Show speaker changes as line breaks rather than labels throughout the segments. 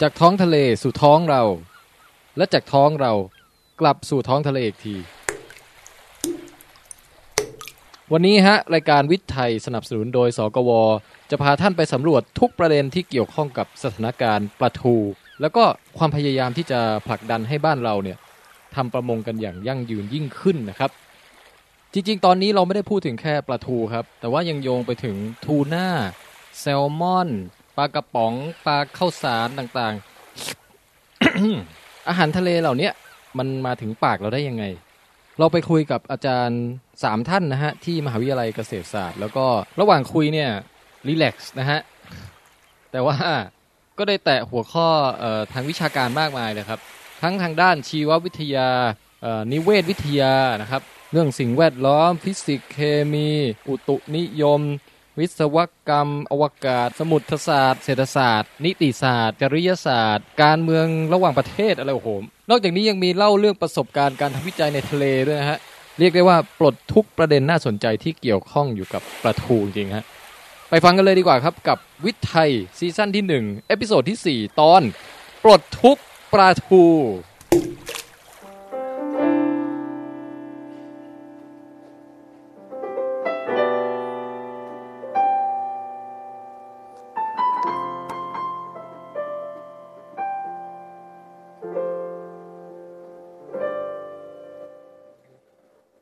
จากท้องทะเลสู่ท้องเรา และจากท้องเรากลับสู่ท้องทะเลอีกที วันนี้ฮะ รายการวิทย์ไทยสนับสนุนโดย สกว จะพาท่านไปสำรวจทุกประเด็นที่เกี่ยวข้องกับสถานการณ์ปลาทู แล้วก็ความพยายามที่จะผลักดันให้บ้านเราเนี่ยทำประมงกันอย่างยั่งยืนยิ่งขึ้นนะครับ จริงๆ ตอนนี้เราไม่ได้พูดถึงแค่ปลาทูครับ แต่ว่ายังโยงไปถึงทูน่า แซลมอน ปลากระป๋อง ปลาข้าวสารต่างๆ อาหารทะเลเหล่าเนี้ยมันมาถึงปากเราได้ยังไง เราไปคุยกับอาจารย์ 3 ท่านนะฮะ ที่มหาวิทยาลัยเกษตรศาสตร์ แล้วก็ระหว่างคุยเนี่ยรีแลกซ์นะฮะ แต่ว่าก็ได้แตะหัวข้อเออทางวิชาการมากมายเลยครับ ทั้งทางด้านชีววิทยาเอ่อนิเวศวิทยานะครับ เรื่องสิ่งแวดล้อม ฟิสิกส์เคมี อุตุนิยม วิศวกรรม อวกาศ สมุทรศาสตร์ เศรษฐศาสตร์ นิติศาสตร์ จริยศาสตร์ การเมืองระหว่างประเทศอะไรโอ้โหนอกจากนี้ยังมีเล่าเรื่องประสบการณ์การทำวิจัยในทะเลด้วยนะฮะ เรียกได้ว่าปลดทุกประเด็นน่าสนใจที่เกี่ยวข้องอยู่กับปลาทูจริงๆฮะ ไปฟังกันเลยดีกว่าครับกับวิทย์ไทยซีซั่นที่1เอพิโซดที่ 4 ตอน ปลดทุกข์ปลาทู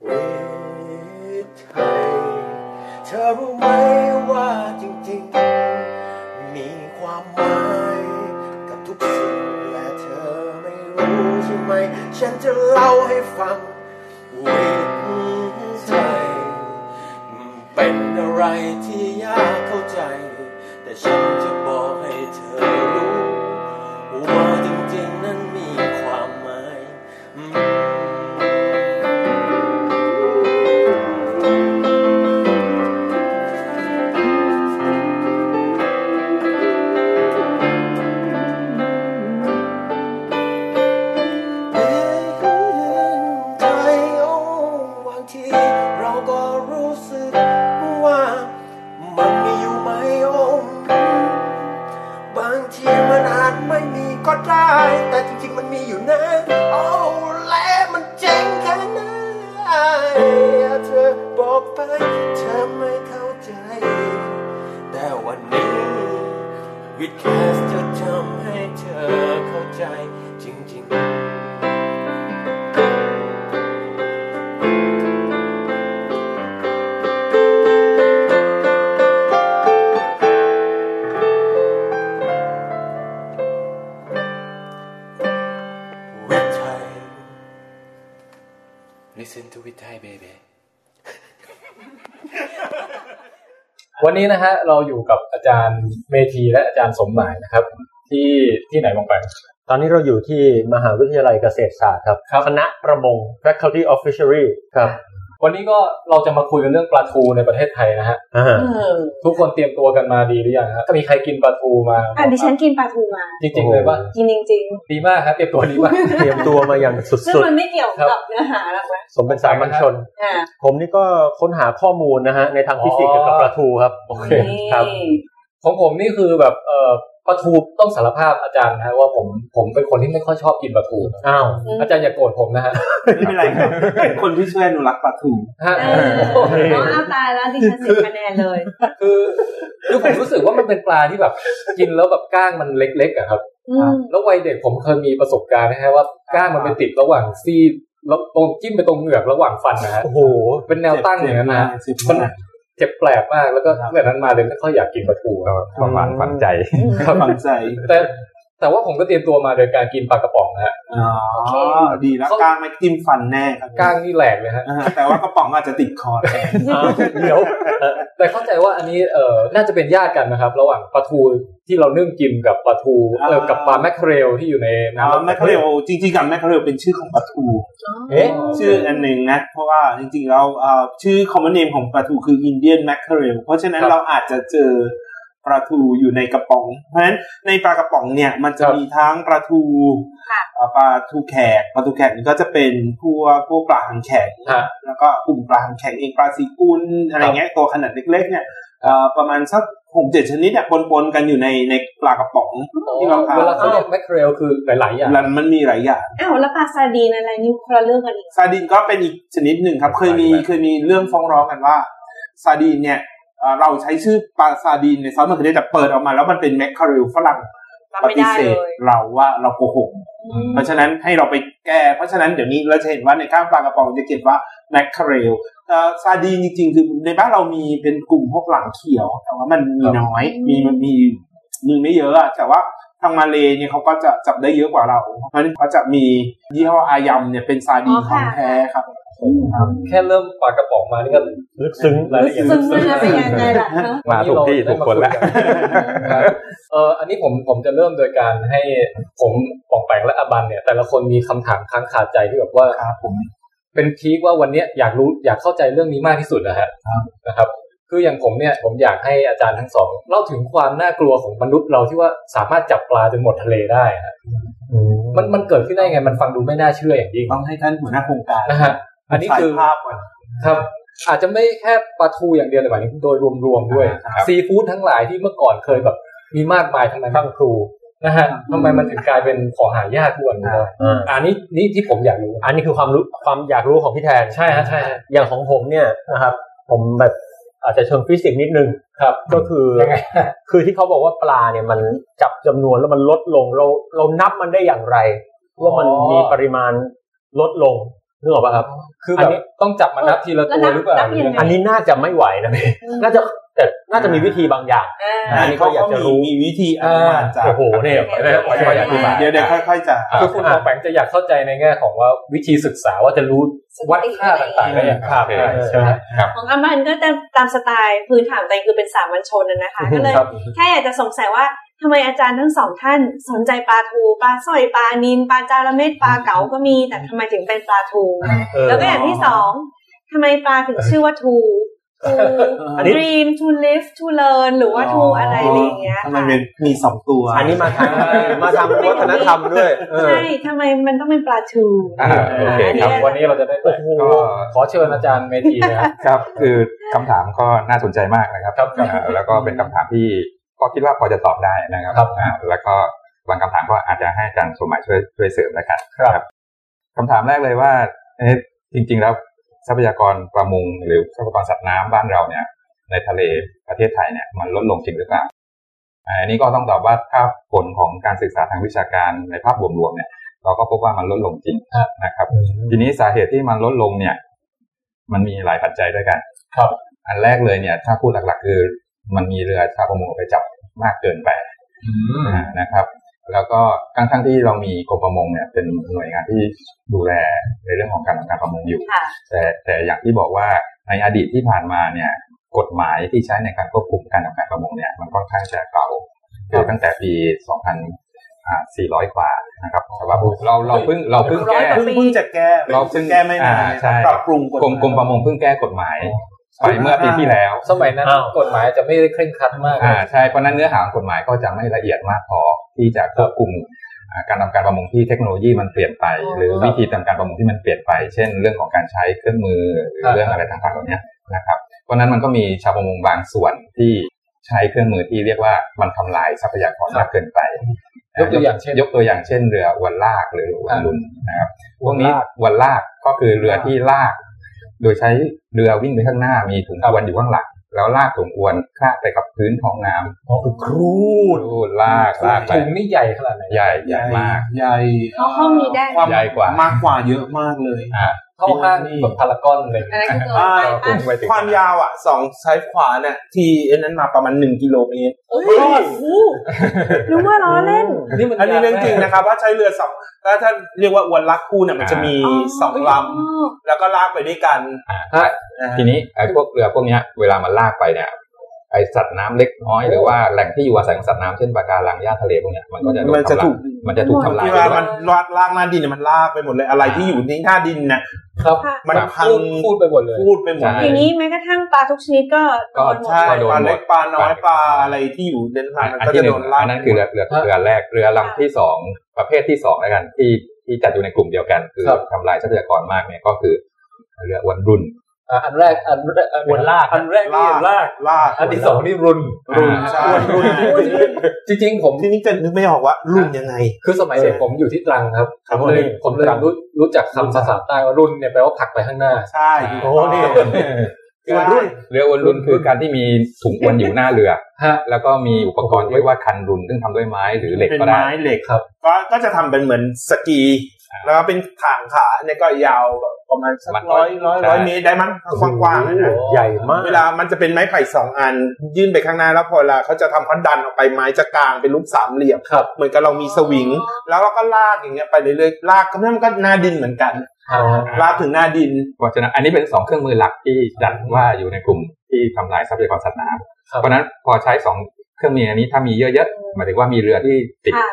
วิทย์ไทยเธอรู้ไหมว่าจริงๆ มีความหมายกับทุกสิ่งและเธอไม่รู้ใช่ไหม ฉันจะเล่าให้ฟัง วิทย์ไทยมันเป็นอะไรที่ยากเข้าใจ แต่ฉันจะบอกให้เธอรู้ ว่าจริงๆ นั้นมีความหมายอืม เใจเอาบางทีเราก็รู้สึกว่า มันมีอยู่ไหมโอ้บางทีมันอาจไม่มีก็ได้ แต่จริงๆมันมีอยู่นะโอ้และมันเจ๋งแค่ไหนเธอบอกไปเธอไม่เข้าใจ แต่วันนี้ วิดแคสจะทำให้เธอเข้าใจจริง ๆ วิทย Listen to วิทย baby
วันนี้นะฮะเราอยู่กับอาจารย์เมธีและอาจารย์สมหมายนะครับ ที่ที่ไหนบ้างไป
ตอนนี้เราอยู่ที่มหาวิทยาลัยเกษตรศาสตร์ครับคณะประมง Faculty of Fishery ครับ
วันนี้ก็เราจะมาคุยกันเรื่องปลาทูในประเทศไทยนะฮะ
อ่า
ทุกคนเตรียมตัวกันมาดีหรือยังฮะมีใครกินปลาทูมา
อ่ะดิฉันกินปลาทูมา
จริงๆเลยปะ
โอ้
กินจริง
ดีมากครับเตรียมตัวดีมาก
เตรียมตัวมาอย่างส
ๆ ซึ่ง
ุด
มันไม่เกี่ยว
ครับ
กับเนื้อหาหรอกนะ
ๆ สมเป็นสามัญชน
อ่า
ผมนี่ก็ค้นหาข้อมูลนะฮะ ในทางฟิสิกส์เกี่ยวกับปลาทูครับ
โอเค
นี่
ครับ
ของผมนี่คือแบบเอ่อปลาทูต้องสารภาพอาจารย์นะฮะว่าผมผมเป็นคนที่ไม่ค่อยชอบกินปลาทูนะ
อ้าว
อาจารย์อย่าโกรธผมนะฮะ
ไม่เป็นไรครับ คนที่ช่วยอนุรักษ์ปลาทู
ฮะ
เออเอาเอาตายแล้วดิฉันสิบคะแนนเลย
คือคือผมรู้สึกว่ามันเป็นปลาที่แบบ กินแล้วแบบก้างมันเล็กๆอะครับ
อืม
แล้ววัยเด็กผมเคยมีประสบการณ์นะฮะว่าก้างมันไปติดระหว่างซี่แล้วตรงจิ้มไปตรงเหงือกระหว่างฟันนะฮะ
โอ้โห
เป็นแนวตั้งอย่างนั้นนะฮะ
สิบ
มัน
นะ
เจ็บแปลกมากแล้วก็ตั้งแต่นั้นมาเลยไม่ค่อยอยากกินปลาทูครับ
ประมาณฝังใจ
กำลังใจ
แต่แต่ว่าผมก็เตรียมตัวมาโดยการกินปลากระป๋องนะฮะ
อ๋อดีแล้วกลางไม่จิ้มฟันแน่ครับ
ก้างนี่แหลกเลยฮะ
อ่าแต่ว่ากระป๋องอาจจะติดคอแทน
อ้าวเดี๋ยว
แต่เข้าใจว่าอันนี้เออน่าจะเป็นญาติกันนะครับ ระหว่างปลาทูที่เรานึ่งกินกับปลาทูเออกับปลาแมคเคอเรลที่อยู่ใน
อ๋อ
น้ำ
แมคเคอเรลจริงๆกับแมคเคอเรลเป็นชื่อของปลาทู
เอ๊ะ
ชื่ออันหนึ่งนะ เพราะว่าจริงๆแล้วเอ่อชื่อคอมมอนเนมของปลาทูคืออินเดียนแมคเคอเรลเพราะฉะนั้นเราอาจจะเจอปลาทูอยู่ในกระป๋อง เพราะฉะนั้นในปลากระป๋องเนี่ยมันจะมีทั้งปลาทูเอ่อปลาทูแขกปลาทูแขกนี่ก็จะเป็นพวกพวกปลาหางแขก
ฮะ
แล้วก็กลุ่มปลาแข็งเองปลาสีกุลอะไรเงี้ยตัวขนาดเล็กๆเนี่ย เอ่อประมาณสักหกเจ็ดชนิดอะปนๆกันอยู่ในในปลากระป๋อง ที่เราทาน
เวลาเขาเรียกแมคเคเรลคือหลายๆอย่าง
แล้วมันมีหลายอย่าง
อ้าวแล้วปลาซาดีนอะไรนี่คนละเรื่องกันอีก
ซาดินก็เป็นอีกชนิดหนึ่งครับ เคยมี
หลายแบบ
เคยมีเรื่องฟ้องร้องกันว่าซาดินเนี่ยเอ่อเราใช้ชื่อปลาซาดินในซอสมะเขือเทศแต่เปิดออกมาแล้วมันเป็นแมคคาเรลฝรั่ง
รับ
ป
ไม่
ฏิ
ได้
เส
เล
ธ
ย
เราว่าเราโกหก
อืม
เพราะฉะนั้นให้เราไปแก้ เพราะฉะนั้นเดี๋ยวนี้เราจะเห็นว่าในข้างปลากระป๋องจะเขียนว่าแมคเคเรลเอ่อซาดีนจริงๆ คือในบ้านเรามีเป็นกลุ่มพวกหลังเขียว แต่ว่ามันมีน้อย มีมันมีมีไม่เยอะอะแต่ว่าทางมาเลเนี่ยเขาก็จะจับได้เยอะกว่าเรา เพราะฉะนั้นเขาจะมียี่ห้ออายัมเนี่ยเป็นซาดีนของแท้ครับ
แค่เริ่มปากกระป๋องมานี่ ก็
ลึกซึ้งรายละเอียด
ซึ้งเลยนะเป็นยังไงล่ะฮะ
มาถูกที่ถูกคนแล้ว
ครับเอออันนี้ผมผมจะเริ่มโดยการให้ผมปองแปงและอบันเนี่ย แต่ละคนมีคำถามค้างคาใจที่แบบว่า
ครับผม
เป็นพีคว่าวันเนี้ยอยากรู้อยากเข้าใจเรื่องนี้มากที่สุดนะฮะนะครับ คืออย่างผมเนี่ยผมอยากให้อาจารย์ทั้งสองเล่าถึงความน่ากลัวของมนุษย์เราที่ว่าสามารถจับปลาจนหมดทะเลได้ฮะมันมันเกิดขึ้นได้ไงมันฟังดูไม่น่าเชื่ออย่างยิ่ง
ต้องให้ท่านหัวหน้าโครงการ
นะฮะอันนี้คือ
ถ่ายภาพก่อน
ครับอาจจะไม่แค่ปลาทูอย่างเดียวแต่หมายถึงโดยรวมๆด้วย
ครับ
ซีฟู้ดทั้งหลายที่เมื่อก่อนเคยแบบมีมากมายทำไมทั้งครูนะฮะทำไมมันถึงกลายเป็นของหายากทุกวันนี้
ครับ
อ่า
อันนี้นี่ที่ผมอยากรู้
อันนี้คือความรู้ความอยากรู้ของพี่แทน
ใช่ฮะใช่ฮะ
อย่างของผมเนี่ยนะครับ ผมแบบอาจจะเชิงฟิสิกส์นิดนึง
ครับ
ก็คือ
ยังไง
คือที่เขาบอกว่าปลาเนี่ยมันจับจำนวนแล้วมันลดลงเราเรานับมันได้อย่างไร ว่ามันมีปริมาณลดลงนึกออกป่ะครับ
คือแบ
อัน
บ
นี้
ต้องจับมานับทีละตัวหรือเปล่า
แล้วนับนับยังไง
อันนี้น่าจะไม่ไหวนะ น่าจะแต่น่าจะมีวิธีบางอย่าง
อ่า
อันนี้ก็อยากจะรู้
เขมีมีวิธีอนุมานจาก
โอ้โหเนี่ย
โอเค
ผมก็อยากอธิบาย
เดี๋ยวเดี๋ยวค่อยๆจะ
คือคุณหมอแปงจะอยากเข้าใจในแง่ของว่าวิธีศึกษาว่าจะรู้วัดค่าต่างๆได้อย่าง
ครับ
ไรใช่ไหมครับ
ของอามันก็ตามตามสไตล์พื้นฐานใจคือเป็นสามัญชนน่ะ นะคะก็เลย
ครับ
แค่อยากจะสงสัยว่าทำไมอาจารย์ทั้งสองท่านสนใจปลาทูปลาสร้อยปลานินปลาจาระเม็ดปลาเก๋าก็มีแต่ทำไมถึงเป็นปลาทู
เออ
แล้วก็อย่างที่สองทำไมปลาถึงชื่อว่าทูทู
อันนี้
ดรีมทูลิฟทูเลินหรือว่าทูอะไรอะไรอย่างเงี้ย
ทำไม
ค่ะ
เป็นมีสองตัว
อันนี้มาทางมาทางวัฒนธรรมด้วยเออ
ใช่ทำไมมันต้องเป็นปลาทู
อ่าโอเคครับวันนี้เราจะได้ไปก็ขอเชิญอาจารย์เมธีนะครับ
ครับ
คือคำถามก็น่าสนใจมากนะครับ
ครับ
อ่าแล้วก็เป็นคำถามที่ก็คิดว่าพอจะตอบได้นะครับ
ครับ
อ่าแล้วก็บางคำถามก็อาจจะให้อาจารย์สมหมัยช่วยช่วยเสริมแล้วกัน
ครับ
คำถามแรกเลยว่าเอ๊ะจริง ๆ แล้วทรัพยากรประมงหรือทรัพยากรสัตว์น้ำบ้านเราเนี่ย ในทะเลประเทศไทยเนี่ยมันลดลงจริงหรือเปล่าอ่าอันนี้ก็ต้องตอบว่าถ้าผลของการศึกษาทางวิชาการในภาพรวมๆเนี่ย เราก็พบว่ามันลดลงจริงนะครับ ทีนี้สาเหตุที่มันลดลงเนี่ย มันมีหลายปัจจัยด้วยกัน
ครับ
อันแรกเลยเนี่ย ถ้าพูดหลักๆ คือ มันมีเรือชาวประมงไปจับมากเกินไปอ่านะครับ แล้วก็ทั้งทั้งๆที่เรามีกรมประมงเนี่ยเป็นหน่วยงานที่ดูแลในเรื่องของการทำการประมงอยู่
ค่ะ
แต่แต่อย่างที่บอกว่าในอดีตที่ผ่านมาเนี่ย กฎหมายที่ใช้ในการควบคุมการทำการประมงเนี่ยมันค่อนข้างจะเก่าคือตั้งแต่ปี 2,400 กว่านะครับฉบับเราเราเพิ่งเราเพิ่งแก้
เพิ่งเพิ่งจะแก้
เราเพิ่
เพิ่ง
ง
แก้ไม่นาน
อ่าใช่
ปรับปรุง
กรมกรมประมงเพิ่งแก้กฎหมายไปเมื่อปีที่แล้ว
สมัยนั้น
อ้าว
กฎหมายจะไม่ได้เคร่งครัดมาก
อ่าใช่เพราะฉะนั้นเนื้อหาของกฎหมายก็จะไม่ละเอียดมากพอที่จะควบคุมอ่าการทำการประมงที่เทคโนโลยีมันเปลี่ยนไป
อ๋อ
หรือวิธีทำการประมงที่มันเปลี่ยนไป เช่น เรื่องของการใช้เครื่องมือห
ครับ
รือเรื่องอะไรต่างๆเหล่านี้นะครับเพราะฉะนั้นมันก็มีชาวประมงบางส่วนที่ใช้เครื่องมือที่เรียกว่ามันทำลายทรัพยากรมากเกินไป
ยกตัวอย่างเช่น
ยกตัวอย่างเช่นเรืออวันลากหรืออวันลุนนะครับพวกนี้อวันลากก็คือเรือที่ลาก โดยใช้เรือวิ่งไปข้างหน้ามีถุงอวนอยู่ข้างหลัง แล้วลากถุงอวนคลาดไปกับพื้นท้องน้
อ๋อคือครู
ำรูดลากลากไป
ถุงนี่ใหญ่ขนาดไหน
ใหญ่ใหญ่มาก
ใหญ่
เขาเข้ามีได้
ควม
ใหญ่กว่า
มากกว่าเยอะมากเลย
เท่าห้างแบบพารากอนเลย
อะไรก็เกิน
อ่า
ไปปะ
ความยาวอ่ะสองซ้ายขวาเนี่ยทีอันนั้นมาประมาณหนึ่งกิโลเมตร
โอ้ยนึกว่าล้อเล่น
นี่มัน
อันนี้เรื่องจริงนะครับ ว่าใช้เรือสองถ้าถ้าเรียกว่าอวนลักคู่เนี่ยมันจะมี
อ๋อ
สองลำแล้วก็ลากไปด้วยกัน
ฮะ
นะฮะ
ทีนี้ไอ้พวกเรือพวกเนี้ยเวลามันลากไปเนี่ยไอสัตว์น้ำเล็กน้อยหรือว่าแหล่งที่อยู่อาศัยของสัตว์น้ำเช่นปะการังหญ้าทะเลพวกเนี้ยมันก็จะโดน
มันจะ
ทำลา
ถู
ย
ก
มันจะถูกทำลาย
ที่
ไป
ว่า
ด้ว
มั
ย
นลากลากหน้าดินเนี่ยมันลากไปหมดเลยอะไรที่อยู่ในหน้าดินน่ะ
ครับ
ค่ะ
มันพัง
พูดพูดไปหมดเลย
พูดไปหมดเล
อย ย่างนี้แม้กระทั่งปลาทุกชนิดก็โดนหมด
ใช่
ก็โด
ป
น
ลาเล็ก
หมด
ปลาน้อย
ป
ป
ลา
ลาอะไรที่อยู่ในน้ำมัน
อัน
ก็
ที่
จะ
หนึ่
โด
ง
นลาก
อันนั้นคือเรือเรือเรือแรกเรือลำที่สองประเภทที่สองแล้วกัน ที่ที่จัดอยู่ในกลุ่มเดียวกัน คือ
ครับ
ทำลายทรัพยากรมากเนี่ยก็คือ เรืออวนรุ่น
อ่าอันแรกอันแรก
อวนลาก
อันแรกนี่ลาก
ลาก
อันที่สองนี่รุน
รุน
ใช่
จริงๆผม
ทีนี้จะนึกไม่ออกว่ารุ่นยังไง
คือสมัยเด็กผมอยู่ที่ตรังครับ
ครับ
ผมเลย
ผม
ผมเลยรู้รู้จักคำภาษาใต้ว่ารุ่นเนี่ยแปลว่าผลักไปข้างหน้า
ใช่
โอ้
นี่
อวนรุ่นเรืออวนรุ่นคือการที่มีถุงอวนอยู่หน้าเรือ
ฮะ
แล้วก็มีอุปกรณ์เรียกว่าคันรุนซึ่งทำด้วยไม้หรือเหล็ก
เป็น
ก็ได้
ไม้เหล็ก
ครับ
ก็ก็จะทำเป็นเหมือนสกี แล้วก็เป็นถางขาเนี่ยก็ยาวแบบประมาณสัก
มันก็
ร้อยร้อย
ใช่
ร้อยเมตรได้มั้งกว้างๆนะนะ
ใหญ่มาก
เวลามันจะเป็นไม้ไผ่สองอัน ยื่นไปข้างหน้าแล้วพอเวลาเขาจะทำเขาดันออกไปไม้จะกลางเป็นรูปสามเหลี่ยม
ครับ
เหมือนกับเรามีสวิง แล้วเราก็ลากอย่างเงี้ยไปเรื่อยๆลากก็นั่นมันก็หน้าดินเหมือนกัน
อ่า
ลากถึงหน้าดิน
เพราะฉะนั้นอันนี้เป็นสองเครื่องมือหลักที่จัดว่าอยู่ในกลุ่มที่ทำลายทรัพยากรสัตว์น้ำเพราะฉะนั้นพอใช้สองเครื่องมืออันนี้ถ้ามีเยอะๆหมายถึงว่ามีเรือที่ติด
ค่ะ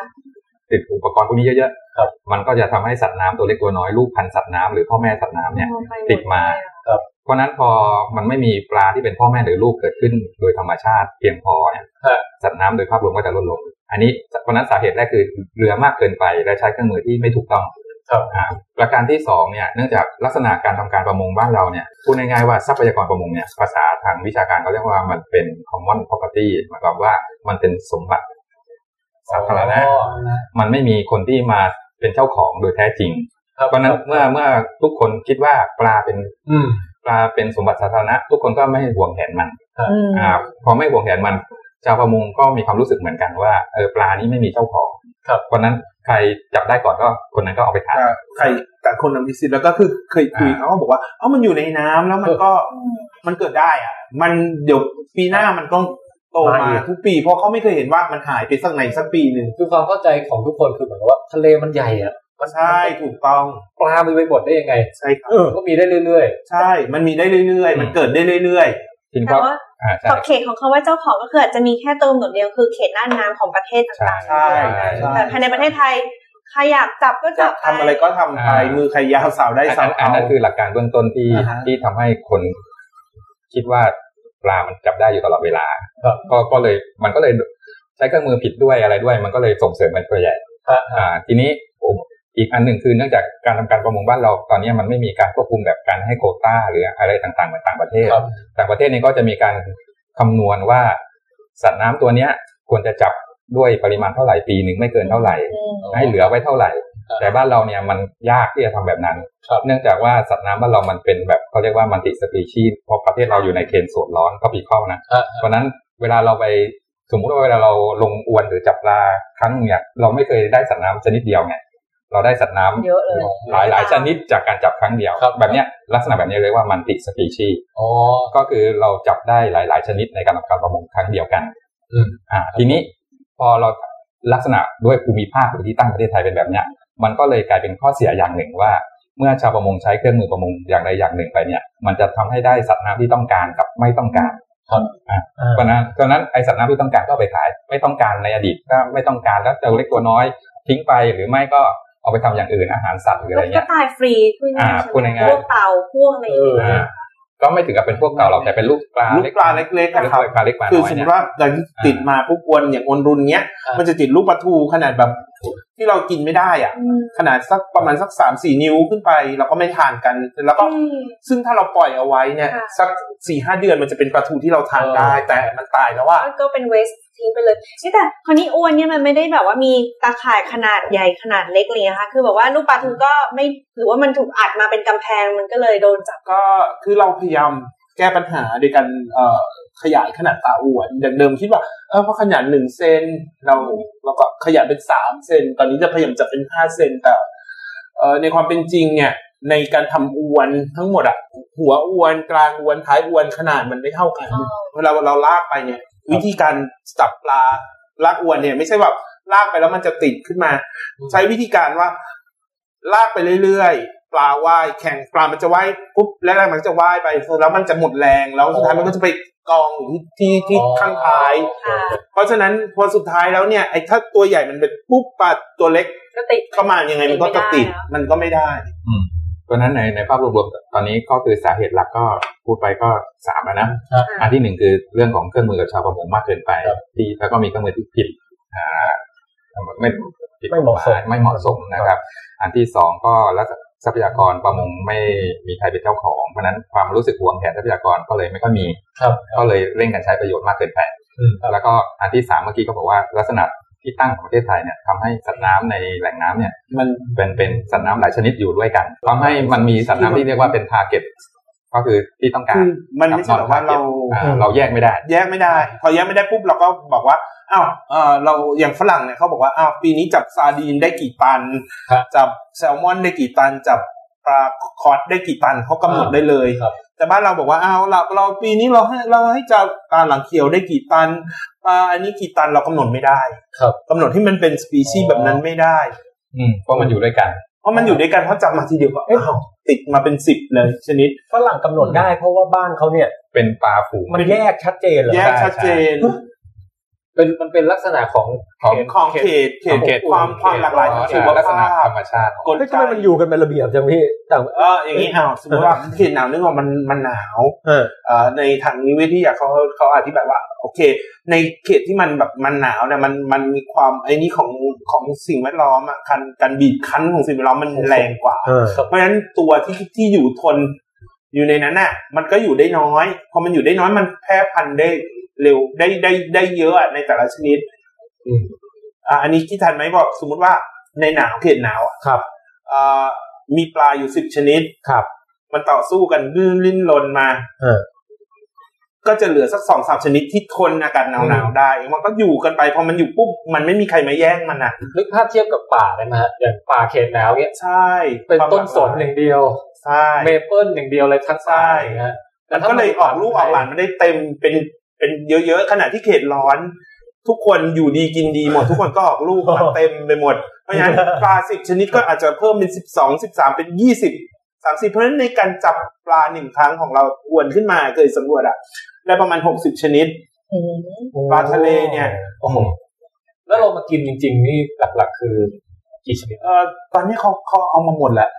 ติดอุปกรณ์พวกนี้เยอะ
ครับ
ๆ มันก็จะทำให้สัตว์น้ำตัวเล็กตัวน้อยลูกพันธุ์สัตว์น้ำหรือพ่อแม่สัตว์น้ำเนี่ย ติดมา เพราะฉะนั้นพอมันไม่มีปลาที่เป็นพ่อแม่หรือลูกเกิดขึ้นโดยธรรมชาติเพียงพอเนี่ย
ครับ
สัตว์น้ำโดยภาพรวมก็จะลดลง อันนี้เพราะฉะนั้นสาเหตุแรกคือเรือมากเกินไปและใช้เครื่องมือที่ไม่ถูกต้อง
ครับ
อ่าประการที่สองเนี่ยเนื่องจากลักษณะการทำการประมงบ้านเราเนี่ยพูดง่ายๆว่าทรัพยากรประมงเนี่ยภาษาทางวิชาการเขาเรียกว่ามันเป็น common property หมายความว่ามันเป็นสมบัติสาธารณะ
อ๋อ
มันไม่มีคนที่มาเป็นเจ้าของโดยแท้จริง
ครับ
เพราะฉะนั้นเมื่อเมื่อทุกคนคิดว่าปลาเป็น
อืม
ปลาเป็นสมบัติสาธารณะ ทุกคนก็ไม่ห่วงแหนมันอ่าพอไม่ห่วงแหนมัน ชาวประมงก็มีความรู้สึกเหมือนกันว่าเออปลานี้ไม่มีเจ้าของ
ครับ
เพราะฉะนั้นใครจับได้ก่อนก็คนนั้นก็เอาไปขาย
อ่าใครแต่คนนำพิสิทธิ์แล้วก็คือเคยคุย
อ่า
เขาก็บอกว่าเอ้ามันอยู่ในน้ำแล้วมันก็มันเกิดได้อ่ะ มันเดี๋ยวปีหน้ามันต้องโตมาทุกปี เพราะเขาไม่เคยเห็นว่ามันหายไปสักไหนสักปีหนึ่ง
คือความเข้าใจของทุกคนคือเหมือนกับว่าทะเลมันใหญ่อะ
ใช่ถูกต้อง
ปลามันไปหมดได้ยังไง
ใช่ครับ
เออ
ก็มีได้เรื่อย
ใช่ มันมีได้เรื่อยๆ มันเกิดได้เรื่อย
ทิ้ง
แต่
ก็
ว่า
อ่า
ข
ใช่
อบเขตของคาว่าเจ้าของก็คืออาจจะมีแค่เติมหนดเดียวคือเขตน่านน้ำของประเทศ
ใช่
ต่าง
ๆ ใช่ใช่
ๆแต่ภายในประเทศไทยใครอยากจับก็
จะ
จับป
ทำอะไรก็ทำไป
อ่ามื
มือใครยาวสาวได้
อัน
สา
นั้
วน
อั
เอา
นนั้นคือหลักการเบื้องต้นที่
อ่าฮะ
ที่ทำให้คนคิดว่าปลามันจับได้อยู่ตลอดเวลา
ครับ
ก็ก็เลยมันก็เลยใช้เครื่องมือผิดด้วยอะไรด้วย มันก็เลยส่งเสริมกันตัวใหญ่
ๆครับ
อ่า ทีนี้ผมอีกอันหนึ่งคือเนื่องจากการทำการประมงบ้านเราตอนนี้มันไม่มีการควบคุมแบบการให้โควต้า หรืออะไรต่างๆเหมือนต่างประเทศ
ครับ
ต่างประเทศนี่ก็จะมีการคำนวณว่า สัตว์น้ำตัวเนี้ย ควรจะจับด้วยปริมาณเท่าไหร่ปีหนึ่งไม่เกินเท่าไหร่ ให้เหลือไว้เท่าไหร่
อ่า
แต่บ้านเราเนี่ยมันยากที่จะทำแบบนั้น
ครับ
เนื่องจากว่าสัตว์น้ำบ้านเรามันเป็นแบบเขาเรียกว่ามันติสปีชีส์เพราะประเทศเราอยู่ในเขตส่วนร้อนก็ปีเข้านะ
อ่า
เพราะฉะนั้นเวลาเราไปสมมุติว่าเวลาเราลงอวนหรือจับปลาครั้งหนึ่งเนี่ยเราไม่เคยได้สัตว์น้ำชนิดเดียวไงเราได้สัตว์น้ำ
เยอะเลย
หลายหลายชนิดจากการจับครั้งเดียว
ครับ
แบบเนี้ยลักษณะแบบเนี้ยเรียกว่ามันติสปีชีส์
อ๋อ
ก็คือเราจับได้หลายหลาย ๆ ชนิดในการทำการประมงครั้งเดียวกัน
อืม
อ่าทีนี้พอเราลักษณะด้วยภูมิภาคหรือที่ตั้งประเทศไทยเป็นแบบเนี้ยมันก็เลยกลายเป็นข้อเสียอย่างหนึ่งว่า เมื่อชาวประมงใช้เครื่องมือประมงอย่างใดอย่างหนึ่งไปเนี่ย มันจะทำให้ได้สัตว์น้ำที่ต้องการกับไม่ต้องการ เพราะฉะนั้นเพราะฉะนั้นไอสัตว์น้ำที่ต้องการก็เอาไปขาย ไม่ต้องการในอดีตก็ไม่ต้องการแล้วตัวเล็กตัวน้อย ทิ้งไปหรือไม่ก็เอาไปทำอย่างอื่นอาหารสัตว์หรืออะไร
ก็
เงี้ย
ตายฟรีพูดง่าย
อ่า
ๆ
พูดง่ายๆ
พวกเต่าพวกอะไรอย่างเงี้ย
อ่าก็ไม่ถึงกับเป็นพวกเก่าหรอกแต่เป็นลูกปลา
ลูกปลาเล็กๆ
ปลา
อะครับ
เล็กปลาเล็กปลา
คือ
น้อย
สมม
เนี่
ติ
ย
ว่าดันติดมาพวกอวนอย่างอวนรุนเนี้ย
อ่ามั
มันจะติดลูกปลาทูขนาดแบบ ที่เรากินไม่ได้อ่ะ ขนาดสักประมาณสักสามสี่นิ้วขึ้นไปเราก็ไม่ทานกัน แล้วก็ซึ่งถ้าเราปล่อยเอาไว้เนี่ย
ค่ะ
สักสี่ห้าเดือนมันจะเป็นปลาทูที่เราทานได้ แต่มันตายแล้วว่า
ก็เป็นเวสทิ้งไปเลยนี่แต่คราวนี้อวนเนี่ยมันไม่ได้แบบว่ามีตาข่ายขนาดใหญ่ขนาดเล็กเลยนะคะคือแบบว่าลูกปลาทูก็ไม่หรือว่ามันถูกอัดมาเป็นกำแพงมันก็เลยโดนจับ
ก็คือเราพยายามแก้ปัญหาโดยการเอ่อขยายขนาดตาอวนอย่างเดิมคิดว่าเออพอขนาดหนึ่งเซนเราเราก็ขยายเป็นสามเซนตอนนี้จะพยายามจะเป็นห้าเซนแต่เอ่อในความเป็นจริงเนี่ยในการทำอวนทั้งหมดอะหัวอวนกลางอวนท้ายอวนขนาดมันไม่เท่ากัน
อ๋อ
เวลาเราลากไปเนี่ย วิธีการจับปลาลากอวนเนี่ย ไม่ใช่แบบลากไปแล้วมันจะติดขึ้นมา ใช้วิธีการว่า ลากไปเรื่อยๆ ปลาว่ายแข่งปลามันจะว่ายปุ๊บแรกๆมันจะว่ายไปแล้วมันจะหมดแรงแล้วสุดท้ายมันก็จะไปกองอยู่ที่ที่ที่ข้างท้าย
ค่ะ
เพราะฉะนั้นพอสุดท้ายแล้วเนี่ยไอ้ถ้าตัวใหญ่มันเป็นปุ๊บปลาตัวเล็ก
ก็ติด
เข้ามายังไงมันก็จะติด
ไม่ได้อะ
มันก็ไม่ได้
เพราะฉะนั้นในในภาพรวมๆตอนนี้ก็คือสาเหตุหลักก็พูดไปก็สามแล้วนะ
ครับ
อันที่หนึ่งคือเรื่องของเครื่องมือกับชาวประมงมากเกินไปที่แล้วก็มีเครื่องมือที่ผิดอ่าไม่ผิด
ไม่เหมาะสม
ไม่เหมาะสมนะครับ อันที่สองก็ลักษณะ ทรัพยากรประมงไม่มีใครเป็นเจ้าของเพราะฉะนั้นความรู้สึกหวงแหนทรัพยากรก็เลยไม่ค่อยมี
ครับ
ก็เลยเร่งกันใช้ประโยชน์มากเกินไป
อืมครับ
แล้วก็อันที่สามเมื่อกี้ก็บอกว่าลักษณะที่ตั้งของประเทศไทยเนี่ยทำให้สัตว์น้ำในแหล่งน้ำเนี่ย
มัน
เป็นเป็นสัตว์น้ำหลายชนิดอยู่ด้วยกันทำให้มันมีสัตว์น้ำที่เรียกว่าเป็น t a r g e t ก็คือที่ต้องกา
คือ
ร
มันไม่ใช่แบบว่าเรา
อ่าเราแยกไม่ได้
แยกไม่ได้ พอแยกไม่ได้ปุ๊บเราก็บอกว่าอ้าวเออเราอย่างฝรั่งเนี่ยเขาบอกว่าอ้าวปีนี้จับซาดีนได้กี่ตัน
ฮะ
จับแซลมอนได้กี่ตัน จับปลาคอร์สได้กี่ตันเขากำหนดได้เลย
ครับ
แต่บ้านเราบอกว่าอ้าวเราเราปีนี้เราให้เราให้จับปลาหลังเขียวได้กี่ตันปลาอันนี้กี่ตันเรากำหนดไม่ได้
ครับ
กำหนดที่มันเป็นสปีชีส์แบบนั้นไม่ได้
อืมเพราะมันอยู่ด้วยกัน
เพราะมันอยู่ด้วยกันเพราะจับมาทีเดียวก็อ้าวติดมาเป็นสิบเลยชนิด
ฝรั่งกำหนดได้เพราะว่าบ้านเขาเนี่ย
เป็นปลาฝูง
มันแยกชัดเจนเหรอ
แยกชัดเจน
เป็นมันเป็นลักษณะของ
ของ
ของเขตเข
ของเข
ต
ต
ความความหลากหลายทางชีว
ลักษ
ภา
ณะ
พ
ธรรมชาติของ
กล
เฮ้ย
ไก
ทำไมมันอยู่กันเป็นระเบียบจังพี่แต่าง
เอออย่างนี้อ้าวสมมติว่าเขตหนาวนึกว่ามันมันหนาว
เออ
เอ่อในทางนิเวศวิทยาเขาเขาอธิบายว่า โอเค ในเขตที่มันแบบมันหนาวเนี่ยมันมันมีความไอ้นี่ของของสิ่งแวดล้อมอ่ะการการบีบคั้นของสิ่งแวดล้อมมันแรงกว่า
เออ
เพราะฉะนั้นตัวที่ที่อยู่ทนอยู่ในนั้นน่ะ มันก็อยู่ได้น้อยพอมันอยู่ได้น้อยมันแพร่พันธุ์ได้เร็วได้ได้ได้เยอะอะในแต่ละชนิด
อืม
อ่ะอันนี้ที่ทันไหมบอกสมมุติว่าในหนาวเขตหนาวอะ
ครับ
อ่ามีปลาอยู่สิบชนิด
ครับ
มันต่อสู้กันดิ้นลิ้นรนมา
เออ
ก็จะเหลือสักสองสามชนิดที่ทนอากาศหนาวๆได้ มันก็อยู่กันไปพอมันอยู่ปุ๊บมันไม่มีใครมาแย่งมันน่ะ
นึกภาพเทียบกับป่าได้ไหมฮะอย่างป่าเขตหนาวเนี้ย
ใช่
เป็นต้นสน
ความ
อ
หลากหลา
ย่างเดียว
ใช่
เมเปิลอย่างเดียวเลยทั้งป่า
ใช่
อย่างเงี้ยแต่
มัน
ถ้า
ก็เลยออกลูกออกหลานมันได้เต็มเป็นเป็นเยอะๆขณะที่เขตร้อน ทุกคนอยู่ดีกินดีหมด ทุกคนก็ออกลูกมาเต็มไปหมด เพราะ ฉะนั้นปลาสิบชนิดก็อาจจะเพิ่มเป็นสิบสองสิบสามเป็นยี่สิบสามสิบเพราะฉะนั้นในการจับปลาหนึ่งครั้งของเราอวนขึ้นมาเคยสำรวจอะได้ประมาณหกสิบชนิด
อืม
ปลาทะเลเนี่ย
โอ้โหแล้วเรามากินจริง ๆ นี่หลักๆ คือกี่ชนิด
เอ่อตอนนี้เขาเขาเอามาหมดแหละ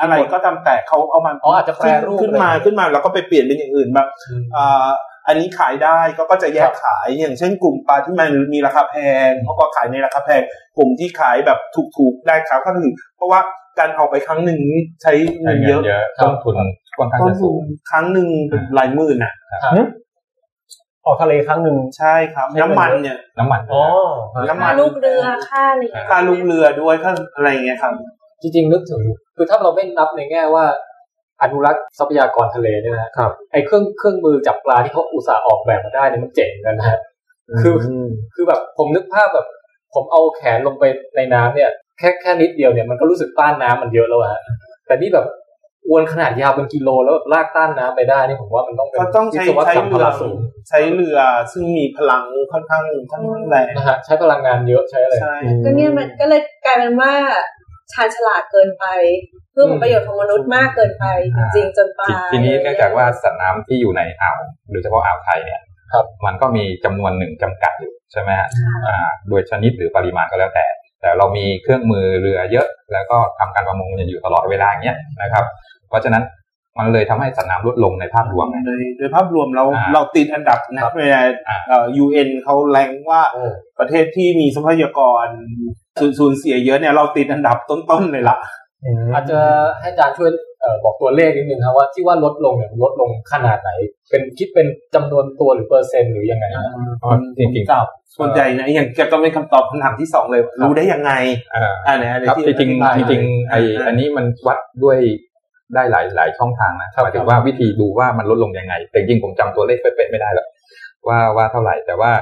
อะไรก็ตามแต่เขาเอามา
อ๋ออาจจะแปรรูป
ขึ้นมา
อะไร
ขึ้นมาแล้วก็ไปเปลี่ยนเป็นอย่างอื่นแบบ อ่าอันนี้ขายได้ก็ก็จะแยกขายอย่างเช่นกลุ่มปลาที่มันมีราคาแพงเขาก็ขายในราคาแพง กลุ่มที่ขายแบบถูกๆได้ขายข้างหนึ่งเพราะว่าการออกไปครั้งหนึ่งใช้เงิ
ใช้
น
เงิ
เย
น
อะ
เยอะต้นทุนค่อนข้าง
ต้น
จะ
ทุ
สู
น
ง
ครั้งหนึ่งหลายหมื่นอ่ะ
ออกทะเลครั้งหนึ่ง
ใช่ครับ น้ำมันเนี่ย
น้ำมัน
อ๋อ
น้ำมั
ค่านลูกเรือค่าอะไรอย่างเงี้ย
ค่าลูกเรือด้วยค่าอะไรอย่างเงี้ยครับ
จริง ๆ นึกถึง คือถ้าเราไม่นับในแง่ว่า อนุรักษ์ทรัพยากรทะเลเนี่ยนะฮะ
ครับ
ไอ้เครื่องเครื่องมือจับปลาที่เขาอุตส่าห์ออกแบบมาได้เนี่ยมันเจ๋งเหมือนกันนะฮะ คือ
ม
คือแบบผมนึกภาพแบบ ผมเอาแขนลงไปในน้ำเนี่ย แค่แค่นิดเดียวเนี่ยมันก็รู้สึกต้านน้ำมันเยอะแล้วอะฮะแต่นี่แบบอวนขนาดยาวเป็นกิโลแล้วแบบลากต้านน้ำไปได้นี่ผมว่ามันต้องเป็น
ก็ต้องใช้
วิศว
ใช้
กรรมพ
เรือ
ลังสูง
ใช้เรือซึ่งมีพลังค่อนข้างค่อนข้างแรง
นะฮะใช้พลังงานเยอะใช้อะไร
ใช่
ก็เนี่ยมันก็เลยกลายเป็นว่าชาญฉลาดเกินไป เพื่อผลประโยชน์ของมนุษย์มากเกินไป จ
อ่า
ริงๆจนปลา
ทีทีนี้เนื่องจากว่าสัตว์น้ำที่อยู่ในอ่าวโดยเฉพาะอ่าวไทยเนี่ย
ครับ
มันก็มีจำนวนหนึ่งจำกัดอยู่ใช่ไหมฮะอ่าโดยชนิดหรือปริมาณก็แล้วแต่ แต่เรามีเครื่องมือเรือเยอะ แล้วก็ทำการประมงอยู่ตลอดเวลาอย่างเงี้ยนะครับ เพราะฉะนั้นมันเลยทำให้สัตว์น้ำลดลงในภาพรวมไง
โดยโดยภาพรวมเรา
อ่า
เราติดอันดับนะครับ เวลา
อ่า
เอ่อ UN เขาแรงว่า
โอ้
ประเทศที่มีทรัพยากรสูญสูญเสียเยอะเนี่ยเราติดอันดับต้นๆเลยละ
อาจจะให้อาจารย์ช่วยเอ่อบอกตัวเลขนิดนึงครับว่าที่ว่าลดลงเนี่ยลดลงขนาดไหน เป็นคิดเป็นจำนวนตัวหรือเปอร์เซ็นต์หรือยังไงนะ
อ๋อจริงๆ
ส่วนใหญ่นะอย่างแกก็เป็นคำตอบคำถามที่สองเลย รู้ได้ยังไง
อ่า
อ่าไหนอะไร
ครับ
ที่
จริง
อธิบาย
ๆจริงๆไออันนี้มันวัดด้วยได้หลายหลายช่องทางนะหมายถึงว่าวิธีดูว่ามันลดลงยังไง แต่จริงๆผมจำตัวเลขเป๊ะๆไม่ได้หรอกว่าว่าเท่าไหร่แต่ว่า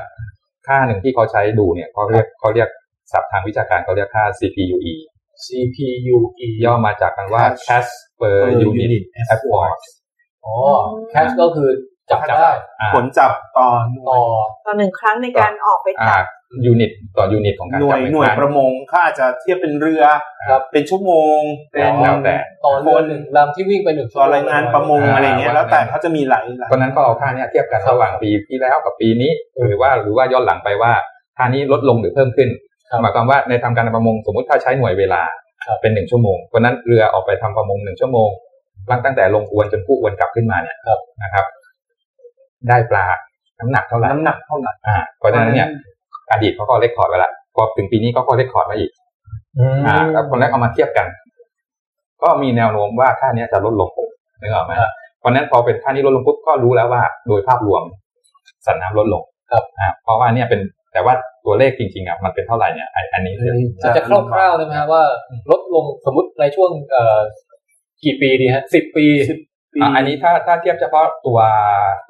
ค่าหนึ่งที่เขาใช้ดูเนี่ยเขาเรียกเขาเรียกศัพท์ทางวิชาการเขาเรียกค่า CPUE
CPUE
ย่อมาจากกันว่า cash per unit effort
อ๋อ cash ก็คือจับได้
อ่า
ผลจับตอน
ต่อ
ต่อหนึ่งครั้งในการออกไป
อ่า
จับ
ยูนิตต่อยูนิตของการ
หน่ว
จับ
ย
เงิ
หน่วย
ครั้ง
ประมงค่าจะเทียบเป็นเรือ
ครับ
เป็นชั่วโมงเป็น
แล้วแต่
ต่อเรือ
คน
หนึ่งลำที่วิ่งไปหนึ่ง
ต่อรายงานประมงอะไรอย่างเงี้ยแล้วแต่เขาจะมีหลายหลาย
ตอนนั้นก็เอาค่าเนี้ยเทียบกันระหว่างปีที่แล้วกับปีนี้หรือว่าหรือว่าย้อนหลังไปว่าค่านี้ลดลงหรือเพิ่มขึ้น หมายความว่าในทำการประมงสมมุติถ้าใช้หน่วยเวลาเป็นหนึ่งชั่วโมงเพราะฉะนั้นเรือออกไปทำประมงหนึ่งชั่วโมงหลังตั้งแต่ลงอวนจนผู้อวนกลับขึ้นมาเนี่ยนะครับ ได้ปลาน้ำหนักเท่าไหร่
น้ำหนักเท่าไหร่
อ่าเพราะฉะนั้นเนี่ยอดีตเขาก็เลคคอร์ดไว้ละพอถึงปีนี้เขาก็เลคคอร์ดมาอีก
อืม
อ่าแล้วคนแรกเอามาเทียบกัน ก็มีแนวโน้มว่าค่าเนี้ยจะลดลงนึกออกไหมเพราะฉะนั้นพอเป็นค่านี้ลดลงปุ๊บก็รู้แล้วว่า โดยภาพรวมสัตว์น้ำลดลงครับอ่าเพราะว่าเนี่ยเป็นแต่ว่าตัวเลขจริงๆอ่ะมันเป็นเท่าไหร่เนี่ยไอ้อันนี้เดี๋ยว
อาจจะคร่าวๆได้ไหมฮะว่าลดลงสมมติในช่วงเอ่อกี่ปีดีฮะสิบปี
อ่ะอันนี้ถ้าถ้าเทียบเฉพาะตัว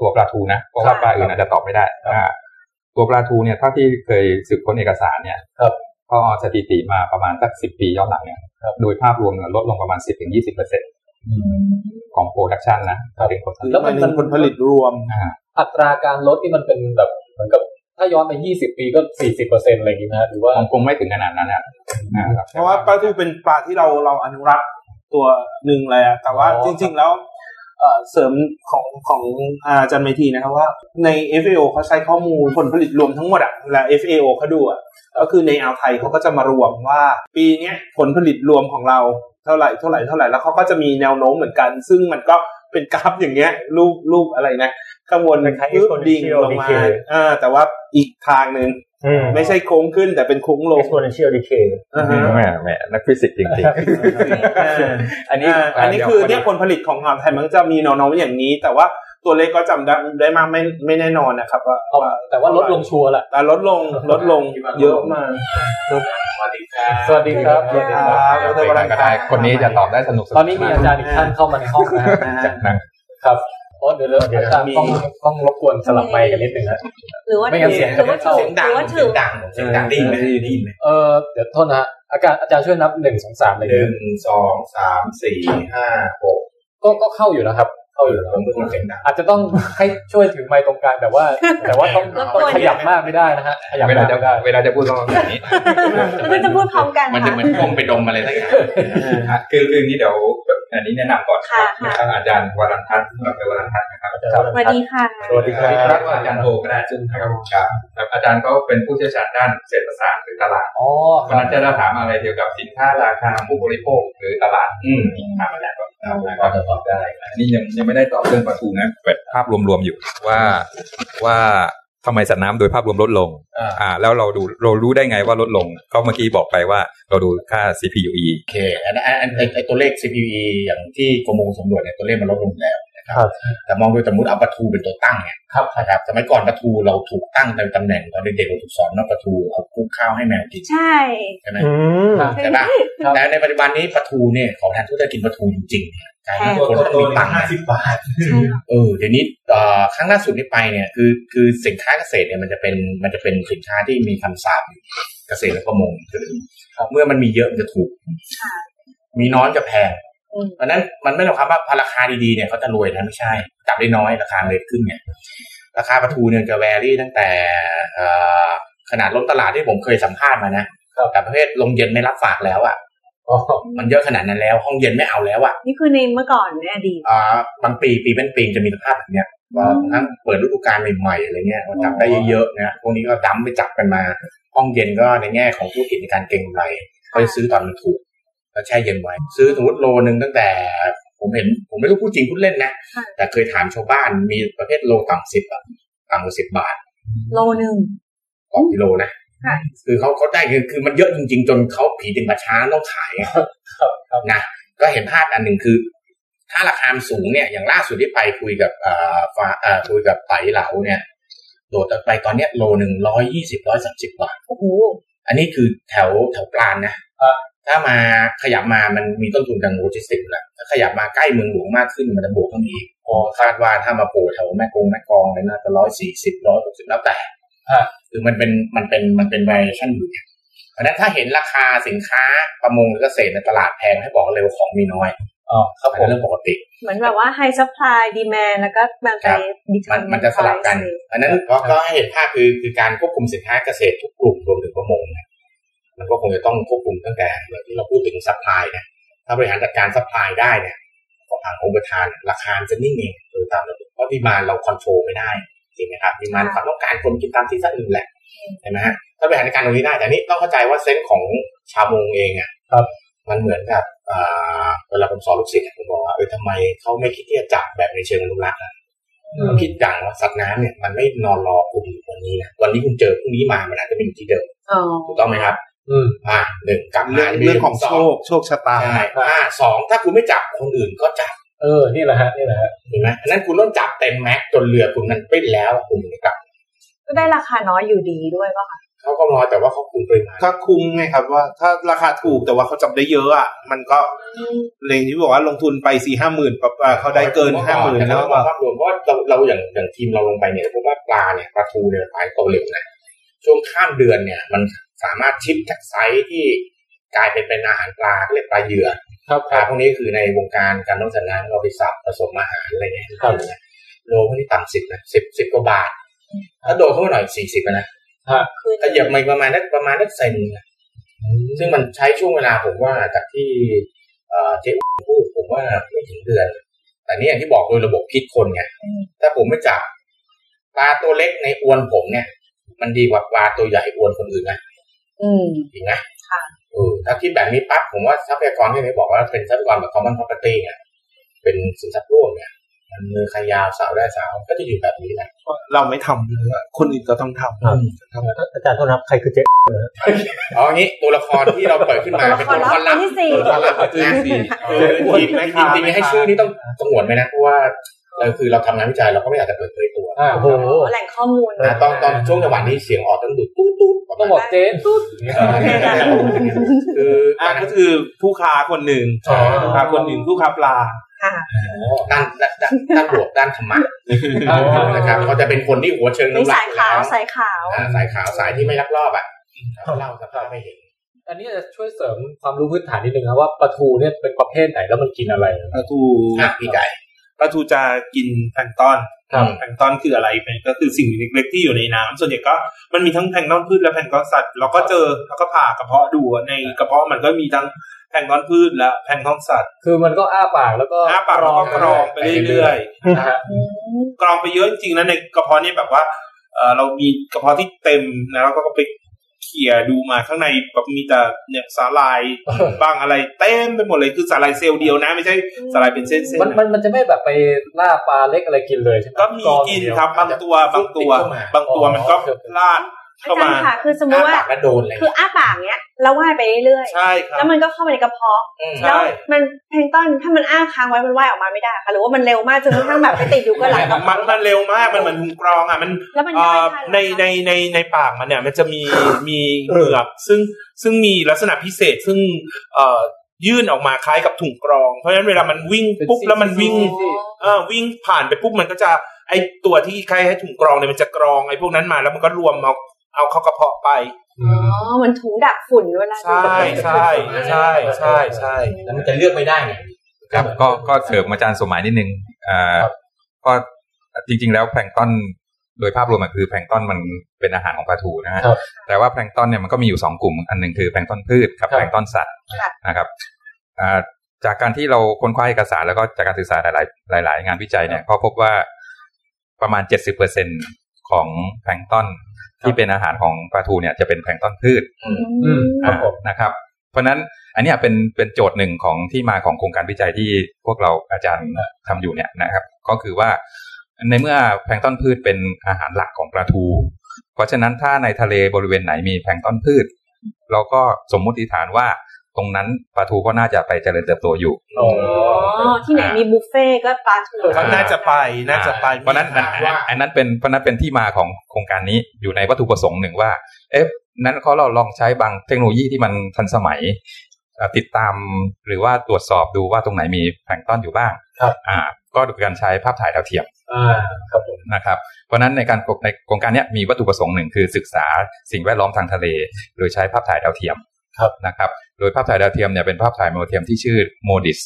ตัวปลาทูนะเพราะว่า
ค่ะ
ปลาอื่นอาจจะตอบไม่ได้อ่าตัวปลาทูเนี่ยเท่าที่เคยสืบค้นเอกสารเนี่ยก็เอาสถิติมาประมาณสักสิบปีย้อนหลังเนี่ยโดยภาพรวมเนี่ยลดลงประมาณสิบถึงยี่สิบเปอร์เซ็นต์ของโปรดักชันนะถึงผลผลิต
แล้วมันเป็นผลผลิตรวม
อ่า
อัตราการลดที่มันเป็นแบบเหมือนกับถ้าย้อนไปยี่สิบปีก็สี่สิบเปอร์เซ็นต์อะไรอย่างงี้นะหรือว่า
คงคงไม่ถึงขนาดนั้นนะอ่คบ
เพราะว่าปลาทูเป็นปลาที่เราเราอนุรักษ์ตัวหนึ่งเลยอะแต่ว่า
อ๋อ
จริงๆแล้วเอ่อเสริมของของอาจารย์เมธีนะครับว่าใน FAO เขาใช้ข้อมูลผลผลิตรวมทั้งหมดอะและ FAO เขาดูอะก็คือในอ่าวไทยเขาก็จะมารวมว่า ปีเนี้ยผลผลิตรวมของเราเท่าไหร่เท่าไหร่เท่าไหร่แล้วเขาก็จะมีแนวโน้มเหมือนกัน ซึ่งมันก็เป็นกราฟอย่างเงี้ยรูปรูปอะไรนะกังวล
คล้ายๆ
รูปดิ่งล
exponential
งมา
decay
อ่าแต่ว่าอีกทางหนึ่ง
ไม่
ไม่
ใช่
ใช่โค้งขึ้นแต่เป็นโค้งลง
exponential decay
อ่าฮะ
แหมแหมนักฟิสิกส์จริงๆ อันนี้
อ่าอันนี้คือเนี่ยผลผลิตของอ่าวไทยมันจะมีแนวโน้มอย่างนี้ แต่ว่าตัวเลขก็จำได้ได้มากไม่ไม่แน่นอนนะครับว่า
เอาแต่ว่าลดลงชัวร์แหละ
แต่ลดลงลดลงเยอะมาก
สวัสดีครับสวัสดีครับ
เดี๋ยวไปกันก็ได้คนนี้จะตอบได้สนุกส
ตอนนี้มีอาจารย์อีกท่านเข้ามาในห้องนะฮ ะ
จากหนัง
ครับโอ้เดี๋ยวเราอาจารย์ต้องต้องรบกวนสลับไมค์กันนิดนึงฮะ
หรือว่า
ไม่งั้นเสียง
หรือว่า
จะไม่
ถื
เข้า
อหรือว่าถือ
เสียงดังได้ยินไหมได้ยินไหม
เออเดี๋ยวโทษนะฮะอาจารย์อาจารย์ช่วยนับหนึ่งสองสามเลย
หนึ่งสองสามสี่ห้าหก
ก็ก็เข้าอยู่นะครับ เข้าอยู่นะค
ผ
รับ
มเป็นคนเสียงดัง
อาจจะต้อง ให้ช่วยถือไมค์ตรงกลางแต่ ว่า แต่ว่าต้องต้องขยับมากไม่ได้นะฮะขยับ
เว
มาก
ลา
ไม่ได้
จะเวลาจะพูดต้องแบบนี้
แล้วก็จะพูดพร้อมกัน
มันจะ
ค่ะ
เหมือนกลมไปดมอะไรสักอย่าง
อ่ะคือคืออย่างนี้เดี๋ยวอันนี้แนะนำก่อน
ค่ะค่ะ
นะครับอาจารย์วรันทัศน์ดรวรันทัศน์นะครับ
สวัสดีค่ะ
สวัสดีครับว่าอาจารย์โอก็ได้ซึ่งนะครับครับอาจารย์ก็เป็นผู้เชี่ยวชาญด้านเศรษฐศาสตร์หรือตลาด
อ๋อ
วันนั้นจะเราถามอะไรเกี่ยวกับสินค้าราคาผู้บริโภคหรือตลาดอืมถามอาจารย์ก่อนนะครับจะตอบได้อันนี้ยังยังไม่ได้ตอบเรื่องปลาทูนะแบบภาพรวมๆอยู่ว่าว่าทำไมสัตว์น้ำโดยภาพรวมลดลง อ่า แล้วเราดูเรารู้ได้ไงว่าลดลงเขาเมื่อกี้บอกไปว่าเราดูค่า CPUE
โอเคอันนั้นอันอันไอ้ไอ้ตัวเลข CPE อย่างที่กรมองสำรวจเนี่ยตัวเลขมันลดลงแล้วนะครับ
ครับ
แต่มองโดยสมมติเอาปลาทูเป็นตัวตั้งเนี่ยครับนะครับสมัยก่อนปลาทูเราถูกตั้งในตำแหน่งตอนเด็กๆเราถูกสอนว่าปลาทูเอาคลุกข้าวให้แมวกิน
ใช่
ใช่ไหม
อืม
ใช่ปะแต่ในปัจจุบันนี้ปลาทูเนี่ยของแทนที่จะกินปลาทูจริงๆเนี่ยกลายเป็นคนมีตังค์
ห้าสิบบาท
เออเดี๋ยวนี้เอ่อครั้งล่าสุดที่ไปเนี่ยคือคือสินค้าเกษตรเนี่ยมันจะเป็นมันจะเป็นสินค้าที่มีคำสาปอยู่เกษตรและประมงเมื่อมันมีเยอะมันจะถูก มีน้อยจะแพง
อืม
เพราะฉะนั้นมันไม่ได้หรอกครับว่าพอราคาดีๆเนี่ยเขาจะรวยนะไม่ใช่จับได้น้อยราคาเลยขึ้นเนี่ยราคาปลาทูเนี่ยจะแวรี่ตั้งแต่เอ่อขนาดล้นตลาดที่ผมเคยสัมภาษณ์มานะแต่ประเภทลงเย็นไม่รับฝากแล้วอ่ะ
อ๋อ
มันเยอะขนาดนั้นแล้ว ห้องเย็นไม่เอาแล้วอ่ะ
นี่คือในเมื่อก่อนในอดีต
อ่าบางปีปีเป็นปีจะมีสภาพแบบเนี้ยว่าทั้งเปิดฤดูกาลใหม่ๆอะไรเงี้ยมันจับได้เยอะๆนะพวกนี้ก็ดั้มไปจับกันมา ห้องเย็นก็ในแง่ของธุรกิจในการเก็งกำไรก็จะซื้อตอนมันถูกแล้วแช่เย็นไว้ ซื้อสมมติโลนึงตั้งแต่ ผมเห็นผมไม่รู้พูดจริงพูดเล่นนะ
ค่ะ
แต่เคยถามชาวบ้านมีประเภทโลต่ำสิบอะต่ำกว่าสิบบาท
โลหนึ่ง
สองกิโลนะ
ค่ะ
คือเขาเขาได้คือคือมันเยอะจริง ๆ จนเขาผีถึงประช้าต้องขายอะนะ ก็เห็นภาพอันหนึ่งคือ ถ้าราคามันสูงเนี่ย อย่างล่าสุดที่ไปคุยกับเอ่อฟ้าเอ่อคุยกับไตเหลาเนี่ย โดดไปตอนเนี้ยโลหนึ่งร้อยยี่สิบร้อยสามสิบบาท
โอ้โห
อันนี้คือแถวแถวปลานนะถ้ามาขยับมามันมีต้นทุนทางโลจิสติกส์อยู่แล้วถ้าขยับมาใกล้เมืองหลวงมากขึ้นมันจะบวกขึ้นอีกพอคาดว่าถ้ามาโผล่แถวแม่กงแม่กองเลยน่าจะร้อยสี่สิบร้อยหกสิบแล้วแต่คือมันเป็นมันเป็นมันเป็น variation อยู่เนี่ยเพราะฉะนั้นถ้าเห็นราคาสินค้าประมงหรือเกษตรในตลาดแพงให้บอกเลยว่าของมีน้อย
อ๋อครับผ
เป็น
ม
เรื่องปกติ
เหมือนแบบว่า high supply demand แล้วก็มันไป
ครับ
determine
มันมันจะสลับกัน
price
อันนั้นก็ก็ให้เห็นภาพคือคือการควบคุมสินค้าเกษตรทุกกลุ่มรวมถึงประมงนะมันก็คงจะต้องควบคุมตั้งแต่อย่างที่เราพูดถึงซัพพลายนะถ้าบริหารจัดการซัพพลายได้เนี่ยของทางองค์ประธานราคามันจะนิ่งเองโดยตามระบบเพราะดีมานเราคอนโทรลไม่ได้จริงไหมครับดีมานความต้องการคนกินตามที่สั่งอื่นแหละเห็นไหมฮะถ้าบริหารจัดการตรงนี้ได้แต่นี่ต้องเข้าใจว่าเซนส์ของชาวมงเองอ่ะมันเหมือนกับอ่าเวลาผมสอนลูกศิษย์อะผมบอกว่าเออทำไมเขาไม่คิดที่จะจับแบบในเชิงอนุรักษ์อะ เราคิดอย่างว่าสัตว์น้ำเนี่ยมันไม่นอนรอคุณอยู่วันนี้นะวันนี้คุณเจอพรุ่งนี้มามันอาจจะเป็นอยู่ที่เดิม
อ๋อ
ถูกต้องไหมครับ
อืม
อ่าหนึ่งกลับ
เรื่
หา
อง
น
เรื่องของโชคโชคชะตา
ใช่อ่าสองถ้าคุณไม่จับคนอื่นก็จับ
เออ นี่แหละฮะ นี่แหละฮะ
เห็นไหมอันนั้นคุณต้องจับเต็มแม็กซ์จนเรือคุณมันปิ้นแล้วคุณถึงจะกลับ
ก็ได้ราคาน้อยอยู่ดีด้วยป่ะคะ
เขาก็รอแต่ว่าเขาคุมปริมาณ
ก็คุ้มไงครับว่า ถ้าราคาถูกแต่ว่าเขาจับได้เยอะอ่ะมันก็เลงที่บอกว่าลงทุนไปสี่ห้าหมื่นปะปะเขาได้เกินห้าหมื่น
แต่
แล้
ถ้าว เรามองภาพรวมเพราะว่าเราเราอย่างอย่างทีมเราลงไปเนี่ยผมว่าปลาเนี่ยปลาทูเนี่ยปลาโตเร็วนะช่วงข้ามเดือนเนี่ย มันสามารถชิปทักไซส์ที่กลายเป็นเป็นอาหารปลาเรียกปลาเหยื่อ
ครับ
ปลาพวกนี้คือในวงการการต้องจัดงานเราไปสับผสมอาหารอะไรเงี้ยครับโลพวกนี้ต่ำสิบนะสิบสิบกว่าบาท ถ้าโดนเข้าไปหน่อยสี่สิบนะ
คือ
ถ้าเหยียบมาอีกประมาณนักประมาณนักเซนหนึ่งอะซึ่งมันใช้ช่วงเวลาผมว่าจากที่เอ่อเจ๊อุ๊ยพูดผมว่าไม่ถึงเดือน แต่นี่อย่างที่บอกโดยระบบคิดคนไงถ้าผมไม่จับปลาตัวเล็กในอวนผมเนี่ย มันดีกว่าปลาตัวใหญ่อวนคนอื่นนะ
อืม
จริงไหม
ค่ะ
เออถ้าคิดแบบนี้ปั๊บผมว่าทรัพยากรที่ไหนบอกว่าเป็นทรัพยากรแบบ common property เนี่ยเป็นสินทรัพย์ร่วมเนี่ยมันมือใครยาวสาวได้สาวก็จะอยู่แบบนี้แหละ
เราไม่ทำเลยอะคนอื่นก็ต้องทำ
ครับ อาจารย์โทษนะครับใครคือเจ๊
เอาอย่างนี้ตัวละครที่เราเปิดขึ้นมา เป็นตัวละครลับ
ตัวละครลับคนที่สี่
ตัวละครลับเปิดขึ้นมาเออจริงๆจริงๆให้ชื่อนี้ต้องสงวนไหมนะเพราะว่าเออคือเราทำงานวิจัยเราก็ไม่อยากจะเปิดเผยตัว
อ่า
โอ้โห
แหล่งข้อมูล
นะตอนตอนช่วงจังหวะนี้เสียงออกต้องดูตู้ตู้ประ
ต้อ
มา
ง
ณ
บอกเจ๊ตุ๊ด
คือ
อ่ะ
อ่ะ
ก็คือผู้ค้าคนหนึ่ง
อ๋อ
ผู้ค้าคนหนึ่งผู้ค้าปลา
ค่ะ
ด้านด้านด้านด้านบวกด้านธรรมะนะครับเขาจะเป็นคนที่หัวเชิง
นี่
น้ำลา
สาย ย
อยู่
ขา
แล้ว ว
สายขาว
อ่าสายขาวสายที่ไม่ลักลอบอ่ะเขาเล่าสภาพไม่เห็น
อันนี้จะช่วยเสริมความรู้พื้นฐานนิดนึงนะว่าปลาทูเนี่ยเป็นประเภทไหนแล้วมันกินอะไร
ปลาทู
อ่ะพี่ไก่
ปลาทูจะกินแพลงก์ตอน
ครับ
แพลงก์ตอนคืออะไรเป็นก็คือสิ่งเล็กๆที่อยู่ในน้ำส่วนใหญ่ก็มันมีทั้งแพลงก์ตอนพืชและแพลงก์ตอนสัตว์เราก็เจอแล้วก็ผ่ากระเพาะดูในกระเพาะมันก็มีทั้งแพลงก์ตอนพืชและแพลงก์ตอนสัตว์
คือมันก็อ้าปากแล้วก็
อ้าปากแล้วก็กรองไปเรื่อย
นะฮะ
อืม
ๆกรองไปเยอะจริงๆนะในกระเพาะนี่แบบว่าเออเรามีกระเพาะที่เต็มนะแล้วก็ไปเขี่ยดูมาข้างในแบบมีแต่เนี่ยสา ลายบ้างอะไรเต็มไปหมดเลยคือสาลายเซลล์เดียวนะไม่ใช่สาลายเป็นเส้นๆ
มัน
นะ
มันมันจะไม่แบบไปล่าปลาเล็กอะไรกินเลยใช่ไหม
ก็มีกินครับบางตัวบางตัว บางตัวมันก็พลาด
อา
เข้า
จาร
มา
ย์ค่ะคือสมม
อ้า
ติว่า
ปากแล้วโดนเลย
คืออ้าปากเนี้ยแล้วว่ายไปเรื่อย
ใช่
ๆ
ครั
แล้
บ
วมันก็เข้าไปในกระเพาะ
อืม
แล
ใช่
้วมันแพลงก์ต้อนถ้ามันอ้าค้างไว้มันว่ายออกมาไม่ได้ค่ะหรือว่ามันเร็วมากจนกระทั่งแบบไปติดอยู่ก็หลัง
มันมันเร็วมากมันเหมือนหุงกรองอ่ะมัน
แล้วมัน
เอ่
ย่อย
อ
ทันเหรอคะ
ในในในในปากมันเนี่ยมันจะมีมีเหงือกซึ่งซึ่งมีลักษณะพิเศษซึ่งเอ่อยื่นออกมาคล้ายกับถุงกรอง เพราะฉะนั้นเวลามันวิ่งปุ๊บแล้วมันวิ่งเอ่อวิ่งผ่านไปปุ๊บมันก็จะไอตัวที่คล้ายให้ถุงกรองเนี่ยมันจะกรองไอพวกนั้นมาแล้วมันก็รวมเอาเอาเข้ากระเพาะไป
อ๋อเหมันถุงดักฝุ่นเวลา
ใช่ใช่ใช่ใช่ใช่
แล้วมันจะเลือกไม่ได้ไง
ครับก็ก็เสริมอาจารย์สมหมายนิดนึงอ่าก็จริง ๆ แล้วแพลงก์ต้อนโดยภาพรวมอะคือแพลงก์ต้อนมันเป็นอาหารของปลาทูนะฮะ
ครับ
แต่ว่าแพลงก์ต้อนเนี่ยมันก็มีอยู่สองกลุ่ม อันหนึ่งคือแพลงก์ต้อนพืชกับ
ครับ
แพลงก์ต้อนสัตว์นะครับอ่าจากการที่เราค้นคว้าเอกสารแล้วก็จากการศึกษาหลายๆ หลาย ๆ งานวิจัยเนี่ยก็พบว่าประมาณ 70%ของแพลงก์ต้อนที่เป็นอาหารของปลาทูเนี่ยจะเป็นแพลงก์ต้อนพืช
อืมครับผม
นะครับเพราะฉะนั้นอันเนี้ยเป็นเป็นโจทย์หนึ่งของที่มาของโครงการวิจัยที่พวกเราอาจารย์ทำอยู่เนี่ยนะครับ ก็คือว่าในเมื่อแพลงก์ต้นพืชเป็นอาหารหลักของปลาทู เพราะฉะนั้นถ้าในทะเลบริเวณไหนมีแพลงก์ต้นพืช เราก็สมมุติฐานว่าตรงนั้นปลาทูก็น่าจะไปเจริญเติบโตอยู่
อ๋อ
อ๋อที่ไหนมีบุฟเฟ่ก็ปลาถู
อ่า
น่าจะไปน่าจะไป
เพราะฉะนั้นอันอันอันนั้นเป็นเพราะฉะนั้นเป็นที่มาของโครงการนี้อยู่ในวัตถุประสงค์หนึ่งว่า เอ๊ะนั้นเขาเราลองใช้บางเทคโนโลยีที่มันทันสมัยอ่ะติดตามหรือว่าตรวจสอบดูว่าตรงไหนมีแพลงก์ต้อนอยู่บ้าง
ครับ
อ่า ก็โดยการใช้ภาพถ่ายดาวเทียม
อ่าครับผม
นะครับ เพราะฉะนั้นในการในโครงการเนี้ยมีวัตถุประสงค์หนึ่งคือศึกษาสิ่งแวดล้อมทางทะเล โดยใช้ภาพถ่ายดาวเทียมนะครับ โดยภาพถ่ายดาวเทียมเนี่ยเป็นภาพถ่ายโมเทียมที่ชื่อ MODIS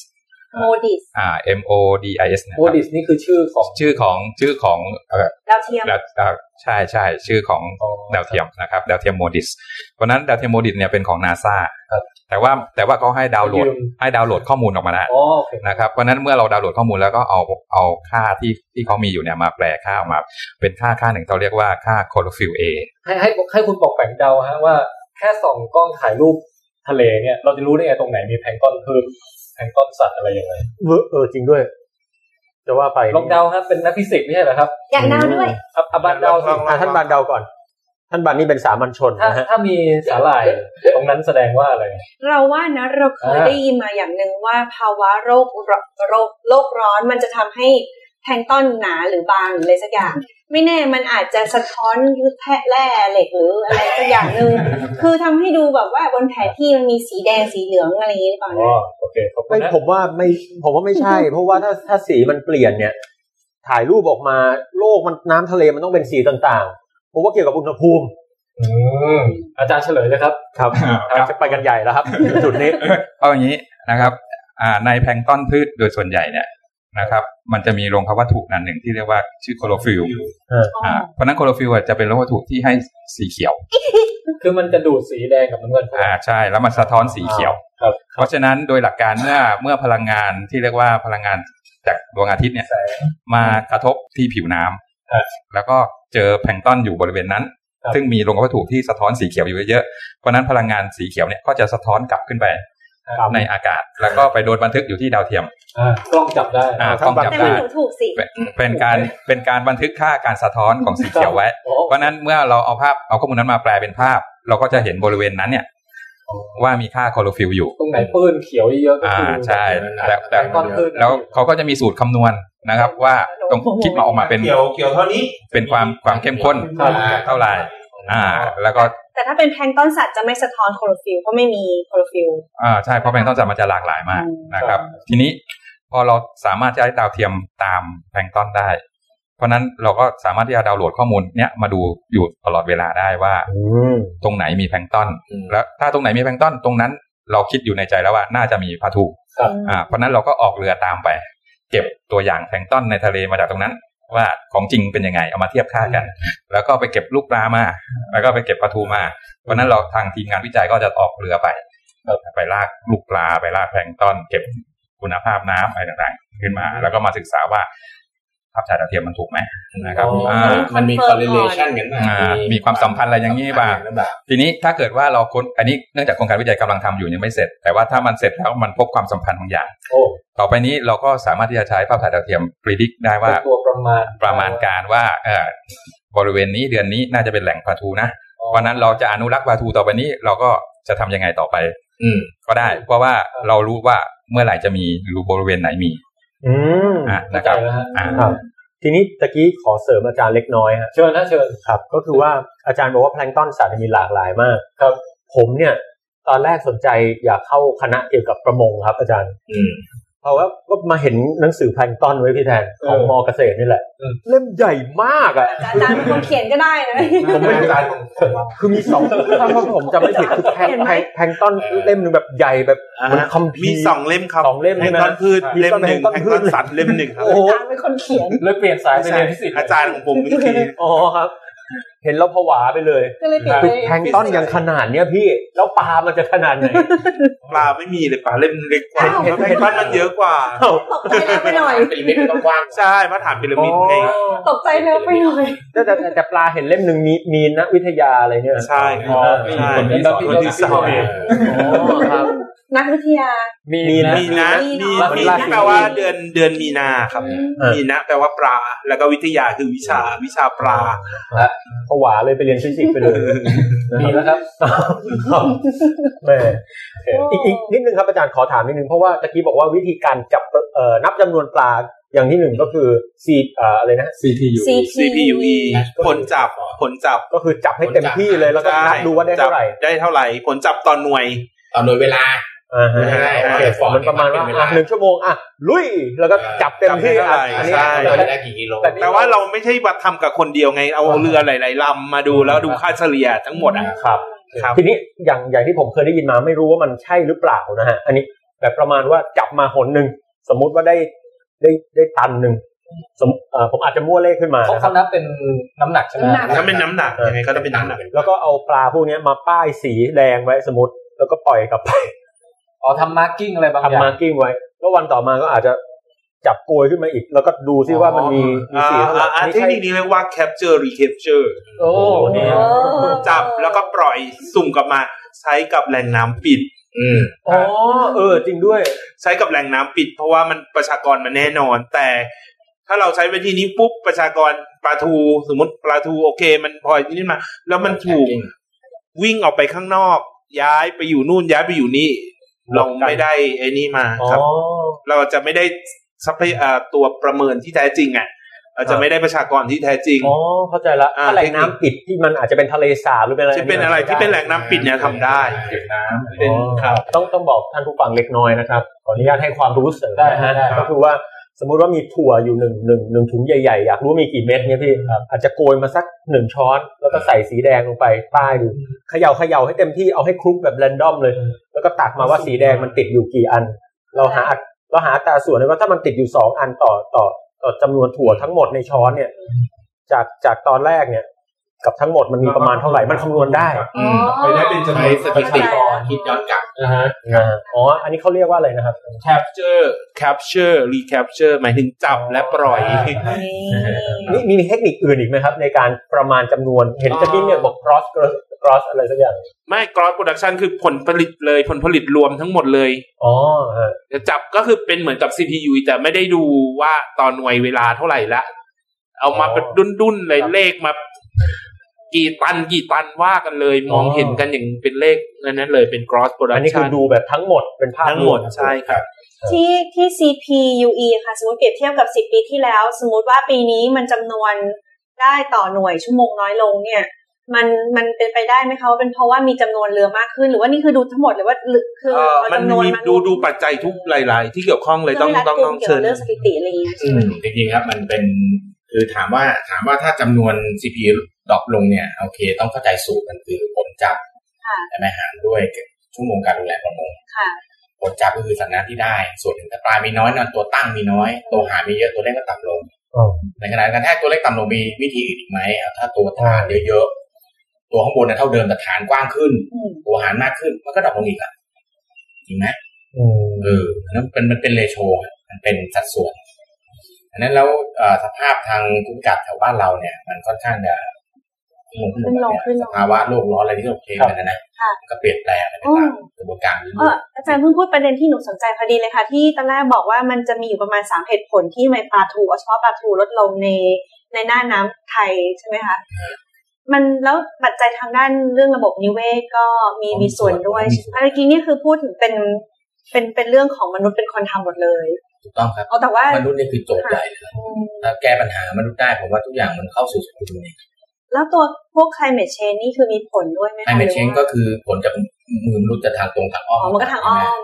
โมดิส
อ่า M O D I S นะ
โม
ครับ
ดิสนี่คือชื่อของ
ชื่อของชื่อของเอ่อ
ดาวเทียม
ดาวดาวใช่ใช่ชื่อของ
อ๋อ
ดาวเทียมนะครับดาวเทียมโมดิสเพราะฉะนั้นดาวเทียมโมดิสเนี่ยเป็นของนาซา
ครับ
แต่ว่าแต่ว่าเขาให้ดาวน์โหลด
ยืม
ให้ดาวน์โหลดข้อมูลออกมาแล้ว
อ๋อโอเค
นะครับเพราะฉะนั้นเมื่อเราดาวน์โหลดข้อมูลแล้วก็เอาเอาค่าที่ที่เขามีอยู่เนี่ยมาแปลค่าออกมา เป็นค่าค่าหนึ่งเขาเรียกว่าค่าคอร์ฟิลเอ
ให้ให้ให้คุณปอกแปงเดาฮะว่าแค่ส่องกล้องถ่ายรูปทะเลเนี่ยเราจะรู้ได้ไงตรงไหนมีแพลงก์ต้นพืชแพลงก์ต้นสัตว์อะไรยังไง
เออเออจริงด้วย จะว่าไป
ลองเดาฮะเป็นนักฟิสิกส์ไม่ใช่เหรอครับ
อยากเดาด้วย
อ่ะอ่ะบันเดาสิ
อ่ะท่านบานเดาก่อน ท่านบานนี่เป็นสามัญชน
ถ้า
นะฮะ
ถ้ามีสาหร่ายตรงนั้นแสดงว่าอะไร
เราว่านะเราเคย
อ่า
ได้ยินมาอย่างหนึ่งว่าภาวะโรครโรคโลกร้อนมันจะทำให้แพลงก์ต้อนหนาหรือบางหรืออะไรสักอย่าง ไม่แน่มันอาจจะสะท้อนแพะแร่เหล็กหรืออะไรสักอย่างหนึ่ง คือทำให้ดูแบบว่าบนแผนที่มันมีสีแดงสีเหลืองอะไรอย่างนี้หรือเปล่า
อ๋อ
นะ
โอเคขอบคุ
ไม่
ณนะ
ผมว่าไม่ผมว่าไม่ใช่ เพราะว่าถ้าถ้าสีมันเปลี่ยนเนี่ย ถ่ายรูปออกมาโลกมันน้ำทะเลมันต้องเป็นสีต่างๆผมว่าเกี่ยวกับอุณหภูมิ
อืมอาจารย์เฉลยเลยครับ
ครับจะไปกันใหญ่แล้วครับ จุดนี้
เอาอย่างนี้นะครับอ่าในแพลงก์ต้อนพืชโดยส่วนใหญ่เนี่ยนะครับ มันจะมีโลงควัตถุอันหนึ่งที่เรียกว่าชื่อโคลอฟิล
อ๋ออ
อ่าเพราะฉะนั้นโคลอฟิลจะเป็นโลงวัตถุที่ให้สีเขียว
คือมันจะดูดสีแดงกับน้ำเงิน
อ่าใช่แล้วมันสะท้อนสีเขียว
ครับ
เพราะฉะนั้นโดยหลักการเมื่อเมื่อพลังงานที่เรียกว่าพลังงานจากดวงอาทิตย์เนี่ย
แสง
มากระทบที่ผิวน้ำ
ครับ
แล้วก็เจอแพลงก์ต้อนอยู่บริเวณนั้น
ครับ
ซึ่งมีโลงวัตถุที่สะท้อนสีเขียวอยู่เยอะๆเพราะฉะนั้นพลังงานสีเขียวเนี่ยก็จะสะท้อนกลับขึ้นไป
ครับ
ในอากาศ แล้วก็ไปโดนบันทึกอยู่ที่ดาวเทียม
อ่ากล้องจับได้
อ่า
ค
ก
รับ
ล้องจับ
แต่มัน
ได้
ถูกถูกสิ
เป็นเป็นการเป็นการบันทึกค่าการสะท้อนของสีเขียวไว้
โอ้
เพราะฉะนั้นเมื่อเราเอาภาพเอาข้อมูลนั้นมาแปลเป็นภาพ เราก็จะเห็นบริเวณนั้นเนี่ยว่ามีค่าคลอโรฟิลอยู่
ตรงไหนปื้นเขียวเยอะๆก็
อ่า
คือ
ใช่
แ
แต่แต่
ตอนคืน
แล้วเขาก็จะมีสูตรคำนวณนะครับ ว่าตรงคิดมาออกมาเป็น
เกี่ยวเกี่ยวเท่านี้
เป็นความความเข้มข้น
ครับ
เท่าไหร่อ่า แล้วก็
แต่ถ้าเป็นแพลงก์ต้อนสัตว์จะไม่สะท้อนโคลอโรฟิลล์เพราะไม่มีโคลอโรฟิลล์
อ่าใช่เพราะแพลงก์ต้อนสัตว์มันจะหลากหลายมากนะครับ ทีนี้พอเราสามารถจะใช้ดาวเทียมตามแพลงก์ต้อนได้ เพราะฉะนั้นเราก็สามารถที่จะดาวน์โหลดข้อมูลเนี้ยมาดูอยู่ตลอดเวลาได้ว่า
อืม
ตรงไหนมีแพลงก์ต้อน
อืม
แล้วถ้าตรงไหนมีแพลงก์ต้อนตรงนั้น เราคิดอยู่ในใจแล้วว่าน่าจะมีปลาทู
ครับ
อ่าเพราะฉะนั้นเราก็ออกเรือตามไป เก็บตัวอย่างแพลงก์ต้อนในทะเลมาจากตรงนั้น ว่าของจริงเป็นยังไงเอามาเทียบค่ากัน แล้วก็ไปเก็บลูกปลามา แล้วก็ไปเก็บปลาทูมา เพราะฉะนั้นเราทางทีมงานวิจัยก็จะออกเรือไป ไปลากลูกปลาไปลากแพลงก์ต้อน เก็บคุณภาพน้ำอะไรต่างๆ ขึ้นมา แล้วก็มาศึกษาว่าภาพถ่ายดาวเทียมมันถูกไหมนะครับ
อ๋ออ่
อ่า
มันมี correlation กันบ้าง
อ่ามีความสัมพันธ์อะไรอย่างนี้บ้าง
หรือเปล่า
ทีนี้ถ้าเกิดว่าเราค้นอันนี้เนื่องจากโครงการวิจัยกำลังทำอยู่ยังไม่เสร็จ แต่ว่าถ้ามันเสร็จแล้วมันพบความสัมพันธ์บางอย่าง
โอ้
ต่อไปนี้เราก็สามารถที่จะใช้ภาพถ่ายดาวเทียมพิจิตได้ว่า
ตัวประมาณ
ประมาณการว่าเออบริเวณนี้เดือนนี้น่าจะเป็นแหล่งปลาทูนะ
อ๋อ
วันนั้นเราจะอนุรักษ์ปลาทูต่อไปนี้เราก็จะทำยังไงต่อไป
อืม
ก็ได้ เพราะว่าเรารู้ว่าเมื่อไหร่จะมีหรือบริเวณไหนมี
อืม
อ่ะ
เข้า
นะ
ใจ
ครับ
แล้วฮะ
อ่า
ครับ ทีนี้ตะกี้ขอเสริมอาจารย์เล็กน้อยฮะ
เชิญนะเชิญ
ครับก็คือว่าอาจารย์บอกว่าแพลงก์ต้อนสัตว์มีหลากหลายมาก
ครับ
ผมเนี่ยตอนแรกสนใจอยากเข้าคณะเกี่ยวกับประมงครับอาจารย์
อืม
เพราะว่าก็มาเห็นหนังสือแพลงก์ต้อนไว้พี่แทนของมอเกษตรนี่แหละ เล่มใหญ่มากอ่ะ
อาจารย์เป็นคนเขียนก็ได้นะ
ผมไม่รู้คือมีสองถ้าผมจำไม่ผิดคือแพลงก์แพลงก์แพลงก์ต้อนเล่มหนึ่งแบบใหญ่แบบเหมันคอมพี
มี
ร์
สองเล่มครับ
สองเล่ม
แพ
ใช่
ง
ไหม
ต้อนพืช
มี
เล่ม
ต้น
หนึ่ง
แพลงต้อนพื
แพงต้
ช
นสัตว์เล่มหนึ่งครับ
โอ้โห
อาจารย์เป็นคนเขียน
เลยเปลี่ยนสายไปเรียนฟิสิกส์
อาจารย์ของผมเมื่อกี้
อ๋อครับ เห็นแล้วผวาไปเลย
ก็เลยเปลี่ยนไป
คือแพลงก์ต้อนยังขนาดเนี้ยพี่แล้วปลามันจะขนาดไหน
ปลาไม่มีเลยปลาเล่มเล็กกว่า
อ้าว
แพลงก์ต้อนมันเยอะกว่า
ตกใจเร็วไปหน่อย
เป็นเม็ดต้องว่าง
ใช่มาถามพีระมิดไง
ตกใจเร็วไปหน่อย
แต่แต่แต่ปลาเห็นเล่มหนึ่งมีมีนักวิทยาอะไรเนี่ย
ใช่ค
อ๋
รั
อบ มี
ใช่
คนที่สอน
คนที่สอง
เอง
ครับ
นักวิทยา
มี
มี
นะ
มีนะมี
มีนะ
มีที่แปลว่าเดือนเดือนมีนาครับ
เออ
มีนะแปลว่าปลา แล้วก็วิทยาคือวิชาวิชาปลา
ผวาเลยไปเรียนฟิสิกส์ไปเลย
มีแล้วครับ
ครับแม่อีกอีกนิดนึงครับอาจารย์ขอถามนิดนึงเพราะว่าตะกี้บอกว่าวิธีการจับเอ่อนับจำนวนปลาอย่างที่หนึ่งก็คือซีเอ่ออะไรนะ
CPU
CPUE ผลจับผลจับ
ก็คือจับให้เต็มที่เลยแล้วก็นับดูว่าได้เท่าไหร่
จับได้เท่าไหร่ผลจับต่อหน่วย
เอาโดยเวลา
อ่าฮะ
ใช่
โอเค
ฟอร์ม
มันประมาณว่า
เป็นเวลา
อ่ะหนึ่งชั่วโมงอ่ะลุยแล้วก็จับเต็มที่อ่ะอันนี้
ใช่
เราจะได้กี่กิโล
แต่นี่
แต่ว่าเราไม่ใช่มาทำกับคนเดียวไง เอาเรือหลาย ๆลำมาดูแล้วดูค่าเฉลี่ยทั้งหมดอ่ะ
ครับ
ครับ
ทีนี้อย่างอย่างที่ผมเคยได้ยินมาไม่รู้ว่ามันใช่หรือเปล่านะฮะอันนี้แบบประมาณว่าจับมาหนหนึ่งสมมุติว่าได้ได้ได้ตันหนึ่งสมมุติเอ่อผมอาจจะมั่วเลขขึ้นมา
เขา
นะค
เขา
รับ
นับเป็นน้ำหนักใช่ไหม
น้ำหนัก
ถ้าเป็นน้ำหนักยังไงก็ต้องเป็นน้ำหนัก
แล้วก็เอาปลาพวกเนี้ยมาป้ายสีแดงไว้สมมติ แล้วก็ปล่อยกลับไป
อ๋อทำมาร์กิ้งอะไรบางอย่า
ทำ
ง
มาร์กิ้งไว้ แล้ววันต่อมาก็อาจจะจับโกยขึ้นมาอีก แล้วก็ดูซิว่ามันมีมี
อ่า
สีเท่าไหร่
อ่าอ่า
นี่
เทค
ใช่
นิคนี้เรียกว่า capture recapture
โอ้
โอ้
นี่
จับแล้วก็ปล่อยสุ่มกลับมาใช้กับแหล่งน้ำปิด
อืม
อ๋อเออจริงด้วย
ใช้กับแหล่งน้ำปิด เพราะว่ามันประชากรมันแน่นอน แต่ ถ้าเราใช้วิธีนี้ปุ๊บประชากรปลาทู สมมติปลาทูโอเค มันพอยนี่มา แล้วมันถูก วิ่งออกไปข้างนอก ย้ายไปอยู่นู่นย้ายไปอยู่นี่ เราไม่ได้ไอ้นี่มา
อ๋อ
ครับ เราจะไม่ได้ทรัพยเอ่อตัวประเมินที่แท้จริงอ่ะเราจะไม่ได้ประชากรที่แท้จริง
อ๋อเข้าใจละ
อ่า
ถ้าแหล่งน้ำปิดที่มันอาจจะเป็นทะเลสาบหรือเป็นอะไร
จะเป็นอะไรที่เป็นแหล่งน้ำปิดเนี่ยทำได้
เก็บน้ำ
เป็นครับ
ต้องต้องบอกท่านผู้ฟังเล็กน้อยนะครับขออนุญาตให้ความรู้เสริม
ได้
นะฮะ
ได้ครับ
ก็คือว่าสมมุติว่ามีถั่วอยู่หนึ่งหนึ่งหนึ่งถุงใหญ่ๆอยากรู้มีกี่เม็ดเนี่ยพี่อาจจะโกยมาสักหนึ่งช้อน แล้วก็ใส่สีแดงลงไปป้ายดูเขย่าเขย่าให้เต็มที่เอาให้คลุกแบบแรนดอมเลย แล้วก็ตักมาว่าสีแดงมันติดอยู่กี่อัน เราหาอัตเราหาอัตราส่วนเลยว่าถ้ามันติดอยู่สองอันต่อต่อต่อจำนวนถั่วทั้งหมดในช้อนเนี่ย จากจากตอนแรกเนี่ย กับทั้งหมดมันมีประมาณเท่าไหร่มันคำนวณได้
อ๋อ
ไปได้เป็นจำนวน
เข้าใจแล้ว
คิดย้อนกลับ
นะฮะ
อ่าอ๋ออันนี้เขาเรียกว่าอะไรนะครับ
capture capture recapture หมายถึงจับและปล่อย
นี่มีมีเทคนิคอื่นอีกไหมครับ ในการประมาณจำนวนเห็น
อ๋อ
จะมีเนี่ยบอก cross cross cross อะไรสักอย่าง
ไม่ cross production คือผลผลิตเลยผลผลิตรวมทั้งหมดเลย
อ๋อฮะ
จะจับก็คือเป็นเหมือนกับ CPU แต่ไม่ได้ดูว่าตอนหน่วยเวลาเท่าไหร่ละ เอามาเป็นดุนๆเลยเลขมา กี่ตันกี่ตันว่ากันเลย มองเห็นกันอย่างเป็นเลขนั้นๆเลยเป็น cross
อันนี้คือ
production
ดูแบบทั้งหมดเป็นภาพ
ทั้งหมด
รว
ใช่ครับ
ที่ที่ CPUE ค่ะ สมมติเปรียบเทียบกับ 10 ปีที่แล้ว สมมติว่าปีนี้มันจำนวนได้ต่อหน่วยชั่วโมงน้อยลงเนี่ย มันมันเป็นไปได้ไหมคะว่าเป็นเพราะว่ามีจำนวนเรือมากขึ้น หรือว่านี่คือดูทั้งหมดหรือว่าคือ
เอ่อ
เอา
มัน
จำนวน
มี
มา
ดูดูปัจจัยทุกหลาย ๆ ที่เกี่ยวข้องเลยต้อง
พื่ให้รัฐ
ต้อง
กุม
ต้อง
กี่ยว
เชิ
กับ
ญ
เรื่องสถิติอะไรอย่างเงี้ย
อืมจริงๆครับมันเป็นคือถามว่าถามว่าถ้าจำนวน CPU ดรอปลงเนี่ยโอเค ต้องเข้าใจสูตรมันคือผลจับใช่ไหมหารด้วยชั่วโมงการดูแลประมง
ค่ะ
ผลจับก็คือสัญญาณที่ได้ ส่วนหนึ่งแต่ปลายมีน้อยนอนตัวตั้งมีน้อย ตัวหารมีเยอะตัวเลขก็ต่ำลง
อ๋อ
ในขณะเดียวกันถ้าตัวเลขต่ำลงมีวิธีอื่นอีกไหมอ่ะถ้าตัวฐานเยอะๆตัวข้างบนเนี่ยเท่าเดิมแต่ฐานกว้างขึ้น
อืม
ตัวหารมากขึ้นมันก็ดรอปลงอีกอ่ะจริงไหม
อืม
เออนั่นเป็นมันเป็นเลโชอะมันเป็นสัดส่วน อันนั้นแล้วเอ่อสภาพทางภูมิอากาศแถวบ้านเราเนี่ย มันค่อนข้างจะขึ้นลงขึ้นลงแบบ
ขึ้นลงขึ้นล
เนี้ย
ง
สภาวะโลกร้อนอะไรที่เราเคลมกันนะนะ
ค่ะ
มันก็เปลี่ยนแปลงไป
อื
ตาม
ม
กระบวนการนี้
เอออาจารย์เพิ่งพูดประเด็นที่หนูสนใจพอดีเลยค่ะ ที่ตอนแรกบอกว่ามันจะมีอยู่ประมาณสามเหตุผลที่ทำไมปลาทูเอาเฉพาะปลาทูลดลงในในหน้าน้ำไทยใช่ไหมคะมันแล้วปัจจัยทางด้านเรื่องระบบนิเวศก็มีมีส่วนด้วยเมื่อกี้นี่คือพูดถึงเป็นเป็นเป็นเรื่องของมนุษย์เป็นคนทำหมดเลย
ถูกต้องครับ
เอาแต่ว่าม
นุษย์นี่คือโจทย์ใหญ่เลยครับ
อืม
ถ้าแก้ปัญหามนุษย์ได้ผมว่าทุกอย่างมันเข้าสู่สมดุลเอง
แล้วตัวพวก climate change นี่คือมีผลด้วยไหม
ไอ
คะ
เมชเชน
หรือว่า
ก็คือผลจากมือมนุษย์จะทางตรงทางอ้อม
อ๋อมันก็ทางอ้อม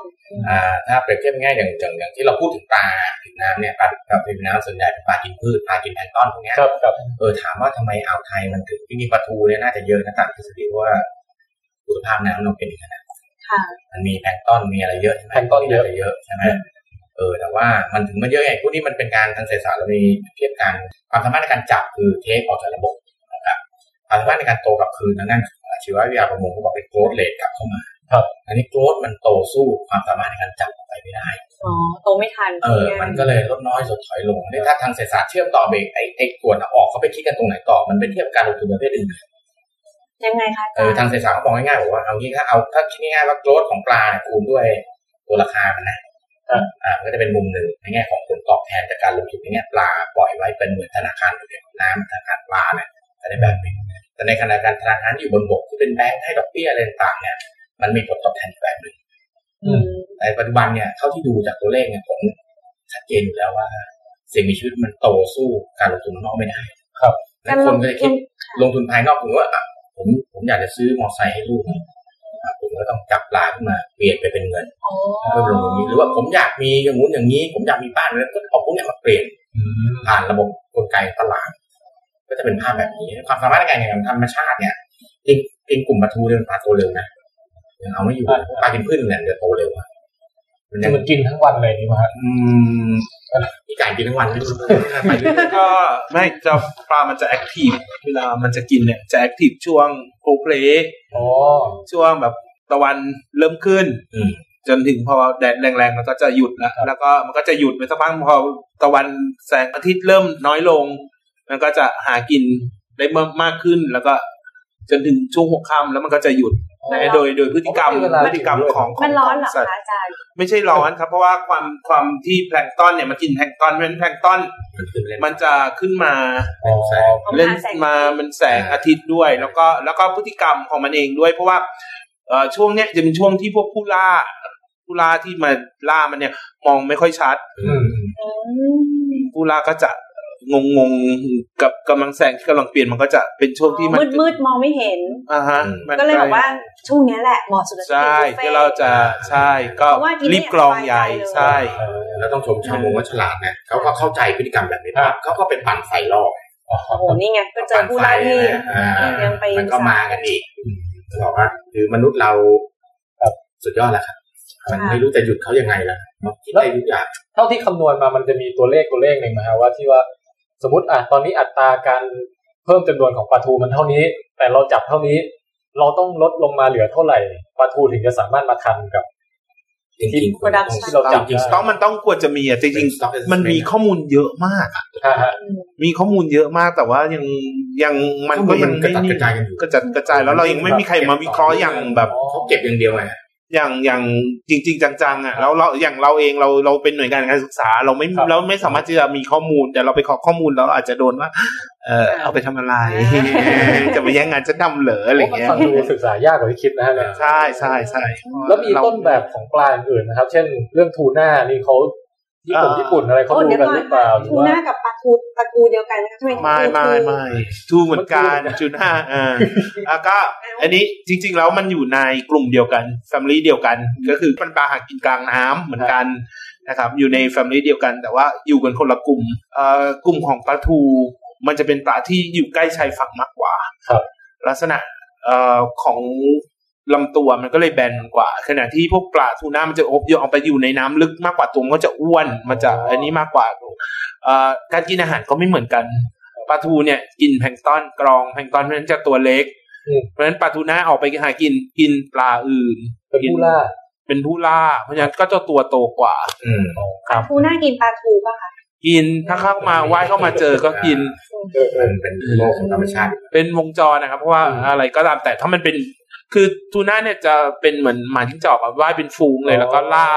อ่า ถ้าเปรียบเทียบง่ายๆอย่างอย่างอย่างที่เราพูดถึงปลาติดน้ำเนี่ยปลาปลาติดน้ำส่วนใหญ่เป็นปลากินพืชปลากินแพลงก์ต้อนพวกเนี้ย
ครับครับ
เออถามว่าทำไมอ่าวไทยมันถึงที่มีปลาทูเนี่ยน่าจะเยอะนะตามทฤษฎีว่าคุณภาพน้ำเราเป็นอย่างนั้นนะ
ค่ะ
มันมีแพลงก์ต้อนมีอะไรเยอะใช่ไหม
แพลงก์ต้อนเยอะ
าจเยอะใช่ไหมเออแต่ว่ามันถึงมันเยอะไงพวกนี้มันเป็นการทางเศรษฐศาสตร์เรามีเทียบกันความสามารถในการจับคือเทคออกจากระบบนะครับความสามารถในการโตกลับคืนทางด้านชีววิทยาประมงเขาบอกเป็นโกรดเลทกลับเข้ามา
ครับ
อันนี้โกรดมันโตสู้ความสามารถในการจับออกไปไม่ได้
อ๋อโตไม่ทัน
เออ มันก็เลยลดน้อยลดถอยลงนี่ถ้าทางเศรษฐศาสตร์เชื่อมต่อไปไอ้ไอ้กวนอะออกเขาไปคิดกันตรงไหนต่อ มันไปเทียบการลงทุนประเภทอื่น
ยังไงคะ
เออทางเศรษฐศาสตร์เขาบอกง่ายๆบอกว่าเอางี้ถ้าเอาถ้าคิดง่ายๆว่าโกรธของปลาคูณด้วยตัวราคามันนะอ่ามันก็จะเป็นมุมหนึ่งในแง่ของผลตอบแทนจากการลงทุนในแง่ปลาปล่อยไว้เป็นเหมือนธนาคารอยู่ในน้ำธนาคารปลาเนี่ยจะได้แบบหนึงแต่ในขณะการธนาคารที่อยู่บนบกที่เป็นแบงก์ให้ดอกเบี้ยอะไรต่างๆเนี่ยมันมีผลตอบแทนอีกแบบหนึ่ง
อืม
แต่ปัจจุบันเนี่ยเท่าที่ดูจากตัวเลขเนี่ยผมชัดเจนอยู่แล้วว่า สิ่งมีชีวิตมันโตสู้การลงทุนข้างนอกไม่ได้
ครับ
แล้วคนก็จะคิดลงทุนภายนอกผมว่าอ่ะผมผมอยากจะซื้อมอเตอร์ไซค์ให้ลูกนะอ่ะผมก็ต้องจับปลาขึ้นมาเปลี่ยนไปเป็นเงิน
อ๋อ
เพื่อลงตรงนี้หรือว่าผมอยากมีอย่างงู้นอย่างนี้ ผมอยากมีบ้านแล้วก็เอาพวกเนี้มาเปลี่ยนผ่านระบบกลไกตลาด ก็จะเป็นภาพแบบนี้ ความสามารถในการแข่งขันธรรมชาติเนี่ยจริงจริงกลุ่มปลาทูเร็วปลาโตเร็วนะยังเอาไม่อยู่ปลากินพืชเนี่ยเดี๋ยวโตเร็วอะมัน
คื
ยั
อง มันกินทั้งวันเลยนี่มั้งฮะ
อืมพี่ไก่กินทั้งวันไม่รู้ไปเรื่อย
ก็ไม่จะปลามันจะแอคทีฟเวลามันจะกินเนี่ยจะแอคทีฟช่วงโคเพล
อ๋อ
ช่วงแบบตะวันเริ่มขึ้น
อืม
จนถึงพอแดดแรงๆมันก็จะหยุดนะแล้วก็มันก็จะหยุดไปสักพักพอตะวันแสงอาทิตย์เริ่มน้อยลง มันก็จะหากินได้มากขึ้นแล้วก็จนถึงช่วงหกค่ำแล้วมันก็จะหยุด
อ๋อ
นะโดยโดยพฤติกรรม
เพราะว่าเวลา
พฤติกรรมของขอ
มัน
ง
ร้อน
ข
เหร
อ
อ
งสั
คะ
ตว์
อาจารย์
ไม่ใช่ร้อนครับเพราะว่าความความที่แพลงก์ตอนเนี่ยมันกินแพลงก์ตอนเพราะฉะนั้นแพลงก์ตอน
มันคือเล่น
มันจะขึ้นมา
แสง
เอา
เล่น
หแสง
มามันแสงอาทิตย์ด้วย แล้วก็แล้วก็พฤติกรรมของมันเองด้วยเพราะว่าเอ่อช่วงเนี้ยจะเป็นช่วงที่พวกผู้ล่า ผู้ล่าที่มาล่ามันเนี่ย มองไม่ค่อยชัด
อืม
ผู้ล่าก็จะงงงๆกับกำลังแสงที่กำลังเปลี่ยนมันก็จะเป็นช่วงที่มัน
มืดมืดๆมองไม่เห็น
อ่าฮะ
อืม
มัน
ก็เลยบอกว่าช่วงเนี้ยแหละเหมาะสุด
ใช่
ที่
ก็
จะ
เราจะใช่ก็
เพราะว่าที
รี
นี้
บกรองใหญ่ใช่
แล้วต้องชมชาวมงว่าฉลาดนะเขาเขาเข้าใจพฤติกรรมแบบนี้ปั๊บเขาก็ไปปั่นไฟลอก
โอ้โหนี่ไงก็เจอ
ปั่น
ผู้
ไฟ
ร้ายนี่
อ่า
ยังไป
มันก็มากันอีกเขาบอกว่าคือมนุษย์เราสุดยอดแหละครับมันไม่รู้จะหยุดเขายังไงละคิดได้ทุกอย่าง
เท่าที่คำนวณมามันจะมีตัวเลขตัวเลขหนึ่งนะฮะว่าที่ว่าสมมติอ่ะตอนนี้อัตราการเพิ่มจำนวนของปลาทูมันเท่านี้ แต่เราจับเท่านี้ เราต้องลดลงมาเหลือเท่าไหร่ปลาทูถึงจะสามารถมาทันกับ
จริงๆ
ที่ที่เราจับ
จริง
สต็อกมันต้องควรจะมีอ่ะจริงๆมันมีข้อมูลเยอะมากอะ
อ่าฮะ
มีข้อมูลเยอะมากแต่ว่ายังยังมันก็ยัง
กระ
ไม่
จัด
นิ่ง
กระจายกันอยู่
กระจัดกระจายแล้วเรายังไม่มีใครมาวิเคราะห์อย่างแบบ
เขาเก็บอย่างเดียวไง
อย่างอย่างจริง ๆ จังๆอ่ะแล้วเราอย่างเราเองเราเราเป็นหน่วยงานการศึกษา เราไม่เราไม่สามารถที่จะมีข้อมูล แต่เราไปขอข้อมูลเราอาจจะโดนว่า เออเอาไปทำอะไร จะไปแย่งงานจะดำเหรออะไร
เพราะมัน
เงี้ย
ฟังดูศึกษายากกว่าที่คิดนะฮะเนี่ย
ใช่ใช่ใช่
แล้วมีต้น
เรา
แบบของปลาอื่นนะครับ เช่นเรื่องทูน่านี่เขาญี่ปุ่น
อ่า
ญี่ปุ่นอะไรเขา
โอ้
ดู
เดี๋ยว
กันห
ก่อน
รือเปล่าหรือ
ทู
ว่า
น่ากับปลาทูตระกูลเดียวกันนะคะทำไม
ไม่ไม่ไม่ทูเหมือนกัน
มันทู
จูน่าอ่าแล้ว ก็อันนี้จริง ๆ แล้วมันอยู่ในกลุ่มเดียวกันแฟมิลี่เดียวกัน ก็คือเป็นปลาหากินกลางน้ำเหมือนกันนะครับ อยู่ในแฟมิลี่เดียวกัน แต่ว่าอยู่กันคนละกลุ่มเอ่อกลุ่มของปลาทู มันจะเป็นปลาที่อยู่ใกล้ชายฝั่งมากกว่า
ครับ
ลักษณะเอ่อของลำตัวมันก็เลยแบนกว่า ขณะที่พวกปลาทูน่ามันจะอบเยอะออกไปอยู่ในน้ำลึกมากกว่าตัวมันก็จะอ้วนมันจะอันนี้มากกว่า เอ่อการกินอาหารก็ไม่เหมือนกันปลาทูเนี่ยกินแพลงก์ตอนกรองแพลงก์ตอนเพราะฉะนั้นจะตัวเล็ก
อืม
เพราะฉะนั้นปลาทูน่าออกไปหากินกินปลาอื่น
เป็นผู้ล่า
เป็นผู้ล่า เพราะฉะนั้นก็จะตัวโตกว่า
อืม
ครับ
ทูน่ากินปลาทูป่ะคะ
กินถ้าเข้ามาว่ายเข้ามาเจอก็กิน
มันเป็นโลกของธรรมชาติ
เป็นวงจรนะครับ เพราะว่าอะไรก็ตามแต่ถ้ามันเป็นคือทูน่าเนี่ยจะเป็นเหมือนหมาจิ้งจอกอะว่ายเป็นฝูงเลยแล้วก็ล่า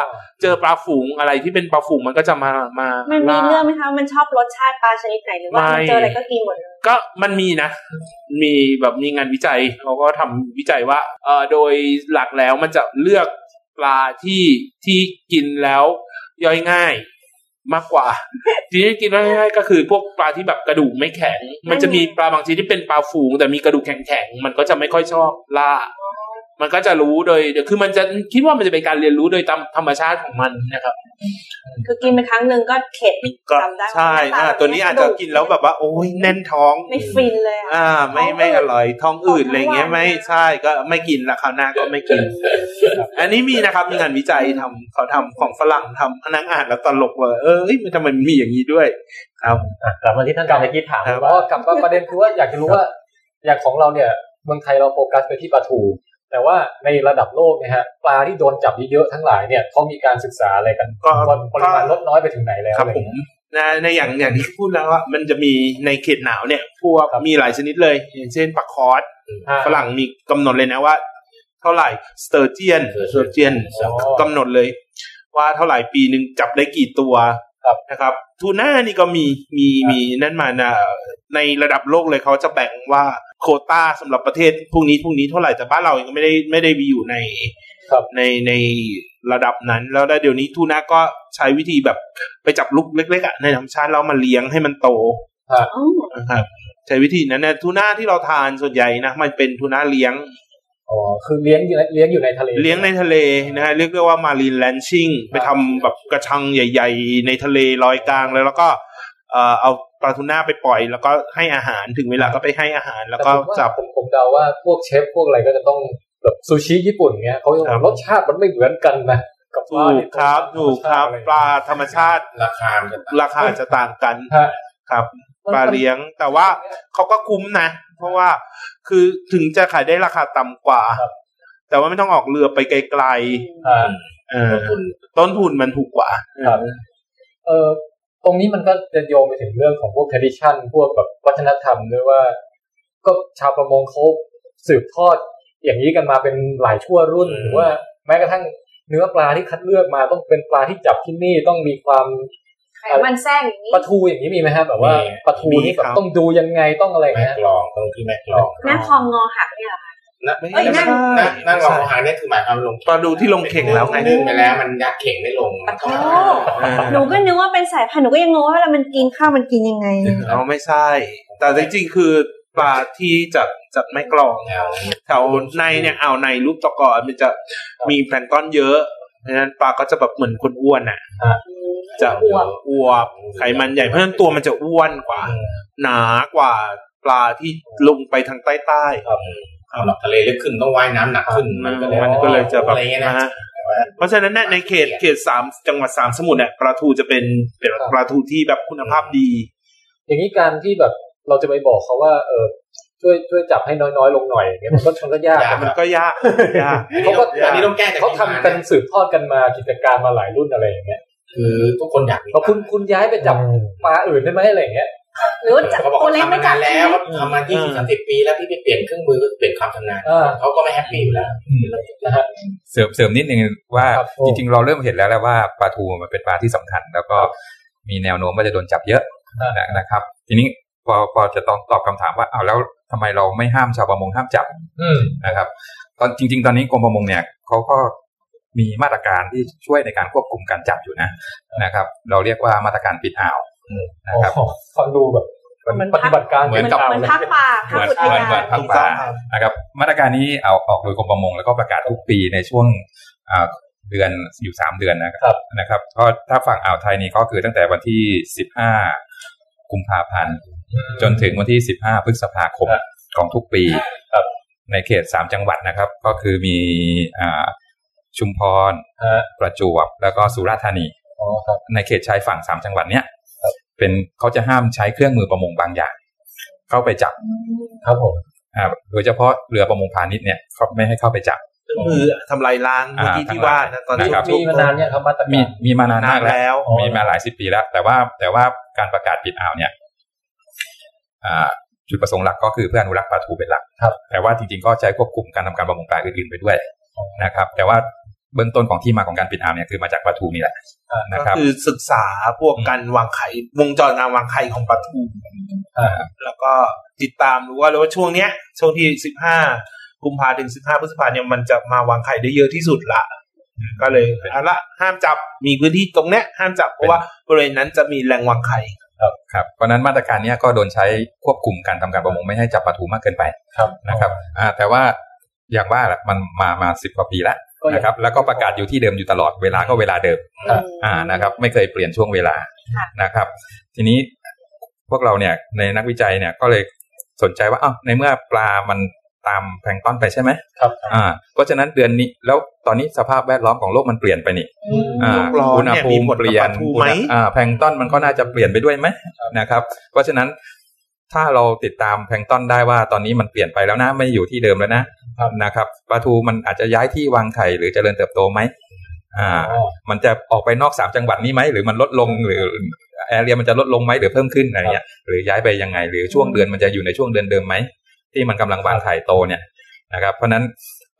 เจอปลาฝูงอะไรที่เป็นปลาฝูงมันก็จะมามา
มันมี
ล่า
เรื่องไหมคะมันชอบรสชาติปลาชนิดไหนหรือว่า
ไม่
มันเจออะไรก็กินหมดเลย
ก็มันมีนะ มีแบบมีงานวิจัยเขาก็ทำวิจัยว่าเออโดยหลักแล้วมันจะเลือกปลาที่ที่กินแล้วย่อยง่ายมากก ว่า ทีนี้กินแล้วย่อยง่ายก็คือพวกปลาที่แบบกระดูกไม่แข็ง มันจะมีปลาบางชนิดที่เป็นปลาฝูง แต่มีกระดูกแข็งๆมันก็จะไม่ค่อยชอบล่า มันก็จะรู้โดยคือมันจะคิดว่ามันจะเป็นการเรียนรู้โดยตามธรรมชาติของมันนะครับ
คือกินไปครั้งหนึ่งก็เข็ด
ก็
จำได้ว่า
ใช่
หน้าตา
อ่าตัวนี้อาจจะกินแล้วแบบว่า โอ้ยแน่นท้อง
ไม่ฟินเลยอะ
อ่า ไม่
ท้องอืด
ไม่อร่อยท้องอืด
ท้อง
อะไรเงี้ย
ว่าง
ไม่
เนี่ย
ใช่ก็ไม่กินละคราวหน้าก็ไม่กิน อันนี้มีนะครับมีงานวิจัยทำเขาทำของฝรั่งทำพนักอ่านแล้วตลกว่าเอ้ยมันทำไมมันมีอย่างนี้ด้วย ครับ
อ่ะกลับมาที่ท่านกาตะกี้ถาม
ครับ
เพราะว่ากลับมาประเด็นคือว่าอยากจะรู้ว่าอย่างของเราเนี่ยเมืองไทยเราโฟกัสไปที่ปลาทูแต่ว่าในระดับโลกเนี่ยฮะปลาที่โดนจับเยอะๆทั้งหลายเนี่ยเขามีการศึกษาอะไรกัน
ก็
ว่าปริมาณลดน้อยไปถึงไหนแล้ว
ครับ
อะไร
ผม
เงี้ย
นะในอย่างอย่างที่พูดแล้วว่ามันจะมีในเขตหนาวเนี่ย พวก
ครับ
มีหลายชนิดเลยอย่างเช่นปลาคอร์ส
อ่า
ฝรั่งมีกำหนดเลยนะว่า เท่าไหร่สเตอร์เจียนสเตอร์เจียน
อ๋อ
กำหนดเลย ว่าเท่าไหร่ปีหนึ่งจับได้กี่ตัว
ครับ
นะครับทูน่านี่ก็มีมีมีนั่นมานะในระดับโลกเลยเขาจะแบ่งว่าโควต้าสำหรับประเทศพวกนี้พวกนี้เท่าไหร่แต่บ้านเราเองก็ไม่ได้ไม่ได้มีอยู่ใน
ครับ
ในในระดับนั้น แล้วเดี๋ยวนี้ทูน่าก็ใช้วิธีแบบไปจับลูกเล็กๆอะในธรรมชาติแล้วมาเลี้ยงให้มันโต
อ๋อ
นะครับใช้วิธีนั้นนะทูน่าที่เราทานส่วนใหญ่นะมันเป็นทูน่าเลี้ยง
อ๋อคือเลี้ยงอยู่ในเลี้ยงอยู่ในทะเล
เลี้ยงในทะเลนะฮะเรียกได้ว่ามารีนแลนชิ่งไปทำแบบกระชังใหญ่ ๆ ในทะเลลอยกลางเลยแล้วก็เอ่อเอาปลาทูน่าไปปล่อย แล้วก็ให้อาหารถึงเวลาก็ไปให้อาหาร แล้วก็
ต่ผมว่า
จับ
ผมผมเดาว่าพวกเชฟพวกอะไรก็จะต้องแบบซูชิญี่ปุ่นเงี้ยเขาจะ
ครับ
รสชาติมันไม่เหมือนกันนะกับปลา
ถูก
ที่
ครับถูกครับ ปลาธรรมชาติ
ราคามันจะ
ราคาจะต่างกัน
ฮะ
ครับปลาเลี้ยงแต่ว่าเขาก็คุ้มนะ เพราะว่าคือถึงจะขายได้ราคาต่ำกว่า
ครับ
แต่ว่าไม่ต้องออกเรือไปไกล
อ่า
ๆเออต้นทุนมันถูกกว่า
ครับ เออตรงนี้มันก็จะโยงไปถึงเรื่องของพวก tradition พวกแบบวัฒนธรรมด้วยว่า ก็ชาวประมงเขาสืบทอด อย่างนี้กันมาเป็นหลายชั่วรุ่น
อืม
หรือว่าแม้กระทั่งเนื้อปลาที่คัดเลือกมาต้องเป็นปลาที่จับที่นี่ต้องมีความ
ไขมันแทรกอย่างนี้
ปลาทูอย่างนี้มีไหมฮะแบบว่า
มี
ปลาทู
มี
นี่แบบ
ครับ
ต้องดูยังไงต้องอะไร
แม่
เงี้ย
กลองตรงที่แม่กลอง
หน้าคอมงอหักเนี่ยเหรอ
นะ
เอ้ยนั่ง
นั่งนั่งรองอาหารเนี่ยคือหมายความลง
ปลาดูที่ลงเข่งแล้วไง
นึ่งไปแล้วมันยัดเข่งไม่ลง
ปะโถหนูก็นึกว่าเป็นสายพันธุ์หนูก็ยังงงว่าเวลามันกินข้าวมันกินยังไง
เราไม่ใช่ แต่จริงๆ คือปลาที่จัดจัดไม่กลอง
แนวนั้น
แถวในเนี่ยอ่าวในรูปตะกอนมันจะมีแพลงก์ต้อนเยอะเพราะฉะนั้นปลาก็จะแบบเหมือนคนอ้วนอ่ะ จะ
อ้วน
อ้วบไขมันใหญ่เพราะฉะนั้นตัวมันจะอ้วนกว่า
อืม
หนากว่าปลาที่ลงไปทางใต้ใต้ๆ
เอาหลับทะเลลึกขึ้นต้องว่ายน้ำหนักขึ้น
มัน
ก็เลย
ก็เลยจะแบบ
อะไรเงี้ยนะ
นะฮะเพราะฉะนั้นเนี่ยในเขตเขตสามจังหวัดสามสมุทรเนี่ยปลาทูจะเป็นเป็นปลาทูที่แบบคุณภาพดี
อย่างนี้การที่แบบเราจะไปบอกเขาว่าเออช่วยช่วยจับให้น้อยๆลงหน่อยอย่างเงี้ยมันก็ชนก็ยาก
มันก็ยาก ยาก
อันนี้
เขาก็
ต้องอันนี้ต้องแก้จาก
เขาทำ
ที่ม
กันสืบทอดกันมากิจการมาหลายรุ่นอะไรอย่างเงี้ย
คือทุกคนอยากมี
เราคุณคุณย้ายไปจับปลาอื่นได้ไหมอะไรอย่างเงี้ย
หรือว่าจะ
เขาบอก
ตัว
เขา
เล็ก
ทำ
ไม่
มา
จับ
นาน
ใช่
แล้
ไห
ว
ม
ทำมาที่
อื
สิ
ม
บสามสิบปีแล้วพี่ไปเปลี่ยนเครื่องมือก็เปลี่ยนความชำนาญ
เออ
เขาก็ไม่แฮปปี้อยู่แล้ว
เสริมเสริมนิดนึงว่า
ครับผม
จริงๆ เราเริ่มเห็นแล้วแหละว่าปลาทูมันเป็นปลาที่สำคัญ แล้วก็มีแนวโน้มว่าจะโดนจับเยอะนะนะครับ ทีนี้พอพอจะต้องตอบคำถามว่าอ้าวแล้วทำไมเราไม่ห้ามชาวประมงห้ามจับ
อืม
นะครับ ตอนจริง ๆ ตอนนี้กรมประมงเนี่ยเขาก็มีมาตรการที่ช่วยในการควบคุมการจับอยู่นะนะครับ เราเรียกว่ามาตรการปิดอ่าวนะครับ
อ๋อฟังดูแบบมันปฏิบัติการ
เหมือนกับ
เหมือนภาคป่าภาค
เหมือน
อุท
เหมือ
ยา
นเหมือน นพักปลานะครับมาตรการนี้เอาออกโดยกรมประมงแล้วก็ประกาศทุกปีในช่วงอ่าเดือนอยู่สามเดือนนะครับนะครับก็ถ้าฝั่งอ่าวไทยนี่ก็คือตั้งแต่วันที่สิบห้ากุมภาพันธ์ จนถึงวันที่สิบห้าพฤษภาคมของทุกปี
ครับ
ในเขตสามจังหวัดนะครับ ก็คือมีอ่าชุมพร
ฮะ
ประจวบแล้วก็สุราษฎร์ธานี
อ๋อครับ
ในเขตชายฝั่งสามจังหวัดเนี้ยเป็นเขาจะห้ามใช้เครื่องมือประมงบางอย่าง เข้าไปจับ
ครับผม
อ่าโดยเฉพาะเรือประมงพาณิชย์เนี่ยเขาไม่ให้เข้าไปจับ
คือทำลายล้างเมื่อกี้
อ่า
ที่ว่านะตอนนี้
นะครับ
มีมานานเนี่ยครับมาตร
มี
การ
มีมานา
นาม
นานกแล้ว
แล้ว
อ๋อ
มีมาหลายสิบปีแล้ว แต่ว่าแต่ว่าการประกาศปิดอ่าวเนี่ยอ่าจุดประสงค์หลักก็คือเพื่ออนุรักษ์ปลาทูเป็นหลัก
ครับ
แต่ว่าจริงๆก็ใช้ควบคุมการทำการประมงปลาอื่นๆไปด้วยนะครับ แต่ว่าเบื้องต้นของที่มาของการปิดอ่าวเนี่ยคือมาจากปลาทูนี่แหละ
อ่าน
นะ
ก็
ครับ
คือศึกษาพวกการวางไข่วงจรการวางไข่ของปลาทู
อ่า
แล้วก็ติดตามดูว่าแล้วว่าช่วงเนี้ยช่วงที่สิบห้ากุมภาถึงสิบห้าพฤษภาเนี่ยมันจะมาวางไข่ได้เยอะที่สุดละก็เลยเอาละห้ามจับมีพื้นที่ตรงเนี้ยห้ามจับเพราะว่าบริเวณนั้นจะมีแหล่งวางไข่
ครับเพราะฉะนั้นมาตรการเนี้ยก็โดนใช้ควบคุมการทำการประมงไม่ให้จับปลาทูมากเกินไป
ครับ
นะครับอ่าแต่ว่าอย่างว่าแหละมันมามาสิบกว่าปีแล้ว
ก็ยัง
นะครับ แล้วก็ประกาศอยู่ที่เดิมอยู่ตลอดเวลาก็เวลาเดิม อ่านะครับ ไม่เคยเปลี่ยนช่วงเวลา
ค่ะ
นะครับ ทีนี้พวกเราเนี่ยในนักวิจัยเนี่ยก็เลยสนใจว่าอ้าวในเมื่อปลามันตามแพลงก์ต้อนไปใช่ไหม
ครับ
อ่าเพราะฉะนั้นเดือนนี้แล้วตอนนี้สภาพแวดล้อมของโลกมันเปลี่ยนไปนี่ อ่า
โลกร้อน
อุณห
เนี่ย
ภู
มี
มิ
ผล
เป
กับ
ลี่ย
ป
น
ลาทูไหม
อุณหอ่าแพลงก์ต้อนมันก็น่าจะเปลี่ยนไปด้วยไหมนะครับ เพราะฉะนั้นถ้าเราติดตามแพลงก์ต้อนได้ว่าตอนนี้มันเปลี่ยนไปแล้วนะไม่อยู่ที่เดิมแล้วนะครับ นะครับปลาทูมันอาจจะย้ายที่วางไข่หรือเจริญเติบโตไหมอ่า
อ๋อ
มันจะออกไปนอกสามจังหวัดนี้ไหมหรือมันลดลงหรือแอเรียมันจะลดลงไหมหรือเพิ่มขึ้นอะไรเงี้ยหรือย้ายไปยังไง หรือช่วงเดือนมันจะอยู่ในช่วงเดือนเดิมไหมที่มันกำลังวางไข่โตเนี่ยนะครับเพราะฉะนั้น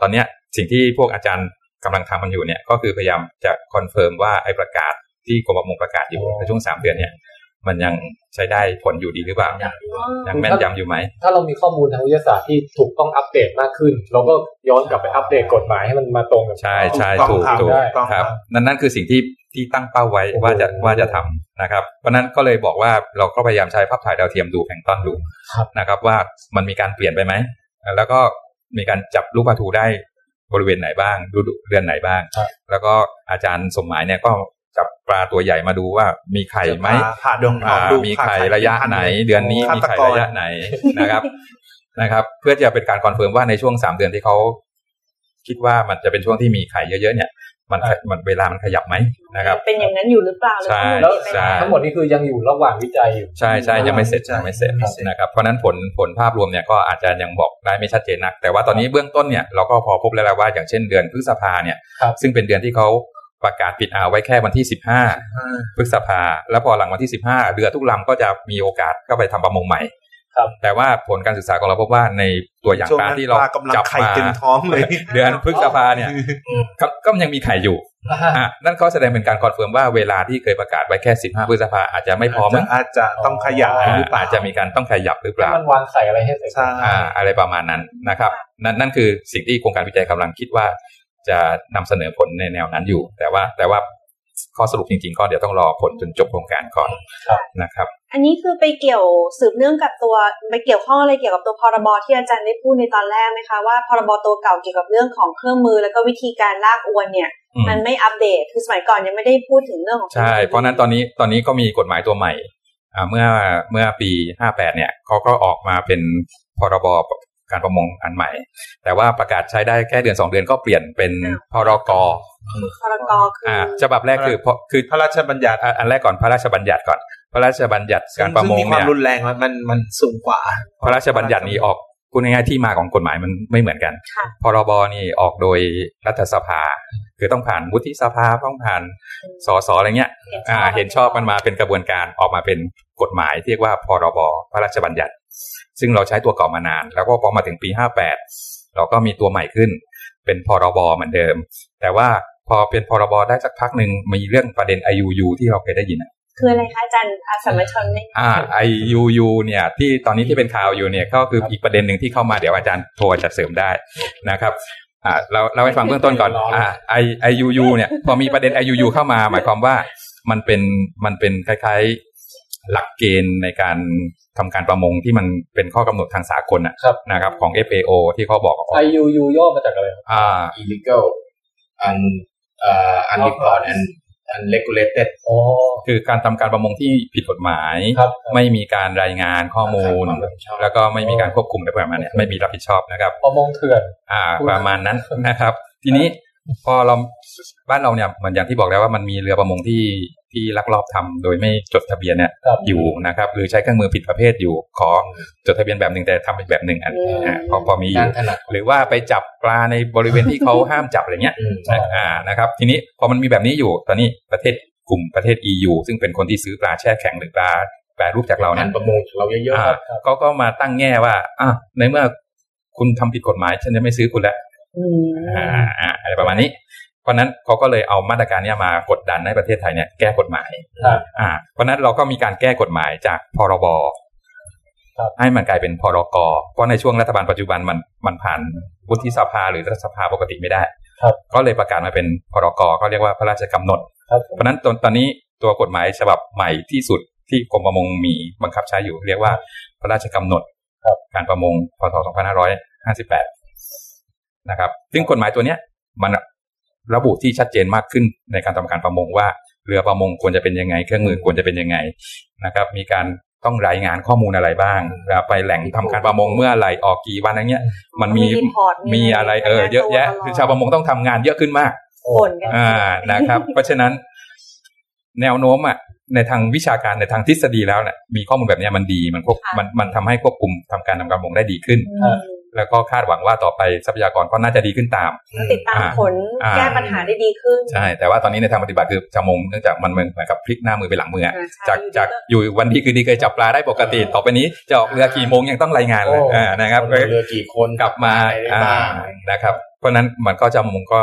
ตอนเนี้ยสิ่งที่พวกอาจารย์กำลังทำมันอยู่เนี่ยก็คือพยายามจะคอนเฟิร์มว่าไอ้ประกาศที่กรมประมงประกาศอยู่ในช่วงสามเดือนเนี่ย มันยังใช้ได้ผลอยู่ดีหรือเปล่ายังแม่นยำอยู่ไหม
ถ้าเรามีข้อมูลทางวิทยาศาสตร์ที่ถูกต้องอัปเดตมากขึ้น เราก็ย้อนกลับไปอัปเดตกฎหมายให้มันมาตรงกับ
ใช่ใช่
ถู
ถู
ก
ก
ต้อง
ถูก
ครับถูกต้อง
ค
ครั
รับ
บ
นั่นนั่นคือสิ่งที่ที่ตั้งเป้าไว้ว่าจะ
โอ้โห
ว่าจะทำนะครับ เพราะนั้นก็เลยบอกว่าเราก็พยายามใช้ภาพถ่ายดาวเทียมดูแพลงก์ต้อนดู
ครับ
นะครับ ว่ามันมีการเปลี่ยนไปไหมแล้วก็มีการจับลูกปลาทูได้บริเวณไหนบ้างฤดูเดือนไหนบ้าง
ครับ
แล้วก็อาจารย์สมหมายเนี่ยก็จับปลาตัวใหญ่มาดูว่ามีไข่ไหม
ผ่าดงออก
อ่า
ดู
มี
ผ่า
ไข่ระยะไหน เดือนนี้มีไข่
ฆาตก
ระยะไหนนะครับ นะครับ เพื่อจะเป็นการคอนเฟิร์มว่าในช่วงสามเดือนที่เขาคิดว่ามันจะเป็นช่วงที่มีไข่เยอะๆเนี่ย มันมันเวลามันขยับไหมนะครับ
เป็นอย่างนั้นอยู่หรือเปล่าหรือ
ใช่
แล้ว
ข้อมูลเป็น
ใช่
ทั้งหมดนี้คือยังอยู่ระหว่างวิจัยอยู่
ใช่ใช่ยังไม่เสร็จยังไม่เสร็จ
ยังไม่เสร็จ
นะครับเพราะฉะนั้นผลผลภาพรวมเนี่ยก็อาจจะยังบอกได้ไม่ชัดเจนนัก แต่ว่าตอนนี้เบื้องต้นเนี่ยเราก็พอพบแล้วล่ะว่าอย่างเช่นเดือนพฤษภาเนี่ย
ครับ
ซึ่งเป็นเดือนที่เขาประกาศปิดอ่าวไว้แค่วันที่ 15 พฤษภา แล้วพอหลังวันที่ 15 เรือทุกลำก็จะมีโอกาสเข้าไปทำประมงใหม่
ครับ
แต่ว่าผลการศึกษาของเราพบว่าในตัวอย่าง
ช่วง
ปลา
นั้น
ที่
ป
เรา
ลากำลัง
จับ
ไข่
มา
เต็มท้องเลย
เดือนพฤษภาเนี่ยก็ก็ยังมีไข่อยู่
อ่าฮะ
อ่ะนั่นก็แสดงเป็นการคอนเฟิร์มว่าเวลาที่เคยประกาศไว้แค่ 15 พฤษภาอาจจะไม่พอมั้ง
อาจจะต้องขยาย
อ่า
หรือเปล่า
อาจจะมีการต้องขยับหรือเปล่า
มันวางไข่อะไรให้เสร็จ
ใช่
อ่าอะไรประมาณนั้นนะครับ นั่นนั่นคือสิ่งที่โครงการวิจัยกำลังคิดว่า จะนำเสนอผลในแนวนั้นอยู่ แต่ว่าแต่ว่าข้อสรุปจริงๆ ก็เดี๋ยวต้องรอผลจนจบโครงการก่อนนะครับ
อันนี้คือไปเกี่ยวสืบเนื่องกับตัวไปเกี่ยวข้องอะไรเกี่ยวกับตัวพรบที่อาจารย์ได้พูดในตอนแรกไหมคะว่าพรบตัวเก่าเกี่ยวกับเรื่องของเครื่องมือ แล้วก็วิธีการลากอวนเนี่ย
อืม
มันไม่อัปเดตคือสมัยก่อนยังไม่ได้พูดถึงเรื่องของ
ใช่ เพราะฉะนั้นตอนนี้ตอนนี้ก็มีกฎหมายตัวใหม่อ่าเมื่อเมื่อปี 58 เนี่ยเขาก็ออกมาเป็นพรบการประมงอันใหม่ แต่ว่าประกาศใช้ได้แค่เดือน 2 เดือนก็เปลี่ยนเป็นพรก
พรกคือ
อ่า
อ
ฉบับแรกคือพอคือ
พระราชบัญญัติ
อ่ะอันแรกก่อนพระราชบัญญัติก่อน พระราชบัญญัติการประมง
ซึ่มีควา
เนี่
ม
ย
รุนแรงมันมันมันสูงกว่า
พระราชบัญญัตินี้ออกคุณง่ายๆที่มาของกฎหมายมันไม่เหมือนกัน
ค่ะ
พรบนี่ออกโดยรัฐสภา คือต้องผ่านวุฒิสภาต้องผ่านสสอะไรเงี้ยอ่าเห็นชอบมันมาเป็นกระบวนการออกมาเป็นกฎหมายที่เรียกว่าพรบพระราชบัญญัติ ซึ่งเราใช้ตัวเก่ามานาน แล้วก็พอมาถึงปี 58 เราก็มีตัวใหม่ขึ้น เป็นพรบเหมือนเดิม แต่ว่าพอเป็นพรบได้สักพักหนึ่งมีเรื่องประเด็น IUU ที่เราเคยได้ยินอะ
คืออะไรคะอาจารย์อาสามัญชนไม่
อ่า IUU เนี่ยที่ตอนนี้ที่เป็นข่าวอยู่เนี่ยก็คืออีกประเด็นหนึ่งที่เข้ามาเดี๋ยวอาจารย์โทรจะเสริมได้นะครับอ่าเราเราให้ฟังเบื้องต้นก่อนอ่า I IUU เนี่ยพอมีประเด็น IUU เข้ามา หมายความว่ามันเป็นมันเป็นคล้ายๆหลักเกณฑ์ในการทำการประมงที่มันเป็นข้อกำหนดทางสากลนะครับ นะครับ ของ FAO ที่เขาบอกออก
IUU ย่อมาจากอะไรครับ
อ่า
illegal and uh, unreported and unregulated
อ๋อ
คือการทำการประมงที่ผิดกฎหมาย
ครับ
ไม่มีการรายงานข้อมูล
ความรับผิดชอบ
แล้วก็ไม่มีการควบคุมอะไรประมาณเนี้ยไม่มีรับผิดชอบนะครับ
ประมงเถื่อน
อ่า
พูด
ประมาณนั้นนะครับ ทีนี้พอเราบ้านเราเนี่ยเหมือนอย่างที่บอกแล้วว่ามันมีเรือประมงที่ที่ลักลอบทำโดยไม่จดทะเบียนเนี่ย
ครับ
อยู่นะครับ หรือใช้เครื่องมือผิดประเภทอยู่ขอจดทะเบียนแบบหนึ่งแต่ทำอีกแบบหนึ่งอันนี้พอพอมีอยู่
ด้านถนัด
หรือว่าไปจับปลาในบริเวณที่เขา ห้ามจับอะไรเงี้ย
อืม
นะอ่านะครับ ทีนี้พอมันมีแบบนี้อยู่ ตอนนี้ประเทศกลุ่มประเทศ EU ซึ่งเป็นคนที่ซื้อปลาแช่แข็งหรือปลาแปรรูปจากเรา
งา
เนี่
น
ย
ประมงของเราเยอะ
อ่าเขาก็มาตั้งแง่ว่าอ่ะในเมื่อคุณทำผิดกฎหมาย ฉันจะไม่ซื้อคุณแล้วอ่าอ่าอะไรประมาณนี้ เพราะนั้นเขาก็เลยเอามาตรการเนี้ยมากดดันให้ประเทศไทยเนี่ยแก้กฎหมาย
ครับ
อ่า เพราะนั้นเราก็มีการแก้กฎหมายจากพรบให้มันกลายเป็นพรกเพราะในช่วงรัฐบาลปัจจุบันมันมันผ่านวุฒิสภาหรือรัฐสภาปกติไม่ได้
ครับ
ก็เลยประกาศมาเป็นพรกก็เรียกว่าพระราชกำหนด
ครับ
เพราะฉะนั้นตอนตอนนี้ตัวกฎหมายฉบับใหม่ที่สุดที่กรมประมงมีบังคับใช้อยู่ เรียกว่าพระราชกำหนดการประมงพศ2558 นะครับ ซึ่งกฎหมายตัวเนี้ยมันระบุที่ชัดเจนมากขึ้นในการทำการประมงว่าเรือประมงควรจะเป็นยังไง เครื่องมือควรจะเป็นยังไงนะครับ มีการต้องรายงานข้อมูลอะไรบ้างแล้วไปแหล่งทำการประมงเมื่อไหร่ออกกี่วันอะไรเงี้ย มันมี
รีพอร์ต
มีอะไรเออเยอะแยะ
ตลด
คือชาวประมงต้องทำงานเยอะขึ้นมาก
บ่นกัน
อ่า นะครับ เพราะฉะนั้นแนวโน้มอ่ะในทางวิชาการในทางทฤษฎีแล้วเนี่ยมีข้อมูลแบบเนี้ยมันดีมันควบมันมันทำให้ควบคุมทำการทำการประมงได้ดีขึ้น
อืม
แล้วก็คาดหวังว่าต่อไปทรัพยากรก็น่าจะดีขึ้นตาม
ติดตามผล
อ่า
แก้ปัญหาได้ดีขึ้น
ใช่แต่ว่าตอนนี้ในทางปฏิบัติคือจมงเนื่องจากมันเหมือนกับพลิกหน้ามือไปหลังมืออะ
อ่ใช่
จากจากอยู่วันที่คืนดีเคยจับปลาได้ปกติ ต่อไปนี้จะออกเรือกี่โมงยังต้องรายงานเลย
โอ้
อ่านะ
ๆ
ครับ
นเรือกี่คน
กลับมา
ไปได้
อ่า
บ้าง
นะครับ เพราะฉะนั้นมันก็จมงก็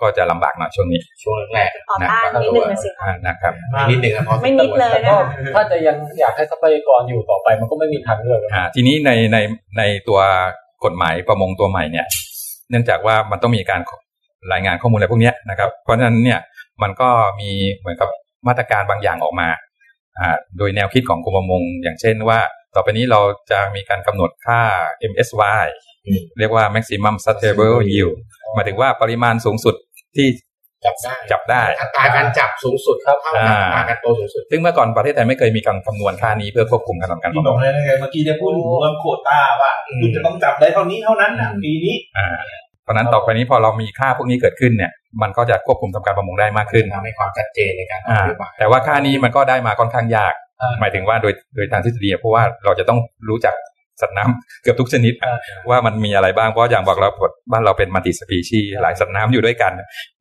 ก็จะลำบากหน่อยช่วงนี้
ช่วงแรก
ต่อต้านนิดนึงนะสิคะ
อ่านะครับ
ๆนิดหนึ่งนะพอ
ไม่นิดเลย
แต่ก็ถ้าจะยังอยากให้ทรัพยากรอยู่ต่อไปมันก็ไม่มีทางเลือกแล้ว
อ่าทีนี้ในในในตัวกฎหมายประมงตัวใหม่เนี่ย เนื่องจากว่ามันต้องมีการรายงานข้อมูลอะไรพวกเนี้ยนะครับ เพราะฉะนั้นเนี่ยมันก็มีเหมือนกับมาตรการบางอย่างออกมาอ่าโดยแนวคิดของกรมประมง อย่างเช่นว่า ต่อไปนี้เราจะมีการกำหนดค่า MSY เรียกว่า maximum sustainable yield หมายถึงว่าปริมาณสูงสุดที่
จับได้
จับได้
อัตราการจับสูงสุดครับเท่ากับอัตราการโตสูงสุด
ซึ่งเมื่อก่อนประเทศไทยไม่เคยมีการคำนวณค่านี้เพื่อควบคุมการทำการประ
ที่บ
ม
อก
ง
เลยนะไงเมื่อกี้ได้พูดถึงเรื่องโควต้าว่า
อืม
คุณจะต้องจับได้เท่านี้เท่านั้นนะปีนี้
อ่าเพราะฉะนั้นต่อไปนี้พอเรามีค่าพวกนี้เกิดขึ้นเนี่ย มันก็จะควบคุมทำการประมงได้มากขึ้น
ทำให้ความชัดเจนในการอ
อ่า
อกนโยบาย
แต่ว่าค่านี้มันก็ได้มาค่อนข้างยาก หมายถึงว่าโดยโดยทางทฤษฎีอะเพราะว่าเราจะต้องรู้จักสัตว์น้ำ เกือบทุกชนิดอะว่ามันมีอะไรบ้างเพราะอย่างบอกเราบ้านเราเป็นมัลติสปีชีส์หลายสัตว์น้ำอยู่ด้วยกัน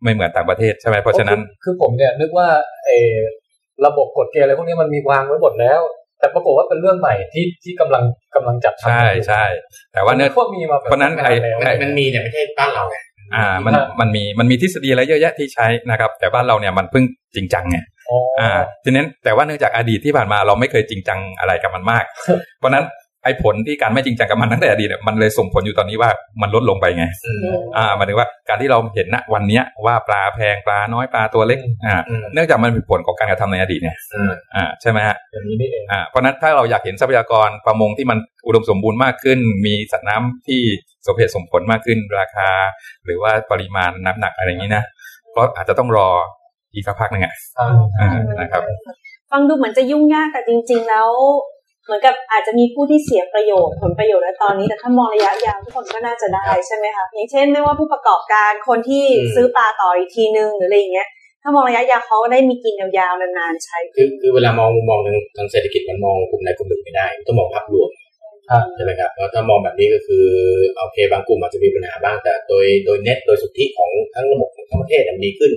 ไม่เหมือนต่างประเทศใช่ไหมเพราะฉะนั้น
คือคือผมเนี่ยนึกว่าเออระบบกฎเกณฑ์อะไรพวกนี้มันมีวางไว้หมดแล้ว แต่ปรากฏว่าเป็นเรื่องใหม่ที่ที่กำลังกำลังจับทำ
ใช่
อยู่
ใช่แต่ว่าเนื้อ
พวกมีมา
เพราะฉะนั้นไอ้ไอ้
แล้ว
มันมีเนี่ยไม่ใช่บ้านเราไง
อ่ามัน
ครับ
มันมีมันมีทฤษฎีอะไรเยอะแยะที่ใช้นะครับ แต่บ้านเราเนี่ยมันเพิ่งจริงจังไง
อ๋ออ
อ่าทีนั้นแต่ว่าเนื่องจากอดีตที่ผ่านมาเราไม่เคยจริงจังอะไรกับมัน มาก เพราะฉะนั้นไอ้ผลที่การไม่จริงจังกับมันตั้งแต่อดีตเนี่ยมันเลยส่งผลอยู่ตอนนี้ว่ามันลดลงไปไง
อืม
อ่าหมายถึงว่าการที่เราเห็นณวันเนี้ยว่าปลาแพงปลาน้อยปลาตัวเล็กอ่า
อืม
เนื่องจากมันเป็นผลของการกระทำในอดีตเนี่ย
อืม
อ่าใช่ไหมฮะ
อย่างนี้นี่เอง
อ่าเพราะฉะนั้นถ้าเราอยากเห็นทรัพยากรประมงที่มันอุดมสมบูรณ์มากขึ้น มีสัตว์น้ำที่สมเหตุสมผลมากขึ้นราคา หรือว่าปริมาณน้ำหนักอะไรอย่างนี้นะก็อาจจะต้องรออีกสักพักหนึ่งอ่ะ
อ่า
อ่านะครับ
ฟังดูเหมือนจะยุ่งยากแต่จริง ๆ แล้ว เหมือนกับอาจจะมีผู้ที่เสียประโยชน์ผลประโยชน์ในตอนนี้แต่ถ้ามองระยะยาวทุกคนก็น่าจะได้ใช่ไหมคะอย่างเช่น ไม่ว่าผู้ประกอบการคนที่ซื้อปลาต่ออีกทีนึงหรืออะไรอย่างเงี้ยถ้ามองระยะยาวเขาได้มีกินยาวๆนานๆใช้
คือคือเวลามองมุมมองทางทางเศรษฐกิจมันมองกลุ่มใดกลุ่มหนึ่งไม่ได้ต้องมองภาพรวมใช่ไหมครับแล้วถ้ามองแบบนี้ก็คือโอเคบางกลุ่มอาจจะมีปัญหาบ้างแต่โดยโดยเน็ตโดยสุทธิของทั้งระบบของทั้งประเทศเนี่ยมันดีขึ้น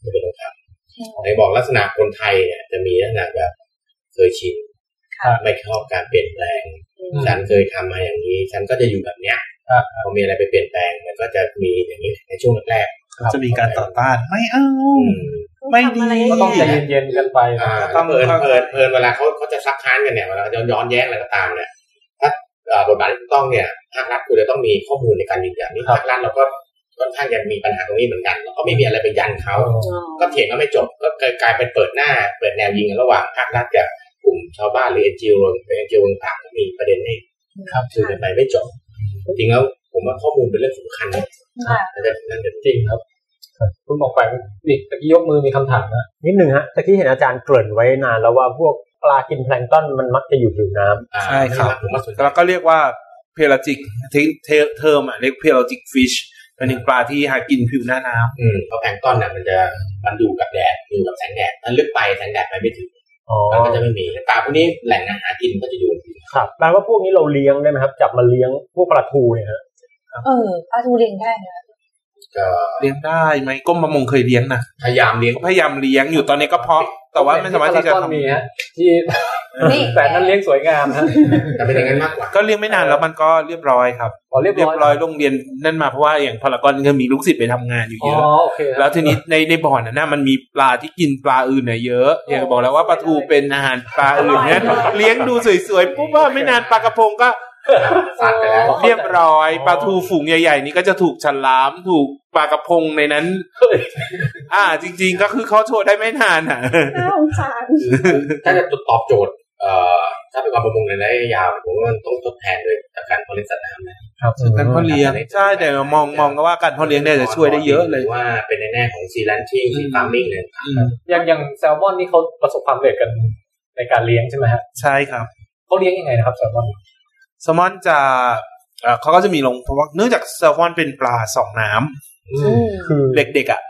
ไม่เป็นไรครับในบอกลักษณะคนไทยเนี่ยจะมีลักษณะแบบเคยชินไม่ชอบการเปลี่ยนแปลง ฉันเคยทำมาอย่างนี้ ฉันก็จะอยู่แบบเนี้ยพอมีอะไรไปเปลี่ยนแปลงมันก็จะมีอย่างนี้ในช่วงแรก
จะมีการต่อต้านไม่เอา
ๆอืม
ไม่ดี
ทำอะไรเย
ก็
อะ
ต้องใจ
แยะ
เย็นๆกันไป
อ่า
ต้
ถ้า
อง
เพินเพินเพินเวลาเขาเขาจะซักค้านกันเนี่ยเวลาจะย้อนแย้งอะไรก็ตามเนี่ยถ้าเอ่อบทบาทที่ถูกต้องเนี่ยภาครัฐควรจะต้องมีข้อมูลในการยืนยันนี่ภาครัฐเราก็ค่อนข้างจะมีปัญหาตรงนี้เหมือนกันแล้วก็ไม่มีอะไรไปยันเขา
อ๋อ
ก็เถียงกันไม่จบก็กลายเป็นเปิดหน้าเปิดแนวยิงกันระหว่างภาครัฐกับกลุ่มชาวบ้านหรือเอ็นจีโอเอ็นจีโอต่างๆก็มีประเด็นให้คุยกันไปไม่จบจริงๆแล้วผมว่าข้อมูลเป็นเรื่องสำคัญนะ
ค่ะ
นั่นเป็นนั่นเป็น
จริงครับ คุณบอกไปนี่ตะกี้ยกมือมีคำถามนะ
นิดหนึ่งฮะตะกี้เห็นอาจารย์เกริ่นไว้นานแล้วว่าพวกปลากินแพลงก์ตอนมันมักจะอยู่ผิวน้ำ
อ่า
ใช่ครับ
ผมว่าสนใจ
แล้วก็เรียกว่าเพลาจิกเทเทอมอ่ะเรียกเพลาจิกฟิชเป็นหนึ่งปลาที่หากินผิวหน้าน้
อืมเพราะแพลงก์ต้อนน่ะมันจะมันดูกับแดดดูกับแสงแดดถ้าลึกไปแสงแดดไปไม่ถึง
อ๋อ
มันก็จะไม่มีปลาพวกนี้แหล่งอาหารกินก็จะอยู่ที่
ครับแปลว่าพวกนี้เราเลี้ยงได้ไหมครับ จับมาเลี้ยงพวกปลาทูเนี่ยฮะ
เออปลาทูเลี้ยงได้นะ
ก็
ำเลี้ยงได้ไหมกรมประมงเคยเลี้ยงนะ
พยายามเลี้ยง
พยายามเลี้ยงอยู่ตอนนี้ก็เพาะแต่ว่าไม่สามารถที่จะ
พลก้อน
ทำ
มีฮะที่
นี่
แต่นั้นเลี้ยงสวยงามฮะ
แต่เป็นอย่างนั้นมาก กว่า
ก็เลี้ยงไม่นานแล้วมันก็เรียบร้อยครับ
อ๋อเรียบ
เรียบ
ร้
ร้
อ
อย ยโรงเรียนนั่นมาเพราะว่าอย่างพารากอนก็มีลูกศิษย์ไปทำงานอยู่
อ๋
เย
อ
อะ
โอเคฮะ
แล้วทีนี้ในในบ่อนั้นนะมันมีปลาที่กินปลาอื่นเนี่ยเยอะอย่างบอกแล้วว่าปลาทูเป็นอาหารปลาอื่นเนี่ยเลี้ยงดูสวยๆปุ๊บว่าไม่นานปลากระพงก็
สัตว์ไปแล้ว
เรียบร้อยปลาทูฝูงใหญ่ ๆ นี่ก็จะถูกฉลามถูกปลากระพงในนั้น อ่า จริง ๆ ก็คือเขาโชว์ได้ไม่นานอ่ะ
น่าสงสาร
ถ้าจะตอบโจทย์เอ่อถ้าเป็นความประมงในระยะยาวผมว่ามันต้องทดแทนด้วยจากการเพาะเลี้ยงสัตว์น้ำนะ
การพ่อเลี้ยงใช่แต่มองมองก็ว่าการพ่อเลี้ยงเนี่ยจะช่วยได้เยอะเลย
ว่าเป็นในแง่ของซีแลนชิ่งฟาร์มมิ่งเนี่ย
อย่างอย่างแซลมอนนี่เขาประสบความสำเร็จกันในการเลี้ยงใช่ไหมฮะ
ใช่ครับ
เขาเลี้ยงยังไงนะครับแซลมอน
แซลมอนจะเอ่อเขาก็จะมีลงเพราะว่าเนื่องจากแซลมอนเป็นปลาสองน้ำ
อืม
คือ
เด็กๆอ่ะ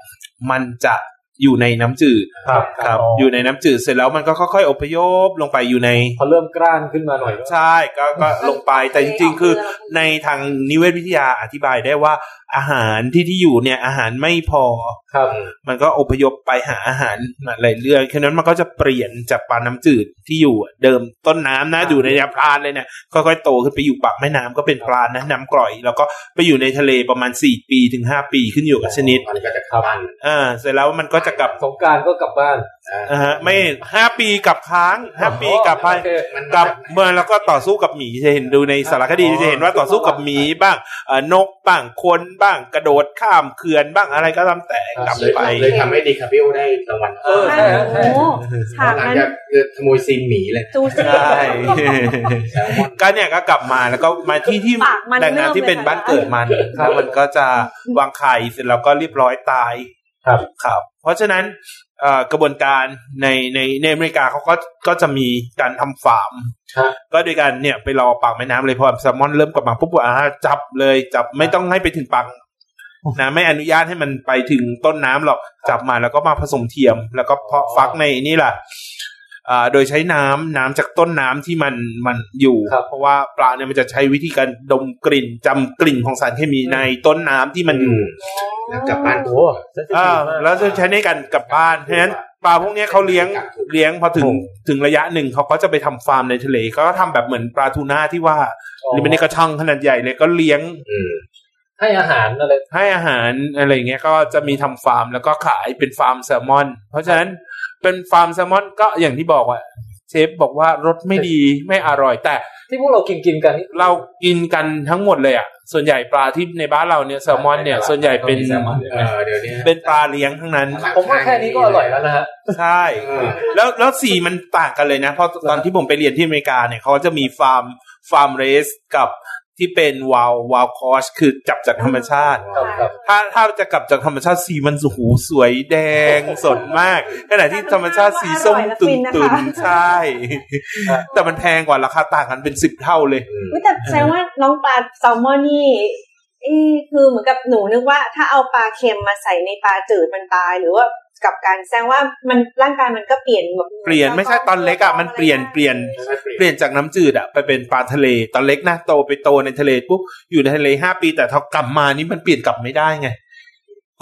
มันจะอยู่ในน้ำจืด
ครับ
ครับ
อ๋อ
อยู่ในน้ำจืดเสร็จแล้วมันก็ค่อยๆอพยพลงไปอยู่ใน
พอเริ่มกล้านขึ้นมาหน่อยก็
ใช่ก็ก็ลงไปแต่จริง ๆ คือ ในทางนิเวศวิทยาอธิบายได้ว่าอาหารที่ที่อยู่เนี่ยอาหารไม่พอ
ครับ
มันก็อพยพไปหาอาหารหลายเรื่องฉะนั้นมันก็จะเปลี่ยนจากปลาน้ำจืดที่อยู่เดิมต้นน้ำนะอยู่ในน้ำพรานเลยเนี่ยค่อยๆโตขึ้นไปอยู่ปากแม่น้ำก็เป็นปลานะน้ำกร่อย แล้วก็ไปอยู่ในทะเลประมาณสี่ปีถึงห้าปีขึ้นอยู่กับชนิด
มันก็จะเข้าบ้าน
อ่าเสร็จแล้วมันก็จะกลับ
สงกรารก็กลับบ้าน
อ่าฮะไม่ห้าปีกับค้างห้าปีกับไป
โอเค
มัน
กับเมื่อแล้วก็ต่อสู้กับหมีจะเห็นดูในสารคดีจะเห็นว่าต่อสู้กับหมีบ้างเอ่อนกบ้างคนบ้างกระโดดข้ามเขื่อนบ้างอะไรก็ตามแต่กลับ
เลย
ไป
เลยทำให้ดีคาบิโอได้รางวัล
เออ
โอ้โหฉาก
หลัง
นั้น
จากเกิดขโมยซีนหมีเลย
จู
ใช
ซี่
่ ก็เนี่ยก็กลับมาแล้วก็มาที่ที่
ปากมัน
แหล่งน้ำที่เป็นบ้านเกิดมัน
ครั
แล้
บ
วมันก็จะวางไข่เสร็จแล้วก็เรียบร้อยตาย
ครับ
ครับ เพราะฉะนั้นเอ่อกระบวนการในในในอเมริกาเขาก็ก็จะมีการทำฟาร์ม
ครับ
ก็โดยการเนี่ยไปรอปากแม่น้ำเลยพอแซลมอนเริ่มกลับมาปุ๊บอ่าจับเลยจับไม่ต้องให้ไปถึงปากนะไม่อนุญาตให้มันไปถึงต้นน้ำหรอกจับมาแล้วก็มาผสมเทียม แล้วก็เพาะฟักในนี่แหละอ่าโดยใช้น้ำน้ำจากต้นน้ำที่มันมันอยู่
ครับ
เพราะว่าปลาเนี่ยมันจะใช้วิธีการดมกลิ่นจำกลิ่นของสารเคมีในต้นน้ำที่มันอยู่
แล้วกลับบ้าน
โอ้โห sensitive
อ่าม
าก
แล้วจะใช้ในการกลับบ้านเพราะฉะนั้น ปลาพวกเนี้ยเขาเลี้ยงเลี้ยงพอถึงถึงระยะหนึ่งเขาก็จะไปทำฟาร์มในทะเลเขาก็ทำแบบเหมือนปลาทูน่าที่ว่าหรือเป็นในกระชังขนาดใหญ่เลยก็เลี้ยง
อืม
ให้อาหารอะไร
ให้อาหารอะไรอย่างเงี้ยก็จะมีทำฟาร์มแล้วก็ขายเป็นฟาร์มแซลมอน เพราะฉะนั้นเป็นฟาร์มแซลมอนก็อย่างที่บอกว่าเชฟบอกว่ารสไม่ดีไม่อร่อยแต่
ที่พวกเรากินกินๆกันนี่
เรากินกันทั้งหมดเลยอ่ะ ส่วนใหญ่ปลาที่ในบ้านเราเนี่ยแซลมอนเนี่ย ส่วนใหญ่เป็น
แซลมอน
เออเดี๋ยวนี้
เป็นปลาเลี้ยงทั้งนั้น
ผมว่าแค่นี้ก็อร่อยแล้วนะฮะ
ใช่ แล้วแล้วสีมันต่างกันเลยนะ เพราะตอนที่ผมไปเรียนที่อเมริกาเนี่ยเขาจะมีฟาร์มฟาร์มเรสกับที่เป็นวาววาวคอชคือจับจากธรรมชาติ
ครับครับ
ถ้าถ้าจะกลับจากธรรมชาติสีมันโอ้โหูสวยแดงสดมาก ขณะที่ธรรมชาติสีส้มตุนตุนๆใช่ แต่มันแพงกว่าราคาต่างกันเป็นสิบเท่าเลย
อุ๊ยแต่แสดงว่าน้องปลาแซลมอนนี่เอ้คือเหมือนกับหนูนึกว่า ถ้าเอาปลาเค็มมาใส่ในปลาจืดมันตายหรือว่ากลับการแสดงว่ามันร่างกายมันก็เปลี่ยนแบบ
เปลี่ยนไม่ใช่ตอนเล็กอ่ะมันเปลี่ยนเปลี่ยนเปลี่ยนจากน้ำจืดอ่ะไปเป็นปลาทะเล ตอนเล็กนะโตไปโตในทะเลปุ๊บอยู่ในทะเลห้าปีแต่ทอกลับมานี่มันเปลี่ยนกลับไม่ได้ไง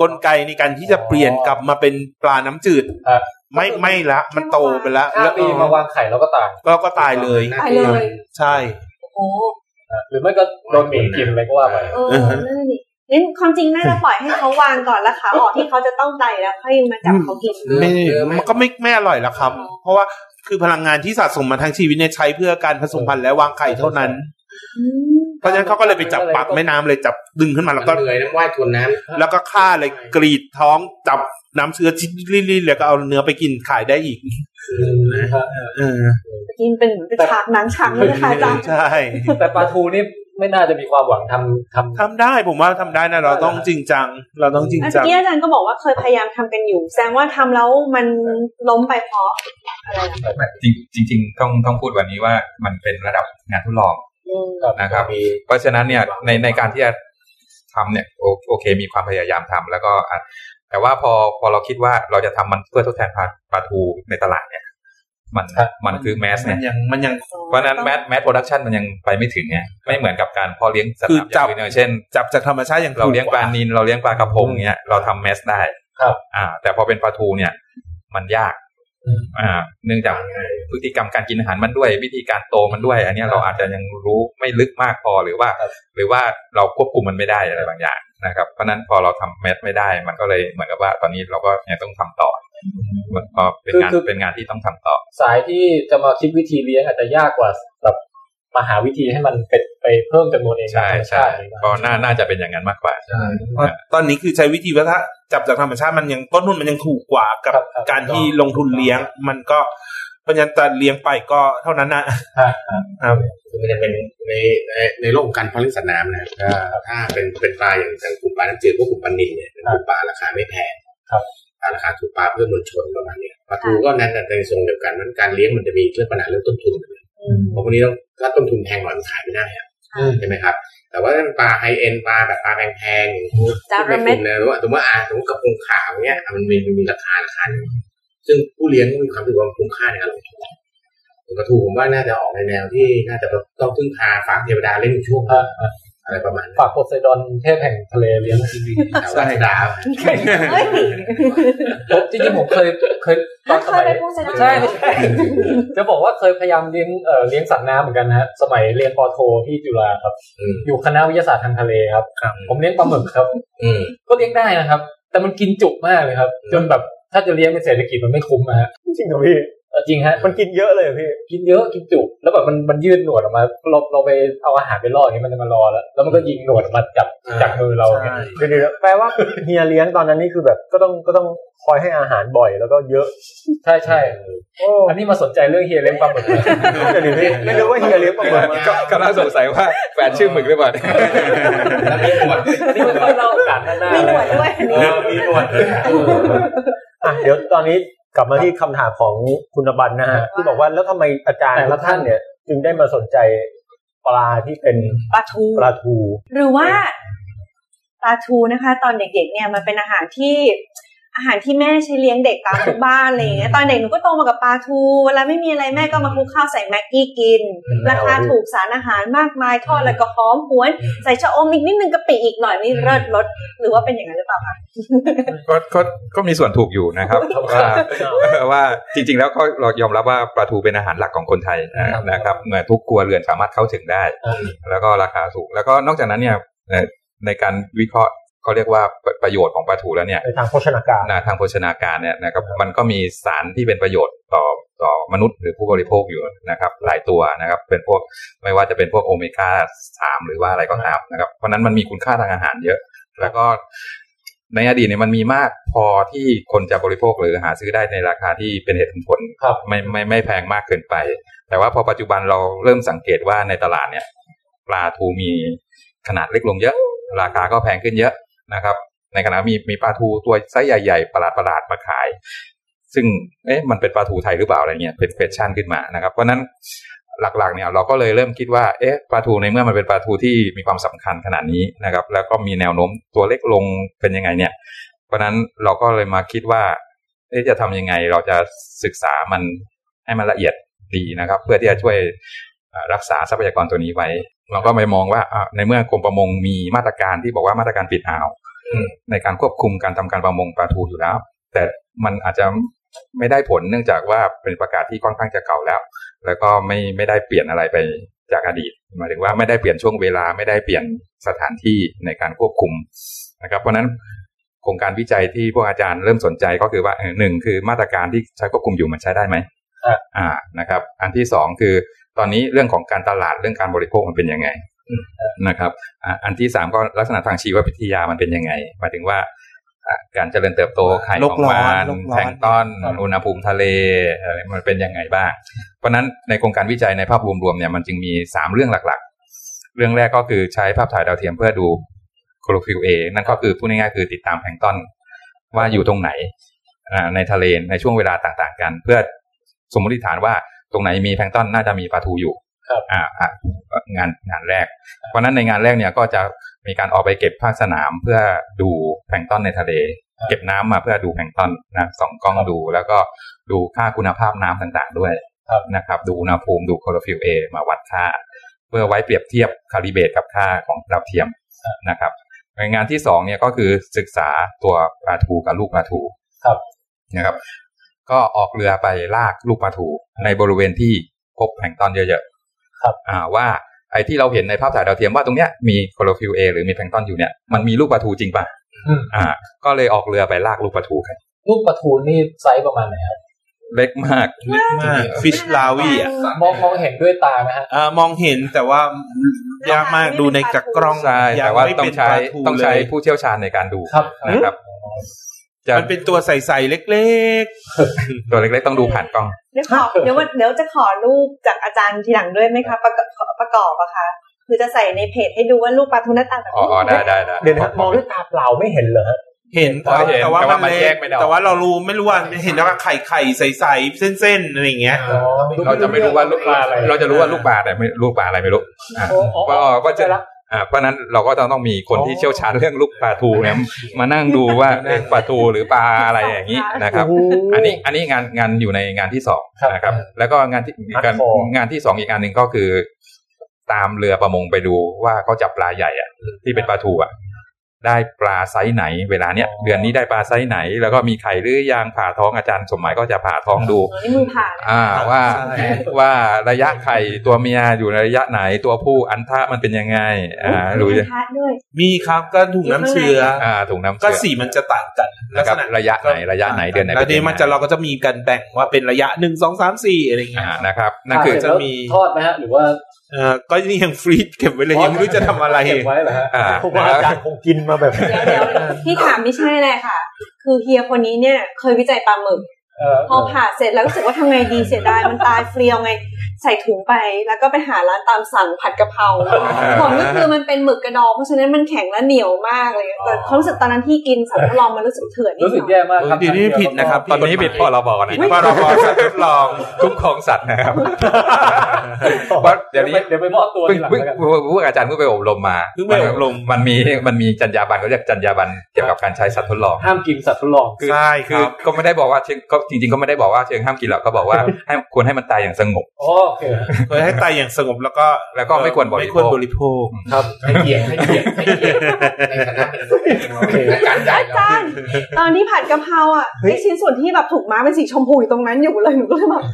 กลไกในการที่จะเปลี่ยนกลับมาเป็นปลาน้ำจืด
ครับ
ไม่ไม่ละ มันโตไปแล้ว
ห้า
แล้ว
ปีมาวางไข่แล้วก็ตาย
ก็ก็ตายเลย
ไปเลย
ใช่
โอ้
หรือไม่ก็โดนหมีกินอะไรก็ว่าไป
เออนั่นนะดิงั้นความจริงน่าจะปล่อยให้เขาวางก่อนแล้วค่ะออกที่เขาจะต้องไตแล้วค่อยมาจับเขากิน
ไม่มันก็ไม่ไม่อร่อยละครับ
อ๋อ
เพราะว่าคือพลังงานที่สะสมมาทั้งชีวิตเนี่ยใช้เพื่อการผสมพันธุ์และวางไข่เท่านั้น
อืม
เพราะฉะนั้นเขาก็เลยไปจับปักแม่น้ำเลยจับดึงขึ้นมา
มั
แล้
น
วก็
เหนื่อยน้ำว่ายทวนน้ำ
แล้วก็ฆ่าเลยกรีดท้องจับน้ำเชื้อชิ้นลิ่นๆแล้วก็เอาเนื้อไปกินขายได้อีกเออ
กินเป็นเหมือนเป็นฉากหนังฉากเลยนะคะอาจารย์
ใช่
แต่ปลาทูนี่ไม่น่าจะมีความหวังทำทำ
ทำได้ผมว่าทำได้นะเราต้องจริงจัง เราต้องจริง
เมื่อ
จัง
กี้อาจารย์ก็บอกว่าเคยพยายามทำกันอยู่ แสดงว่าทำแล้วมันล้มไปเพราะอะไรนะ
จริงจริง ๆ ต้องต้องพูดวันนี้ว่ามันเป็นระดับงานทดลอง
อืม
นะครับ
มี
เพราะฉะนั้นเนี่ยในในการที่จะทำเนี่ยโอโอเค มีความพยายามทำแล้วก็อ่ะแต่ว่าพอพอเราคิดว่าเราจะทำมันเพื่อทดแทนปลาปลาทูในตลาดเนี่ย มัน
ครับ
มันคือแมส
มัน
เนี่ย
ยังมันยัง
เพราะฉะนั้นแมสแมสโปรดักชันมันยังไปไม่ถึงไงไม่เหมือนกับการเพอเลี้ยงสัตว์
คือ
น้ำ
จับ
อย่างอื่นเนี่ยเช่น
จับจากธรรมชาติอย่าง
เราเลี้ยงปลา
ถูกกว่
นินเราเลี้ยงปลากระพงเงี้ยเราทำแมสได้
ครับ
อ่า แต่พอเป็นปลาทูเนี่ย มันยากอ่า เนื่องจากพฤติกรรมการกินอาหารมันด้วย วิธีการโตมันด้วย อันเนี้ยเราอาจจะยังรู้ไม่ลึกมากพอหรือว่า หรือว่าเราควบคุมมันไม่ได้อะไรบางอย่างนะครับเพราะฉะนั้นพอเราทำแมสไม่ได้ มันก็เลยเหมือนกับว่าตอนนี้เราก็ยังต้องทำต่อมันก็เป็นงาน
คือคือ
เป็นงานที่ต้องทำต่อ
สายที่จะมาคิดวิธีเลี้ยงอาจจะยากกว่าแบบมาหาวิธีให้มันเป็นไปเพิ่มจำนวนเอง
ใช่
ตามธรรม
ใช่
ชาติอะไรอย่างเงี้ย
ก็น่าน่าจะเป็นอย่างนั้นมากกว่า
เพราะตอนนี้คือใช้วิธีว่าถ้าจับจากธรรมชาติมันยังต้นทุนมันยังถูกกว่ากับ
ครับคบ
การที่ลงทุนเลี้ยง มันก็เพราะฉะนั้นแต่เลี้ยงไปก็เท่านั้นนะ
คือมันจะเป็นในในในโลกของการเพาะเลี้ยงสัตว์น้ำนะก็ถ้าเป็นเป็นปลาอย่างอย่างกลุ่มปลาน้ำจืดพวกกลุ่มปลานิลเนี่ยเป็นกลุ่มปลาราคาไม่แพง
ครับ
ปลาราคาถูกปลาเพื่อมวลชนประมาณเนี้ยปลาทูก็นั่นน่ะในทรงเดียวกันนั้นการเลี้ยงมันจะมีเรื่องปัญหาเรื่องต้นทุน
อืม
เพราะวันนี้เราถ้าต้นทุนแพงกว่ามันขายไม่ได้อะ
อืม
ใช่ไหมครับ แต่ว่าถ้าเป็นปลาไฮเอ็นปลาแบบปลาแพงๆอย่าง
จาระเม็ด
นะหรือว่าสมมติว่าอ่าสมมติกระพงขาวเนี้ยอ่ะมันมีมันมีราคาราคาหนึ่งซึ่งผู้เลี้ยงก็มีความรู้สึกว่ามันคุ้มค่าในการลงทุนกระทูผมว่าน่าจะออกในแนวที่น่าจะแบบต้องพึ่งพาฝากเทวดาเล่นช่วง
อ่าอ่า
อะไรประมาณนั้น
ฝากโพไซดอนเทพแห่งทะเลเลี้ยง
แต่ว่าดาว
เฮ้ย
ผมจริงๆผมเคยเคยตอนส
เค
มั
ย
ย
ไปพูดใช่ไหม
ใช่ไม่ใช่ จะบอกว่าเคยพยายามเลี้ยงเอ่อเลี้ยงสัตว์น้ำเหมือนกันนะฮะสมัยเรียนปอโทที่จุฬาครับ
อืม
อยู่คณะวิทยาศาสตร์ทางทะเลครับ
ครับ
ผมเลี้ยงปลาหมึกครับ
อืม
ก็เลี้ยงได้นะครับ แต่มันกินจุมากเลยครับ จนแบบถ้าจะเลี้ยงเป็นเศรษฐกิจมันไม่คุ้มนะฮะ
จริงเหรอพี่
เออจริงฮะ
มันกินเยอะเลยเหรอพี่
กินเยอะกินจุแล้วแบบมันมันยืดหนวดออกมาเราเราไปเอาอาหารไปล่ออย่างนี้มันจะมารอแล้ว แล้วมันก็ยิงหนวดมาจับจับมือเรา
ใช่
เดี๋ยวเดี๋ยวแปลว่าเฮียเลี้ยงตอนนั้นนี่คือแบบก็ต้องก็ต้องคอยให้อาหารบ่อยแล้วก็เยอะ
ใช่ใช่
โอ้
อันนี้มาสนใจเรื่องเฮียเลี้ยงปลาหมึกเลย
เดี๋ยวเดี๋ยวพี่ไม่รู้ว่าเฮียเลี้ยงประเมิน
ก็ กำลังสงสัยว่าแฟนชื่อหมึกหรือเปล่าเนี่ย
แล้วมีหนวด
อันนี้มันค่อยเล่าโอกาสหน้าๆ
มีหนวดด้วยอันนี้
มีหนวด
อ่ะเดี๋ยวตอนนี้กลับมาที่คำถามของคุณบันนะฮะที่บอกว่าแล้วทำไมอาจารย์ละท่านเนี่ย จึงได้มาสนใจปลาที่เป็น
ปลาทู
ปลาทู
หรือว่าปลาทูนะคะ ตอนเด็กๆเนี่ยมันเป็นอาหารที่ อาหารที่แม่ใช้เลี้ยงเด็กตามทุกบ้านอะไรอย่างเงี้ยตอนเด็กหนูก็โตมากับปลาทู เวลาไม่มีอะไรแม่ก็มาคลุกข้าวใส่แม็กกี้กิน ราคาถูกสารอาหารมากมายทอดแล้วก็หอมหวน ใส่ชะอมอีกนิดนึงกะปิอีกหน่อยนี่เลิศรสหรือว่าเป็นอย่างนั้นหรือเปล่าคะ
ก็ก็ก็มีส่วนถูกอยู่นะครับ ว่าว่าจริง ๆ แล้วก็เรายอมรับว่าปลาทูเป็นอาหารหลักของคนไทยนะครับนะครับเมื่อทุกครัวเรือนสามารถเข้าถึงได้ แล้วก็ราคาถูก แล้วก็นอกจากนั้นเนี่ยเอ่อในการวิเคราะห์เขาเรียกว่าประประโยชน์ของปลาทูแล้วเนี่ย
ในทางโภชนาการ
นะทางโภชนาการเนี่ยนะครับมันก็มีสารที่เป็นประโยชน์ต่อต่อมนุษย์หรือผู้บริโภคอยู่นะครับหลายตัวนะครับเป็นพวกไม่ว่าจะเป็นพวกโอเมก้าสามหรือว่าอะไรก็ตามนะครับเพราะฉะนั้นมันมีคุณค่าทางอาหารเยอะ แล้วก็ในอดีตเนี่ยมันมีมากพอที่คนจะบริโภคหรือหาซื้อได้ในราคาที่เป็นเหตุเป็นผล
ครับ
ไม่ไม่ไม่แพงมากเกินไป แต่ว่าพอปัจจุบันเราเริ่มสังเกตว่าในตลาดเนี่ย ปลาทูมีขนาดเล็กลงเยอะ ราคาก็แพงขึ้นเยอะนะครับ ในขณะมีมีปลาทูตัวไซส์ใหญ่ๆ ประหลาดประหลาดๆมาขาย ซึ่งเอ๊ะมันเป็นปลาทูไทยหรือเปล่าอะไรเงี้ยเป็นเฟชั่นขึ้นมานะครับ เพราะฉะนั้นหลักๆเนี่ยเราก็เลยเริ่มคิดว่าเอ๊ะปลาทูในเมื่อมันเป็นปลาทูที่มีความสำคัญขนาดนี้นะครับ แล้วก็มีแนวโน้มตัวเล็กลงเป็นยังไงเนี่ย เพราะฉะนั้นเราก็เลยมาคิดว่าเอ๊ะจะทำยังไงเราจะศึกษามันให้มันละเอียดดีนะครับ เพื่อที่จะช่วยเอ่อรักษาทรัพยากรตัวนี้ไว้ เราก็ไปมองว่าอ่ะในเมื่อกรมประมงมีมาตรการที่บอกว่ามาตรการปิดอ่าว ในการควบคุมการทำการประมงปลาทูอยู่แล้ว แต่มันอาจจะไม่ได้ผลเนื่องจากว่าเป็นประกาศที่ค่อนข้างจะเก่าแล้ว แล้วก็ไม่ไม่ได้เปลี่ยนอะไรไปจากอดีตหมายถึงว่าไม่ได้เปลี่ยนช่วงเวลาไม่ได้เปลี่ยนสถานที่ในการควบคุมนะครับ เพราะฉะนั้นโครงการวิจัยที่พวกอาจารย์เริ่มสนใจก็คือว่าเออหนึ่งคือมาตรการที่ใช้ควบคุมอยู่มันใช้ได้ไหม
ครับ
อ่านะครับ อันที่สองคือตอนนี้เรื่องของการตลาดเรื่องการบริโภคมันเป็นยังไงนะครับ อ่ะอันที่สามก็ลักษณะทางชีววิทยามันเป็นยังไงหมายถึงว่าอ่ะการเจริญเติบโตไข่
โล
ข
ก
อง
ร้อน
มัน
โลกร้อน
แพลงก์ต้อนอุณหภูมิทะเลอะไรมันเป็นยังไงบ้าง เพราะฉะนั้นในโครงการวิจัยในภาพรวมๆเนี่ยมันจึงมีสามเรื่องหลักๆ เรื่องแรกก็คือใช้ภาพถ่ายดาวเทียมเพื่อดูโคลฟิวเอนั่นก็คือพูดง่ายๆคือติดตามแพลงก์ต้อนว่าอยู่ตรงไหนอ่าในทะเลในช่วงเวลาต่างๆ กัน เพื่อสมมติฐานว่าตรงไหนมีแพลงก์ต้อนน่าจะมีปลาทูอยู่
ครับ
อ่าอ่ะงานงานแรก เพราะฉะนั้นในงานแรกเนี่ยก็จะมีการออกไปเก็บภาคสนามเพื่อดูแพลงก์ตอนในทะเล เก็บน้ำมาเพื่อดูแพลงก์ตอนนะสองกล้องดู แล้วก็ดูค่าคุณภาพน้ำต่างๆด้วย
ครับ
นะครับ ดูอุณหภูมิดูคลอโรฟิลเอมาวัดค่า เพื่อไว้เปรียบเทียบคาลิเบตกับค่าของดาวเทียมนะครับในงานที่สองเนี่ยก็คือศึกษาตัวปลาทูกับลูกปลาทู
ครับ
นะครับ ก็ออกเรือไปลากลูกปลาทูในบริเวณที่พบแพลงก์ตอนเยอะๆ
ครับ
อ่าว่า ไอ้ที่เราเห็นในภาพถ่ายดาวเทียมว่าตรงเนี้ยมีโคลฟิลเอหรือมีแพลงก์ตอนอยู่เนี่ยมันมีลูกปลาทูจริงป่ะ
อืม
อ่า ก็เลยออกเรือไปลากลูกปลาทูกัน
ลูกปลาทูนี่ไซส์ประมาณไหนครับ
เล็กมาก
เล็กมากฟิชลาวีอ่ะ
มองมองเห็นด้วยตาไหมฮะ
เอ่อมองเห็นแต่ว่ายากมากดูในจากกล้อง
ใช่
ยั
แต่ว่า
ไม่
ต้อ
เป็
ง
น
ใช้
ปลาทู
ต้องใช้
เลย
ผู้เชี่ยวชาญในการดู
ครับ
นะครับจะ
มันเป็นตัวใสๆเล็ก
ตัวเล็กๆต้องดูผ่านกล้อง
เดี๋ยวขอเดี๋ยววันเดี๋ยวจะขอรูปจากอาจารย์ทีหลังด้วยไหมคะประกอบประกอบอะคะคือจะใส่ในเพจให้ดูว่ารูปปลาทูหน้าตาแบบ
อ๋ออ๋อได้ได้ได้
เดี๋ยวนะครับมองด้วยตาเปล่าไม่เห็นเหรอฮะ
ๆ เห็น
พอเห็น
แต่ว่า
แต่ว่ามั
มัน น
แย
เล็
ก
ก
ไม่ได้
แต่ว่าเรารู้ไม่รู้ว่าเห็นแล้วก็ไข่ไข่ๆใสๆเส้นๆอะไรอย่างเงี้ย
เราจะไม่รู้ว่าลูกปลาอะไร เราจะรู้ว่าลูกปลาแต่ไม่ลูกปลาอะไรไม่รู้อ่า
โอ้โอ้
ก็
โอ้
ก็จะ
ได้ละ
อ่าเพราะฉะนั้นเราก็ต้องต้องมีคนที่เชี่ยวชาญเรื่องลูกปลาทูเนี่ยมานั่งดูว่าเอ๊ะปลาทูหรือปลาอะไรอย่างนี้นะครับ อันนี้อันนี้งานงานอยู่ในงานที่สอง
ครับ
นะครับ แล้วก็งานที่
าร์ต
การ
ฟอร์ม
งานที่สองอีกงานหนึ่งก็คือ ตามเรือประมงไปดูว่าเขาจับปลาใหญ่อะที่เป็นปลาทูอะได้ปลาไซส์ไหน เวลาเนี้ย
อ๋อ
เดือนนี้ได้ปลาไซส์ไหน แล้วก็มีไข่หรือยังผ่าท้องอาจารย์สมหมายก็จะผ่าท้องดู
อ๋อนี่มือผ่าน
อ่าว่า
ใช่
ว่าระยะไข่ตัวเมียอยู่ในระยะไหนตัวผู้อันทะมันเป็นยังไงอ่าหรือ
มีพัดด้วย
มีครับก็ถุงน้ำเชื้ออ
อ่าถุงน้ำ
ก็
เชื้อ
สีมันจะต่างกันลั
นะ
กษ
ครับ
ณะ
ระยะไหนระยะไหนเดือนไหน
แล้ว
ป็
นี้
ยังไง
มันจะเราก็จะมีการแบ่งว่าเป็นระยะหนึ่งสองสามสี่อะไรอย่างเงี้
อ่าย นะครับนั่นคือ
ทาเสร็จแล้ว
จะมี
ทอดไหมฮะ หรือว่า
เออก็นี่ยังฟรีดเก็บไว้เลยยังไม่รู้จะทำอะไร
เก็บไว้เหรอฮะ
อ่า
ผมว่าอาจารย์คงกินมาแบบ
เดี๋ยวเดี๋ยวที่ถามไม่ใช่เลยค่ะ คือเฮียคนนี้เนี่ย เคยวิจัยปลาหมึก
เออ
พอผ่าเสร็จแล้วรู้สึกว่าทำไงดีเสียดายมันตายเฟรียวไง ใส่ถุงไปแล้วก็ไปหาร้านตามสั่งผัดกะเพ ราผลก็คือมันเป็นหมึกกระดองเพราะฉะนั้นมันแข็งและเหนียวมากเลยแต่ความรู้สึกตอนนั้นที่กินสัมผัสลองมันรู้สึกเถื่อนนิด
รู้
ห
สึก
น่อย
แย่มากครับ
ทีนี้ผิดนะครับ
ตอนนี้ผิดพรบนะพรบสัตว์ทดลองคุ้มครองสัตว์นะครับเพราะ
เดี๋
เดี๋
ยนี้
ยว วนี้
เดี๋ยวไปมอบตัว
เ
ที
พิ่ง
หลัง
เพิ่ง
แล้วกัน
พวกอาจารย์เพิ่งไปอบรมมา
เพิ่งไปอบรม
นมีมันมีจรรยาบรรณเขาเรียกจรรยาบรรณเกี่ยวกับการใช้สัตว์ทดลอง
ห้ามกินสัตว์ทดลอง
คือ
ใช่ค
คื
รั
อบ ก็ไม่ได้บอกว่าเชิงก็จริงๆก็ไม่ได้บอกว่าเชิงห้ามกินหรอกก็บอกว่า ให้ควรให้มันตายอย่างสงบ
โอเค
เพื่อให้ตายอย่างสงบแล้วก็
แล้วก็ไม่ควรบริโภค
ไม่ควรบริโภค
ครับ
ให้เกียรติให้เกียรติให้เกียรติในฐานะเป็นนักการใหญ่
อาจารย์ตอนที่ผัดกะเพราอ่ะไอชิ้นส่วนที่แบบถูกม้าเป็นสีชมพูอยู่ตรงนั้นอยู่เลยหนูก็เลยแบบ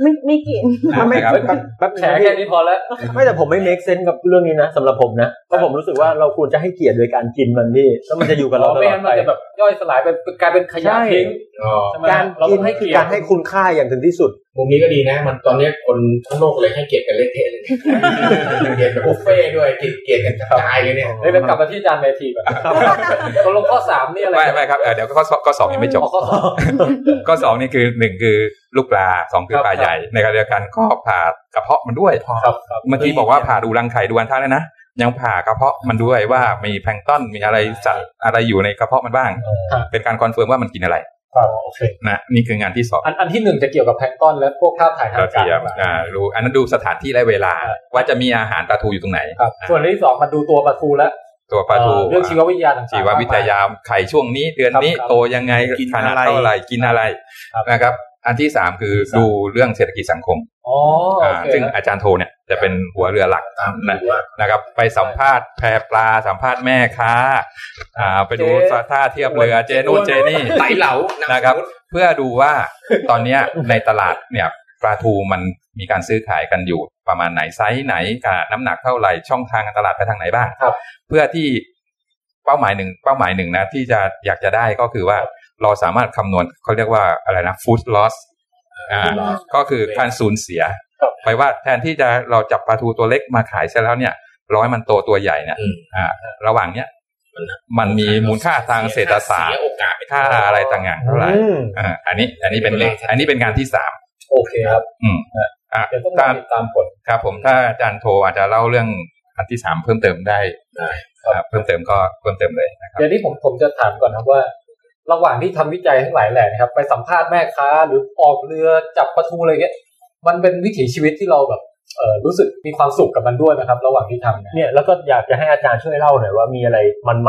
ไม่ไม่กิน
นะ
ไม่
ครับ
แป๊บแป๊บ
แฉ
แฉ
แค่นี้พอแล้ว
ไม่แต่ผมไม่ make sense กับเรื่องนี้นะสำหรับผมนะเพราะผมรู้สึกว่าเราควรจะให้เกียรติโดยการกินมันพี่แล้วมันจะอยู่กับเราต
ไม่
ลอ
งั้
ด
น
ไป
มันจะแบบย่อยสลายไปกลายเป็นขยะ
ใช่
ทิ้งใช่ไหม
การ
เรา
กิ
ต้อน งให้
คือ
เกียร
การ
ติ
ให้คุณค่าอย่างถึงที่สุด
มุมนี้ก็ดีนะ มันตอนนี้คนทั้งโลกเลยให้เกียรติกันเละเทะเลยเกียรติแบบบุฟเฟ่ต์ด้วยเกียรติกันกระจายเลยเนี่ย
เฮ้ยเดี๋ยวกลับมาที่อาจารย์เมธีก่อน ตกลงข้อสามนี่อะไร
ไม่ไม่ครับเอ่อเดี๋ยวข้อสอบข้อสองยังไม่จบ
อ๋อข้อสาม
ข้อสองนี่คือหนึ่งคือลูกปลาสองคือ
ครับ
ปลาใหญ่ ในขณะเดียวกันก็ผ่ากระเพาะมันด้วย
ครับครับ
เมื่อกี้บอกว่าผ่าดูรังไข่ดูอันท่าแล้วนะยังผ่ากระเพาะมันด้วยว่ามีแพลงก์ต้นมีอะไรสัตว์อะไรอยู่ในกระเพาะมันบ้าง เป็นการคอนเฟิร์มว่ามันกินอะไร
อ๋อโอเค
นะนี่คืองานที่สอง
อันอันที่หนึ่งจะเกี่ยวกับแพลงก์ต้อนและพวกภาพถ่ายทาง
เรา
กา
เทียม
ร
อ่าดูอันนั้นดูสถานที่และเวลา ว่าจะมีอาหารปลาทูอยู่ตรงไหน
ครับส่วนอันที่สองมาดูตัวปลาทูและ
ตัวปลาทู
เอ่อเรื่องชีววิทยาต่างๆ
ชีววิทยาไข่ช่วงนี้ เดือนนี้
ครับ
โตยังไง
กิน
ขนาด
อะไร
เท่าไหร่กินอะไร
ครับ
นะครับ อันที่สามคือดูเรื่องเศรษฐกิจสังคม
อ๋อโอ
อ่า
เค
ซึ่งอาจารย์โทเนี่ยจะเป็นหัวเรือหลักนะ
หัว
นะครับ ไปสัมภาษณ์แพปลาสัมภาษณ์แม่ค้าอ่าไปดูท่าเทียบเรือเจนู่นเจนี่
ไตเหลา
นะครับ เพื่อดูว่าตอนเนี้ยในตลาดเนี่ยปลาทูมันมีการซื้อขายกันอยู่ประมาณไหนไซส์ไหนขนาดน้ำหนักเท่าไหร่ช่องทางการตลาดไปทางไหนบ้าง
ครับ
เพื่อที่เป้าหมายหนึ่งเป้าหมายหนึ่งนะที่จะอยากจะได้ก็คือว่าเราสามารถคำนวณเขาเรียกว่าอะไรนะ food loss อ่า
เหลา
ก็คือการสูญเสีย
ครับ
ไปว่าแทนที่จะเราจับปลาทูตัวเล็กมาขายใช่แล้วเนี่ยร้อยมันโตตัวใหญ่เนี่ย
อืม
อ่า ระหว่างเนี้ยมันมีมูลค่าทางเศรษฐศาสต
เสีย
ร์
โอกาสไป
ค่าอะไรต่างๆเท่าไหร่
อืม
อ่าอันนี้ อันนี้เป็นเลขอันนี้เป็นงานที่สาม
โอเคครับ
อ่า
เดี๋ยวต้องรอ
ตาม
ติดตามผล
ครับผมถ้าอาจารย์โทอาจจะเล่าเรื่องอันที่สามเพิ่มเติมได้
ครับ
อ่าเพิ่มเติมก็เพิ่มเติมเลยนะครับ
เดี๋ยวนี้ผมผมจะถามก่อนนะครับว่า ระหว่างที่ทำวิจัยทั้งหลายแหล่นะครับ ไปสัมภาษณ์แม่ค้าหรือออกเรือจับปลาทูอะไรเงี้ยมันเป็นวิถีชีวิตที่เราแบบเออรู้สึกมีความสุขกับมันด้วยนะครับ ระหว่างที่ทำเนี่ย
เนี่ยแล้วก็อยากจะให้อาจารย์ช่วยเล่าหน่อยว่ามีอะไร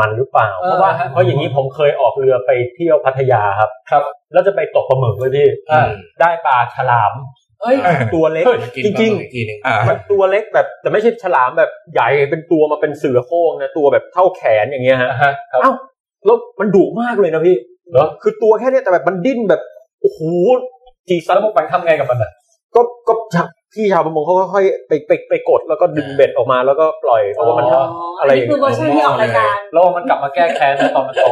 มันๆหรือเปล่า
เออ
เพราะว่า
ฮะ
เพราะอย่างนี้ผมเคยออกเรือไปเที่ยวพัทยาครับ
ครับ
แล้วจะไปตกปลาหมึกเลยพี่
อ่า
ได้ปลาฉลาม
เอ้ย
ตัวเล็กจริง
อีกทีหนึ่ง
อ่า
ๆมันตัวเล็กแบบแต่ไม่ใช่ฉลามแบบใหญ่เป็นตัวมาเป็นเสือโคร่งนะตัวแบบเท่าแขนอย่างเงี้ยฮะ
อ่าฮะครับ
เอ้าแล้วมันดุมากเลยนะพี่
เหรอ
คือตัวแค่เนี้ยแต่แบบมันดิ้นแบบโอ้โหจีซั
แล้
น
วพวกมันทำไงกับมันอ่ะ
ก็ก็พี่ชาวประมงเขาค่อยๆไปไปไปกดแล้วก็ดึงเบ็ดออกมาแล้วก็ปล่อยเพราะว่ามัน
อ๋อ
ทำอะไรอย่าง
คื
เงี้
อเวอร์
ย
ชันที่ออกรายการ
ระหว่างมันกลับมาแก้แค้นตอนมันโต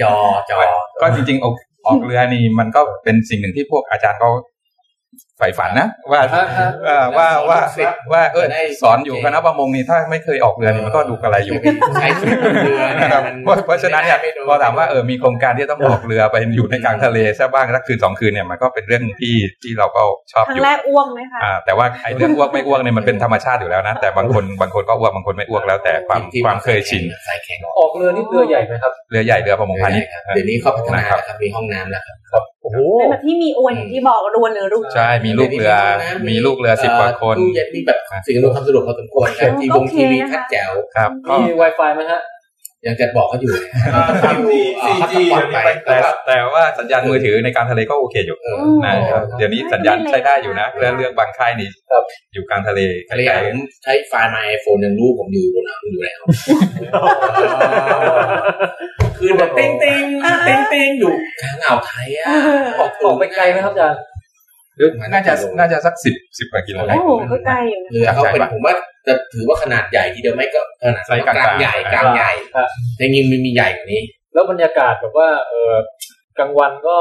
จอจอ
ก็จริงๆออกออกเรือนี่มันก็เป็นสิ่งหนึ่งที่พวกอาจารย์เขาใฝ่ฝันนะว่า
อ่าฮะ
เอ่อว่าว่าว่าเออสอนอยู่คณะประมงนี่ถ้าไม่เคยออกเรือนี่มันก็ดูกระไรอยู่
ใช้ชีวิตบนเรือ
นะ
เนี่ย
ครับ
มัน
เพราะเพราะฉะนั้นเนี่ย
ไโด
พอถามว่าเออมีโครงการที่ต้องออกเรือไปอยู่ในกลางทะเลสักบ้างสักคืนสองคืนเนี่ยมันก็เป็นเรื่อง ที่ที่เราก็ชอบ
ครั้
อง ยู่
แรกอ้วงไหมคะ
อ่าแต่ว่าไอ้เรื่องอ้วกไม่อ้วกเนี่ยมันเป็นธรรมชาติอยู่แล้วนะแต่บางค นบางคนก็อ้วกบางคนไม่อ้วกแล้วแต่ความ
ที่
ความเคยชิน
สายแข่งออก
ออกเรือนี่เรือใหญ่ไหมครับ
เรือใหญ่เรือประมงพาณิชย์
เดี๋ยวนี้เขาพัฒนาแล้วครับมีห้องน้ำแล้วครับ
โอ้โห
เป็นแบบที่มีอวนอย่างที่บอกรวนหรือรู
ใช่ มีลูกเรือ
มี
มี
ลู
ลู
ก
ก
เรื
เรือ อสิบกว่าคน
ตู้เย็นมีแบบสิ่งอำนวยความสะดวกพอสมควรครับทีวงทีวีทัดแจ๋ว
ครับ
มี Wi-Fi ไหมฮะ
ยังจะบอกเขาอยู่
สามจีสี่จีเดี๋ยวนี้ไป
แต่แต่ว่าสัญญาณมือถือในกลารทะเลก็โอเคอยู่
เออ
นะครับ เดี๋ยวนี้สัญญาณใช้ได้อยู่นะเรื่องเรื่องบางค่ายนี่
ครับ
อยู่กลางทะเล
ภรรยาผมใช้ไฟล์ my iPhone ยังรู้ผมอยู่บนอ่างอยู่แล้วคือแบบติ้งติ้งติ้งติ้งอยู่กลางอ่าวไทยอ่ะ
ออกออกไปไกลไหมครับอาจารย์
หรือน่าจะน่าจะสักสิบสิบกว่ากิโล
โอ้โห
นะ
ก็ไกลอยู่นะ
เรือเขาเป็นผมว่าจะถือว่าขนาดใหญ่ทีเดียวไม่ก็ขนาด
ไซส์กลางๆ
ใหญ่กลางใหญ่
ครับ
จริงๆมันมีใหญ่กว่านี้
แล้วบรรยากาศแบบว่าเออกลางวันก็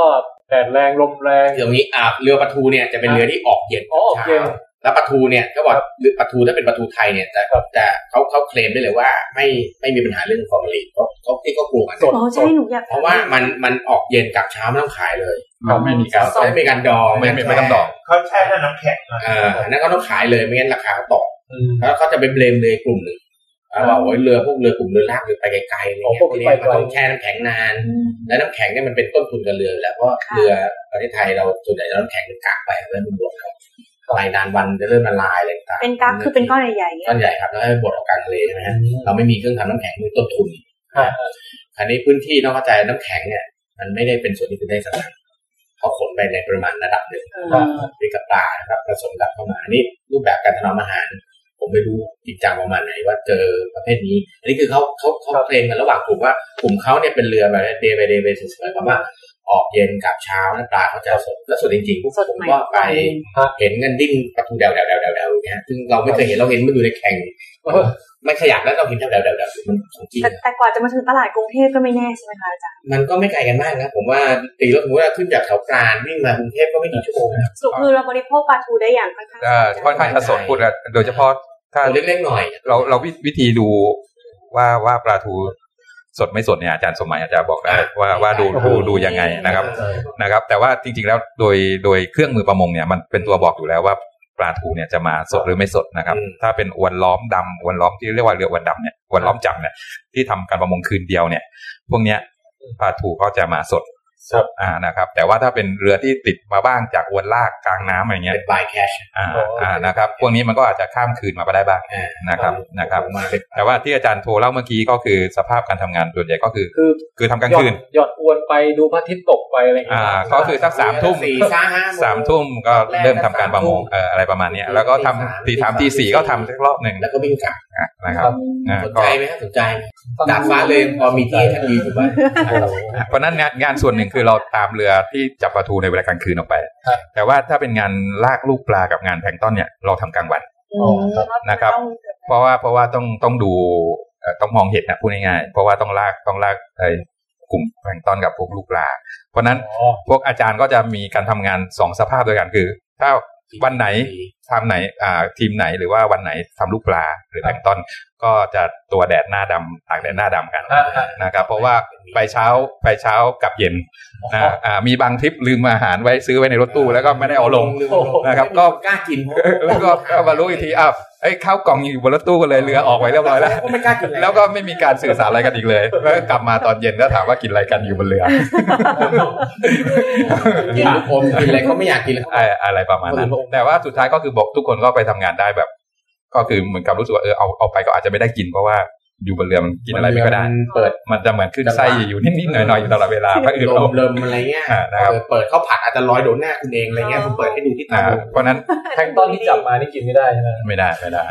แดดแรงลมแรง
เรือนี้อ่าเรือปะทูเนี่ยจะเป็นเรือที่ออกเย็น
อ๋อโอเค
แล้วปลาทูเนี่ยก็บอกหรือปลาทูถ้าเป็นปลาทูไทยเนี่ยจะจะเขาเขาเคลมได้เลยว่าไม่ไม่มีปัญหาเรื่องฟอร์มาลีนเขาเขาที่เขากลัวกัน
อ๋อใช่หนูอยาก
เพราะว่ามันมันออกเย็นกลับเช้าไม่ต้องขายเลย
ครับไม่มีการ
ไม่มีการดอง
ไม่ไม่ต้องดอก
เขาแช่ให้น้ำแข็งหน่อย
เอออันนั้นก็ต้องขายเลยไม่งั้นราคาก็ตกแล้วเขาจะไปเบลมเลยกลุ่มหนึ่งว่าโอ้ยเรือพวกเรือกลุ่มเรือลากเรือไปไกลๆอะไร
อ๋อพ
เงี้ย
วก
พวกนี้
ไปไกล
มันต้องแช่น้ำแข็งนาน และน้ำแข็งเนี่ยมันเป็นต้นทุนกับเรืออยู่แล้วเพราะเรือประเทศไทยเราส่วนใหญ่เราน้ำแข็งเป็นกากไปเริ่มบดครับหลายนานวันจะเริ่มละลายอะไรต่าง
เป็นกั๊กคือเป็นก้อนใหญ่ๆ
ก้
เงี้
อย นใหญ่ครับแล้วให้บดออกกลางทะเลใช่ไหมฮะเราไม่มีเครื่องทำน้ำแข็งมีต้นทุน
อ่า
คราวนี้พื้นที่ต้องเข้าใจน้ำแข็งเนี่ยมันไม่ได้เป็นส่วนที่คุณได้สำคัญเขาขนไปในปริมาณระดับหนึ่ง
เออ
เป็นกับปลานะครับผสมกับเข้าวหมานี่รูปแบบการถนอมอาหาร ผมไปดูจริงจังประมาณไหนว่าเจอประเภทนี้ อันนี้คือเขาเขาเขาเคลมกันระหว่างกลุ่มว่ากลุ่มเขาเนี่ยเป็นเรือแบบ day by day basis หมายความว่าออกเย็นกลับเช้านะปลาเขาจะสดและสดจริงๆพวก
สด
ผม
ใหม่
ก็ไปเห็นกันดิ้นปลาทูแดวแดวแดวแดวแดวอย่างเงี้ยซึ่งเราไม่เคยเห็นเราเห็นมันอยู่ในแข่ง
เออ
ไม่ขยับแล้วเราเห็นแดวแดวแดวแดวมันของจริง
แต่
นะ
แต่กว่าจะมาถึงตลาดกรุงเทพก็ไม่แน่ใช่ไหมคะอาจารย์
มันก็ไม่ไกลกันมากนะผมว่าตีรถหมูเราขึ้นจากแถวกลางวิ่งมากรุงเทพก็ไม่กี่ชั่วโมงนะ
สรุปคือเราบริโภคปลาทูได้อย่างค่อนข้าง
เอ่อค่อนข้างจะสดพูดแล้วโดยเฉพาะถ้า
ตัวเล็กๆหน่อย
เราเราวิวิธีดูว่าว่าปลาทูสดไม่สดเนี่ยอาจารย์สมัยอาจารย์บอกได้ว่าว่าดูดูดูยังไงนะครับนะครับ แต่ว่าจริงๆแล้วโดยโดยเครื่องมือประมงเนี่ยมันเป็นตัวบอกอยู่แล้วว่าปลาทูเนี่ยจะมาสดหรือไม่สดนะครับ ถ้าเป็นอวนล้อมดำอวนล้อมที่เรียกว่าเรืออวนดำเนี่ยอวนล้อมจับเนี่ยที่ทำการประมงคืนเดียวเนี่ย พวกเนี้ยปลาทูก็จะมาสด
ครับ
อ่านะครับ แต่ว่าถ้าเป็นเรือที่ติดมาบ้างจากอวนลากกลางน้ำอะไรเงี้ย
เป็น by cash
อ่าอ่านะครับ พวกนี้มันก็อาจจะข้ามคืนมาก็ได้บ้าง
อ่า
นะครับนะครับ
ผมมาเป็น
แต่ว่าที่อาจารย์โทรเล่าเมื่อกี้ก็คือสภาพการทำงานส่วนใหญ่ก็คือ
คือ
คือทำกลาง
หยอ
คืน
ดหยอดอวนไปดูพระอาทิตย์ตกไปอะไรอย่างเงี้
อ่าย ก็คือสักสามทุ่ม
สี่สามห้าโง
สามทุ่มก็เริ่มทำการประมง
แรกก็
เอ่ออะไรประมาณเนี้ย
ตี
แล้วก็ทำ
สาม
ตีสาม
ตี
ตี
สี่
สี่ก็ทำสักรอบหนึ่ง
แล้วก็วิ่งกลับ
อ่ะนะครับอ่า
สน
ก็
ใจไหมฮะสนใจไหมดาดฟ้าเลยพอมีที่ให้ท่านดีถูกไหม
เพราะฉะนั้นงานงานส่วนหนึ่งคือเราตามเรือที่จับปลาทูในเวลากลางคืนออกไป แต่ว่าถ้าเป็นงานลากลูกปลากับงานแพลงก์ต้นเนี่ยเราทำกลางวัน นะครับ
ต้อง
เพราะว่าเพราะว่าต้องต้องดูเอ่อต้องมองเห็นนะพูดง่ายๆเพราะว่าต้องลากต้องลากไอ้กลุ่มแพลงก์ต้นกับพวกลูกปลา เพราะฉะนั้น
อ๋อ
พวกอาจารย์ก็จะมีการทำงานสองสภาพด้วยกันคือ ถ้าวันไหนทำไหนอ่าทีมไหนหรือว่าวันไหนทำลูกปลาหรือแพลงก์ต้นก็จะตัวแดดหน้าดำตากแดดหน้าดำกัน
อ่าอ่า
นะครับเพราะว่าไปเช้าไปเช้ากลับเย็นนะอ่ามีบางทริปลืมอาหารไว้ซื้อไว้ในรถตู้แล้วก็ไม่ได้เอาลง นะครับก็
กล้ากินเพราะ
แล้วก็ก็มารู้อีกทีอ้าวไอ้ยข้าวกล่องอยู่บนรถตู้กันเลยเรือออกไว้เรียบร้อยแล้ว
ก็ไม่กล้ากินอะไร
แล้วก็ไม่มีการสื่อสารอะไรกันอีกเลยแล้วกลับมาตอนเย็นก็ถามว่ากินอะไรกันอยู่บนเรือ
กินลูกอมกินอะไรก็ไม่อยากกินแล้ว
อะไรอะไรประมาณนั้น
คนอื่นบอก
แต่ว่าสุดท้ายก็คือบอกทุกคนก็ไปทำงานได้แบบ ก็คือเหมือนกับรู้สึกว่าเออเอาเอาไปก็อาจจะไม่ได้กินเพราะว่าอยู่บนเรือมันกินอะไรไม่ก็ได้
เปิด
มันจะเหมือนขึ้นไส้
จังหวะ
อยู่นิดๆหน่อยๆอยู่ตลอดเวลาเพราะอื่น
ล
เรา
มเริมอะไรเงี้ย
อ่านะครับ
เออเปิดข้าวผัดอาจจะลอยโดนหน้าคุณเองอะไรเงี้ยผมเปิดให้ดูที่ตา
อ่าเพราะฉะนั้น
แพลงก์ต้นที่จับมานี่กินไม่ได้ใช่ไหม
ไม่ได้ไม่ได้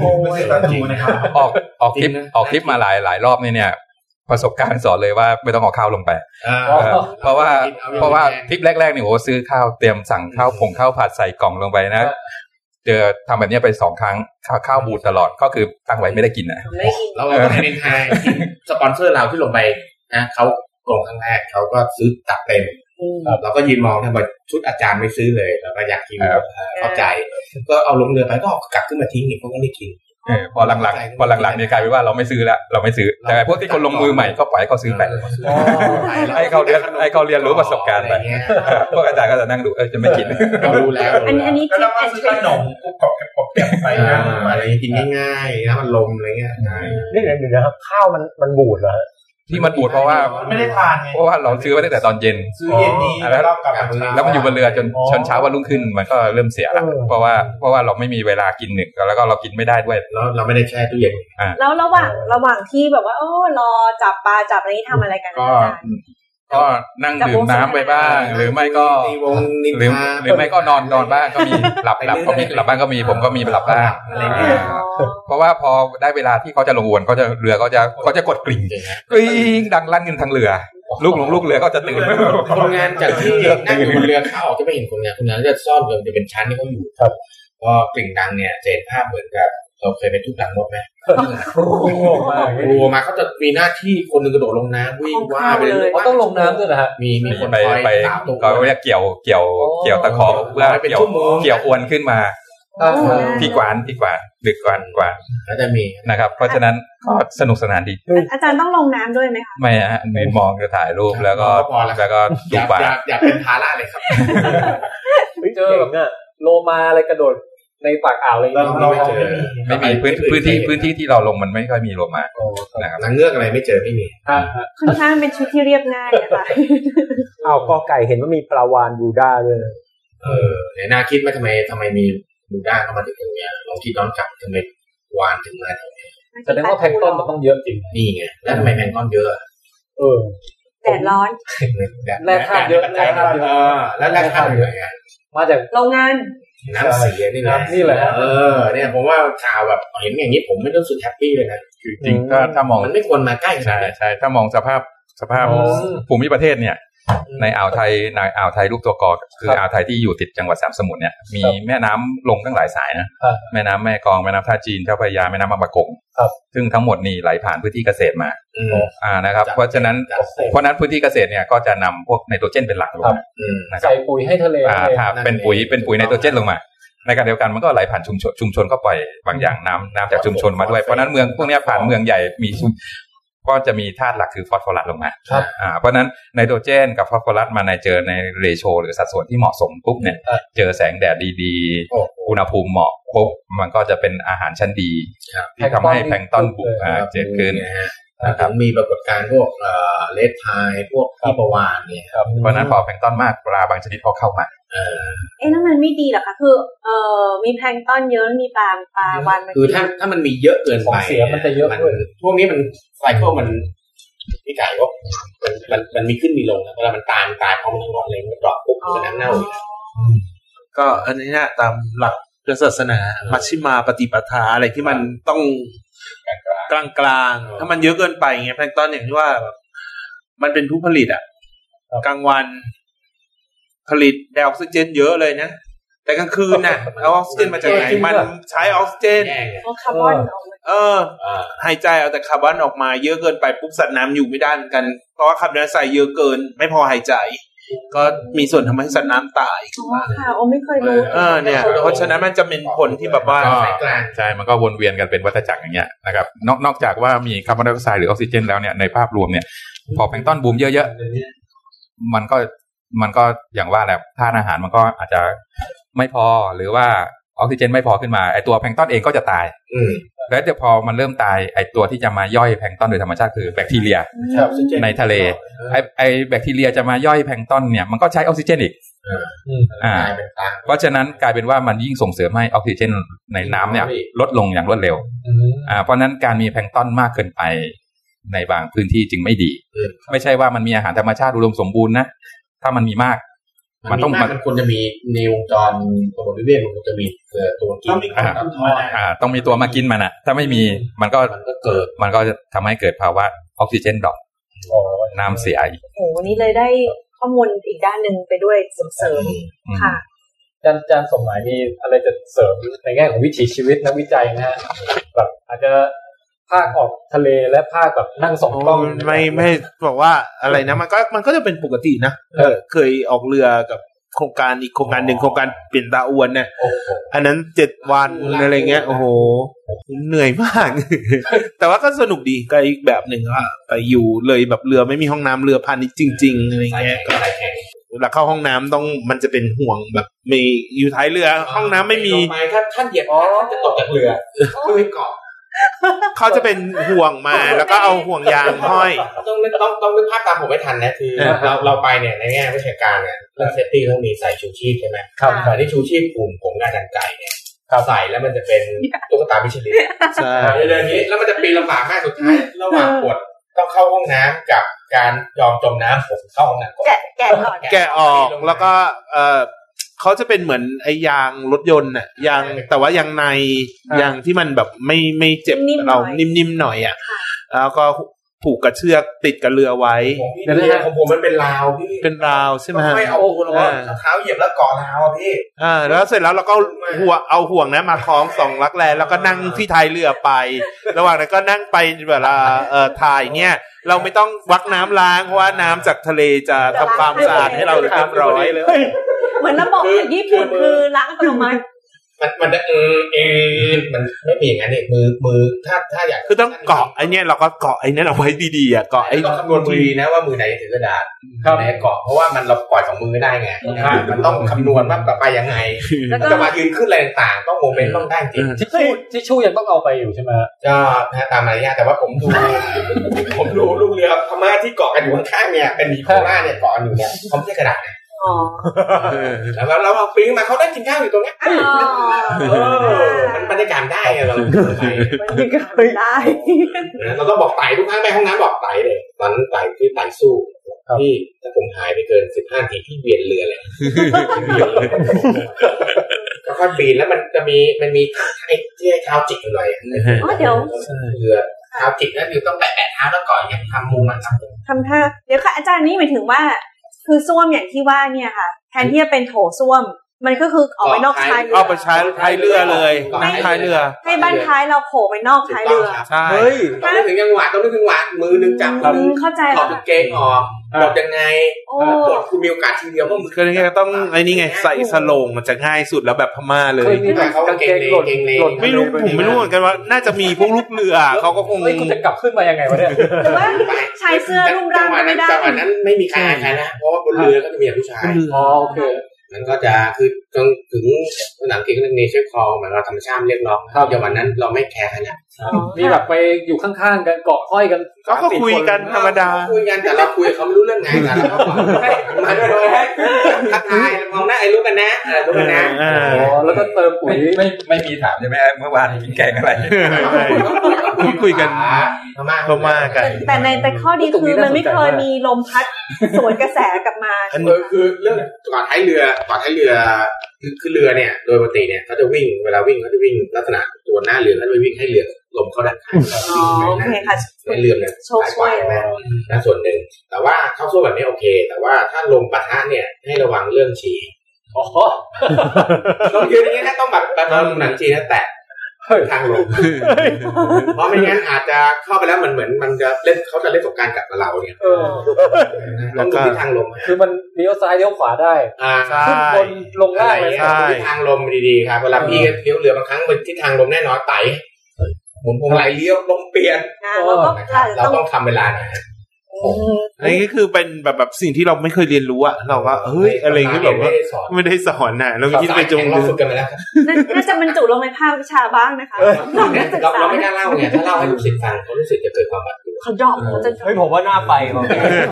ไม่ใช่ปลาทูนะครับ
ออกออกคลิปออกคลิปมาหลายหลายรอบนี่เนี่ย ประสบการณ์สอนเลยว่าไม่ต้องเอาข้าวลงไป
อ่า
อ๋อ
เออเพราะว่า
กินเอาอย่าง
เพราะว่า
แรง
ทริปแรกๆนี่โอ้โหซื้อข้าวเตรียมสั่งข้าวผงข้าวผัดใส่กล่องลงไปนะ เจอทำแบบเนี้ยไปสองครั้งข้าวข้าวบูดตลอดก็คือตั้งไว้ไม่ได้กินนะ
ไม่กิน
เราก็ให้เป็นทางที่สปอนเซอร์เราที่ลงไปนะเขาลงครั้งแรกเขาก็ซื้อตัดเต็ม
อืม
เราก็ยืนมองทำไมชุดอาจารย์ไม่ซื้อเลยเราก็อยากกินเข้าใจ ก็เอาลงเรือไปก็เอากลับขึ้นมาทิ้งอีกเพราะไม่ได้กิน
เออพอหลังๆพอหลังๆเนี่ยกลายเป็นว่าเราไม่ซื้อละเราไม่ซื้อแต่พวกที่คนลงมือใหม่ก็ปล่อยให้เขาซื้อไป ให้เขาเรียนให้เขาเรียนรู้ประสบการณ์ไป
อะเงี้ย
พวกอาจารย์ก็จะนั่งดูเออจะไม่กิน
เรารู้แล้ว
อันนี้อันนี้
ก็แล้วก็
แอน
ซื้อ
เทรน
ขนมกุ๊กกรอบกรอบแกรบไป
ไป
นะ
นะ
มา
อะไร
เลย
กินง่ายๆนะมันลมอะไรเงี้ย
นี่เดี๋ยวนะครับข้าวมันมันบูดเหรอฮะ
ที่มันบูดเพราะว่า
ไม่ได้ทานไง
เพราะว่าเราซื้อไว้ตั้งแต่ตอนเย็น
ซื้อเย็นนี้แล้วก็กลับมาเช้า
แล้วมันอยู่บนเรือจนจนเช้าวันรุ่งขึ้นมันก็เริ่มเสียละเพราะว่าเพราะว่าเราไม่มีเวลากินหนึ่งแล้วก็เรากินไม่ได้ด้วย
แล้วเราไม่ได้แช่ตู้เย็น
แล้วระหว่างระหว่างที่แบบว่าโอ้รอจับปลาจับอะไรนี่ทำอะไรกัน
ก็
อาจารย์
ก็นั่งดื่มน้ำไปบ้าง หรือไม่ก็
ตีวงนิน
หรือ
ทา
หรือไม่ก็นอนนอนบ้างก็มีหลับ
ไป
หลับก็
เรื่อย
มีหลับบ้างก็มีผมก็มีหลับบ้าง
อะไรเงี้ย
อ่าเพราะว่าพอได้เวลาที่เขาจะลงอวนเขาจะเรือเขาจะเขาจะกดกริ่งกริ่งดังลั่นขึ้นทางเรือ ลูกหลงลูกเรือก็จะตื่น
คนงานจากที่นั่งอยู่บนเรือเข้าออกจะไม่เห็นคนงานคนงานจะซ่อนเรือมันจะเป็นชั้นที่เขาอยู่ครับพอกลิ่งดังเนี่ยจะเห็นภาพเหมือนกับเราเคยไปทุบหลังรถไหมกลัวมาเขาจะมีหน้าที่คนหนึงกระโดดลงน้ำวิ่งว่าไปเรื่อย
เขาต้องลงน้ำด้วยนะฮะ
มีมีคน
ไป
คอย
ไป
ตามตัว
เขาเรียกเกี่ยวเกี่ยวเกี่ยวตะขอเพื่อ
ไปเป็น
เกี่ยว
ชั่วโมง
เกี่ยวอวนขึ้นมา
โอ้โห
อ่า
ได้
พี่กวานพี่กวานดึกกวานกวาน
แล้วจะมี
นะครับ เพราะฉะนั้นก็สนุกสนานดี
อาจารย์ต้องลงน้ำด้วยไหมคะ
ไม่ฮะเน้นมองจะถ่ายรูปแล้วก็แล้วก็
อ
ดู
ย่า
บา
อย่า
ท
อย่าเป็นภาระเลยครับ
เจอแบบโลมาอะไรกระโดดในปากอ่าวอะไรอย่าง
เรา
เงี้ย
เราไม่มี
ไม่
ไม่เจอ
มีพื้นพื้นที่พื้นที่ที่เราลงมันไม่ค่อยมีลงมานะครับ
นางเงือกอะไรไม่เจอไม่มี
อ่า
ค่อนข้างเป็นชุดที่เรียบง่ายนะคะ
เอาวกอไก่เห็นว่ามีปลาวานบูด้าด้วยนะ
เออไหนน่าคิดไหมทำไมทำไมมีบูด้าเข้ามาถึงตรงเนี้ยลองคิดย้อนกลับทำไมวานถึงมาแถวนี้
แสดงว่าแพลงก์ต้นมันต้องเยอะจริง
นี่ไงแล้วทำไมแมงก้อนเยอะอะ
เออ
แดดร้อน
บบ
แร่ธาตุเยอะ
แร่ธาตุเออแล้วแร่ธาตุเยอะไง
มาจาก
โรงงาน
น้ำเสียนี่นะ
น้ำนี่แหละ
เออเนี่ยผมว่าข่าวแบบเห็นอย่างนี้ผมไม่รู้สึกแฮปปี้เลยนะ
คือจริงๆถ้าถ้ามอง
มันไม่ควรมาใกล้ขนา
ใช่
ดนี้
ใช่ถ้ามองสภาพสภาพ
อ๋อ
ภูมิประเทศเนี่ย ในอ่าวไทยในอ่าวไทยรูปตัวกอคืออ่าวไทยที่อยู่ติดจังหวัดสามสมุทรเนี่ยมี
ครับ
แม่น้ำลงตั้งหลายสายนะครับ แม่น้ำแม่กลองแม่น้ำท่าจีนเจ้าพระยาแม่น้ำบางปะกง
ครับ
ซึ่งทั้งหมดนี่ไหลผ่านพื้นที่เกษตรมา
อืม
อ่านะครับ
ครับ
เพราะฉะนั้น
จัดเสร็จ
เพราะฉะนั้นพื้นที่เกษตรเนี่ยก็จะนำพวกไนโตรเจนเป็นหลักลงมา
อืม
นะครับ
ใส่ปุ๋ยให้ทะเล
อ่า
ทะเล
ถ้าเป็นปุ๋ยเป็นปุ๋ยไนโตรเจนลงมา ในการเดียวกันมันก็ไหลผ่านชุมชนชุมชนก็ปล่อยบางอย่างน้ำน้ำจากชุมชนมาด้วยเพราะฉะนั้นเมืองพวกเนี้ยผ่านเมืองใหญ่มีชุมก็จะมีธาตุหลักคือฟอสฟอรัสลงมา
ครับ
อ่าเพราะฉะนั้นไนโตรเจนกับฟอสฟอรัสมาในเจอในเรโชหรือสัดส่วนที่เหมาะสมปุ๊บเนี่ย
ครับ
เจอแสงแดดดี
โอ้โห
ๆ อุณหภูมิเหมาะปุ๊บมันก็จะเป็นอาหารชั้นดี
ครับ
ที่ทำให้แพลงก์ต้อนบุก
แพลงก์ต้อน
อ่าเจดขึ้น
นะฮะ
นะค
ค
รั
รับ บมีปรากฏการณ์พวกเอ่อเลดไทยพวกที่ประวานเนี่ยครับ
เพราะฉะนั้นพอแพลงก์ต้อนมากปลาบางชนิดพอเข้ามา
เออ
เอ๊ะแล้วมันไม่ดีเหรอคะคือเอ่อมีแพลงก์ต้อนเยอะมีปลาปลาวันมา
คือถ้าถ้ามันมีเยอะเกินไป
ของเสียมันจะเยอะด้วย
พวกนี้มันไซเคิลมันพี่ไก่ว่ามันมันมันมีขึ้นมีลงนะเวลามันตายมันตายพร้อมกันหมดเลยมันดรอปปุ๊บมันก็น้ำเน่าอีก
ก็อันนี้เนี่ยตามหลักพระศาสนา มัชฌิมาปฏิปทาอะไรที่มันต้องกลางกลางๆถ้ามันเยอะเกินไปเงี้ยแพลงก์ตอนอย่างที่ว่าแบบมันเป็นผู้ผลิตอะกลางวัน ผลิตไดออกซิเจนเยอะเลยนะ แต่กลางคืนน่ะเอาออกซิเจนมาจากไหน
จริงๆ
มัน
ด้วย
ใช้ออกซิเจน
แย่ไง
โอ้คาร์บอนออกมา
เออ
อ่า
หายใจเอาแต่คาร์บอนออกมาเยอะเกินไปปุ๊บสัตว์น้ำอยู่ไม่ได้เหมือนกัน เพราะว่าคาร์บอนไดออกไซด์เยอะเกิน ไม่พอหายใจ ก็มีส่วนทำให้สัตว์น้ำตาย
อ๋อค่ะโอ้ไม่เคยรู้
เออเนี่ย เพราะฉะนั้นมันจะเป็นผลที่แบบว่า
ก็
สายกลาง
ใช่ มันก็วนเวียนกันเป็นวัฏจักรอย่างเงี้ยนะครับนอกนอกจากว่ามีคาร์บอนไดออกไซด์หรือออกซิเจนแล้วเนี่ยในภาพรวมเนี่ยพอแพลงก์ต้อนบูมเยอะๆมันก็มันก็อย่างว่าแหละธาตุอาหารมันก็อาจจะไม่พอหรือว่าออกซิเจนไม่พอขึ้นมาไอตัวแพลงก์ต้อนเองก็จะตาย
อืม
แล้วเดี๋ยวพอมันเริ่มตายไอตัวที่จะมาย่อยแพลงก์ต้อนโดยธรรมชาติคือแบคทีเรีย ในทะเล ไอไอแบคทีเรียจะมาย่อยแพลงก์ต้อนเนี่ยมันก็ใช้ออกซิเจนอีกอ่า
กลายเป็นกลาง
เพราะฉะนั้นกลายเป็นว่ามันยิ่งส่งเสริมให้ออกซิเจนในน้ำเนี่ย
น้อย
ลดลงอย่างรวดเร็ว อ่าเพราะฉะนั้นการมีแพลงก์ต้อนมากเกินไปในบางพื้นที่จึงไม่ดี ไม่ใช่ว่ามันมีอาหารธรรมชาติอุดมสมบูรณ์นะ ถ้ามันมีมาก มั
มัน น
ต้
ต้
อ
องง
มั
มัน นควรจะมีในวงจรตัวบริเวณมันควรจะมีเอ่อตัวกิน
ต้องมีคน
ครับ
ทำทอด
อ่าต้องมีตัวมากินมันอ่ะ ถ้าไม่มีมันก็
มันก็เกิด
มันก็จะทำให้เกิดภาวะออกซิเจนดรอปน้ำเสียอีก
โอ้วันนี้เลยได้ข้อมูลอีกด้านหนึ่งไปด้วยเสริม
อืม
ๆค่ะ
อาจารย์อาจารย์สมหมายมีอะไรจะเสริมในแง่ของวิถีชีวิตนักวิจัยนะฮะแบบอาจจะภาคออกทะเลและภาคแบบนั่งสองกล้อง
ไม่ไม่บอกว่าอะไรนะมันก็มันก็จะเป็นปกตินะเออเคยออกเรือกับโครงการอีกโครงการหนึ่งโครงการเปลี่ยนตาอวนเนี่ยอันนั้นเจ็ดวันอะไรเงี้ย โอ้โห เหนื่อยมาก แต่ว่าก็สนุกดีก็อีกแบบหนึ่งว่าไปอยู่เลยแบบเรือไม่มีห้องน้ำเรือพาณิชย์จริง ๆอะไรเงี้ยก็เวลาเข้าห้องน้ำต้องมันจะเป็นห่วงแบบมีอยู่ท้ายเรือ ห้องน้ำไม่มี
ลงปถ้าท่านเหยียบพลาดท่านจะตกจากเรือคือเกาะ
เขาจะเป็นห่วงมาแล้วก็เอาห่วงยางห้อย
ต้องนึกต้องต้องนึกภาพตามผมไม่ทันนะคือ
เออ
เราเราไปเนี่ยในแง่วิชาการเนี่ยเรื่องเซฟตี้ต้องมีใส่ชูชีพใช่ไหม
ครับ
แต่ที่ชูชีพกลุ่มผมงานดังไก่เนี่ยใส่แล้วมันจะเป็นตุ๊กตาพิชลิน
ใช่
เรื่องนี้แล้วมันจะปีนลำบากมากสุดท้ายระหว่างปวดต้องเข้าห้องน้ำกับการยอมจมน้ำผมเข้าห้องน้ำก่อน
แกะแกะก่อน
แกะออกแล้วก็เออเขาจะเป็นเหมือนไอ้ยางรถยนต์น่ะยางแต่ว่ายางในยางที่มันแบบไม่ไม่เจ็บ
นิ่มๆ
เรา
หน่อย
นิ่มๆหน่อยอ่ะแล้วก็ผูกกับเชือกติดกับเรือไว้
ของพี่เนี่ยของผมมันเป็นลาวพี่
เป็นราวใช่ไหมฮะ
ไม่เอาคุณเอา
อ่า
เท้าเหยียบแล้วเกาะลาวอะพี่
อ่าแล้วเสร็จแล้วเราก็หัวเอาห่วงนะมาคล้องสองลักแลแล้วก็นั่งที่ท้ายเรือไป ระหว่างนั้นก็นั่งไปเวลาเอ่อถ่ายเนี่ย เราไม่ต้องวักน้ำล้างเพราะว่าน้ำจากทะเลจะทำความสะอาดให้เราเรียบร้อย
เหมือนระบบจากญี่ปุ่นคือล้างอัตโนมัติ
มันมันจะเออเออมันไม่มีอย่างนั้นเนี่ยมือมือถ้าถ้าอยาก
คือต้องเกาะไอ้เนี่ยเราก็เกาะไอ้นั่นเอาไว้ดีๆอ่ะเกาะไอ้
ต้องคำนวณมือดีนะว่ามือไหนถือกระดาษ
ครับ
ไหนเกาะเพราะว่ามันเราปล่อยสองมือไม่ได้ไงมันต้องคำนวณว่าต่อไปยังไง
แล้วก็
จะมายืนขึ้นอะไรต่างๆต้องโมเมนต์ต้องได้จริง
ทิชชู่ทิชชู่ยังต้องเอาไปอยู่ใช่ไหมฮะ
ก็นะตามมารยาทแต่ว่าผมดู ผมดูลูกเรือพม่าที่เกาะกันอยู่ข้างๆเนี่ยเป็นหมีโคราเนี่ยเกาะกันอยู่เนี่ยเขาไม่ใช่กระดาษนะ
อ๋อ
แล้วเราเราปิ้งมาเขาได้กินข้าวอยู่ตรงเนี้ย
อ๋อ
เออมันบรรยากาศได้ไงเราไป
มันยังเกิดได้
นะเราต้องบอกไต่ทุกครั้งไปห้องน้ำบอกไต่เลยตอนนั้นไต่คือไต่สู้พี่ถ้าผมหายไปเกินสิบห้าทีที่เวียนเรือ เลยแล้วก็ปีนแล้วมันจะมีมันมีไอ้ที่ไอ้เท้าจิกอยู่หน่อยอะ
อ๋อเดี๋ยว
เรือเท้าจิกนั่นคือต้องแตะแตะเท้าแล้วก่อนยังทำมุมมันทำ
ทำท่าเดี๋ยวค่ะอาจารย์นี่หมายถึงว่า คือส้วมอย่างที่ว่าเนี่ยค่ะ แทนที่จะเป็นโถส้วม มันก็คือออกไปนอกชายเรื
เอาไปใช้ท้ายเรือเลยนั่งท้ายเรือ
ให้บ้านท้ายเราโผล่ไปนอกท้ายเรือ
ใช่
เฮ้ย
ต้องนึกถึงจังหวะต้องนึกถึงจังหวะมือหนึ่งจับ
อืมเข้าใจ
ถอด
แล้ว
กางเกงออกกดยังไง
โอ้
กดคุณมีโอกาสทีเดียวเพราะมือ
ก็นี่ไงต้องไอ้นี่ไงใส่สโลงมันจะง่ายสุดแล้วแบบพม่าเลย
นี่แบบเขากางเกงเลงเกงเลง
ไม่รู้ผมไม่รู้เหมือนกันว่า น่าจะมีพวกลูกเรือเขาก็คง
เฮ้ยกูจะกลับขึ้นมายังไงวะเนี่ย
หรือว่าชายเสื้อรูปร่าง
จังหวะ
ไม่
นั้น
ได้
จังหวะนั้นไม่มีใครอายใครนะเพราะว่าบนเรือก็จะมีแต่ผู้ชาย
อ๋อโอเค
มันก็จะคือจนถึงสนามกีฬาเนเชอร์คอลเหมือนเราธรรมชาติเรียกร้อง
ครับ
อย่างวันนั้นเราไม่แคร์ใครนะ
มีแบบไปอยู่ข้างๆกันเกาะห้อยกัน
เขาก็คุยกันธรรมดา
คุยกันแต่เราคุยกับเขาไม่รู้เรื่องไงแต่เราก็บอกให้มาด้วยเลยให้ทักทายมองหน้าไอ้รู้กันนะเออรู้กันนะ
เออ
อ๋อแล้วก็เติมปุ๋ย
ไม่ไม่มีถามใช่ไหมเมื่อวานกินแกงอะไร
คุยกัน
พม่า
พม่ากัน
แต่แต่ในแต่ข้อดีคือมันไม่เคยมีลมพัดสวนกระแสกลับมา
เออคือเรื่องก่อนท้ายเรือก่อนท้ายเรือคือคือเรือเนี่ย โดยปกติเนี่ยเขาจะวิ่งเวลาวิ่งเขาจะวิ่งลักษณะตัวหน้าเรือแล้วจะวิ่งให้เรือลมเขาด้านข้าง
อ๋อโอเคค่ะ
ให้เรือเนี่ย
โชค
สาย
ช่
ก
ว
ว่าย ใช่ไหมนั่นส่วนหนึ่ง แต่ว่าเข้าสู้แบบนี้โอเค แต่ว่าถ้าลมปะทะเนี่ยให้ระวังเรื่องฉี่
อ๋อ
ต้องยืนอย่างนี้ยนะต้องแบบแบบลมหนังฉี่นะแตะทางลมเพราะไม่งั้นอาจจะเข้าไปแล้วมันเหมือนมันจะเล่นเขาจะเล่นสงกรารกลับมาเราเนี่ย
เออ
ต้องดูที่ทางลมฮะ
คือมันเลี้ยวซ้ายเลี้ยวขวาได้
อ่า
ใช่
ขึ้นบนลง
อะ
ล่า
ไรง
เลย
เงี้ย
ใช่
ทิศทางลมดีๆครับเวลาพี่เลี้ยวเรือบางครั้งเป็นทิศทางลมแน่นอนไตหมุนพวงมาลัยเลี้ยวลมเปลี่ยน
นะแล้วก็
นะครับเรา
ต้อง
ต้องทำเวลาหน่อยนะ
อันนี้ก็คือเป็นแบบแบบสิ่งที่เราไม่เคยเรียนรู้อะเราก็เฮ้ยอะไรอย่างเงี้ยแบบว่า
ไม่ได้สอน
ไม่ได้สอนน่ะเราคิดไป
สาย
จง
แข่งเรา
ลืม
ฝึกกันมาแล้ว
น่าจะบรรจุลงในภาควิชาบ้างนะคะลองศึก
เรา
ษา
เราไม่กล้าเล่าไงถ้าเล่าให้ลูกศิษย์ฟังเขารู้สึกจะเกิดความบัด
เขา drop เขาจะ drop
เฮ้ยผมว่าน่าไปว่ะ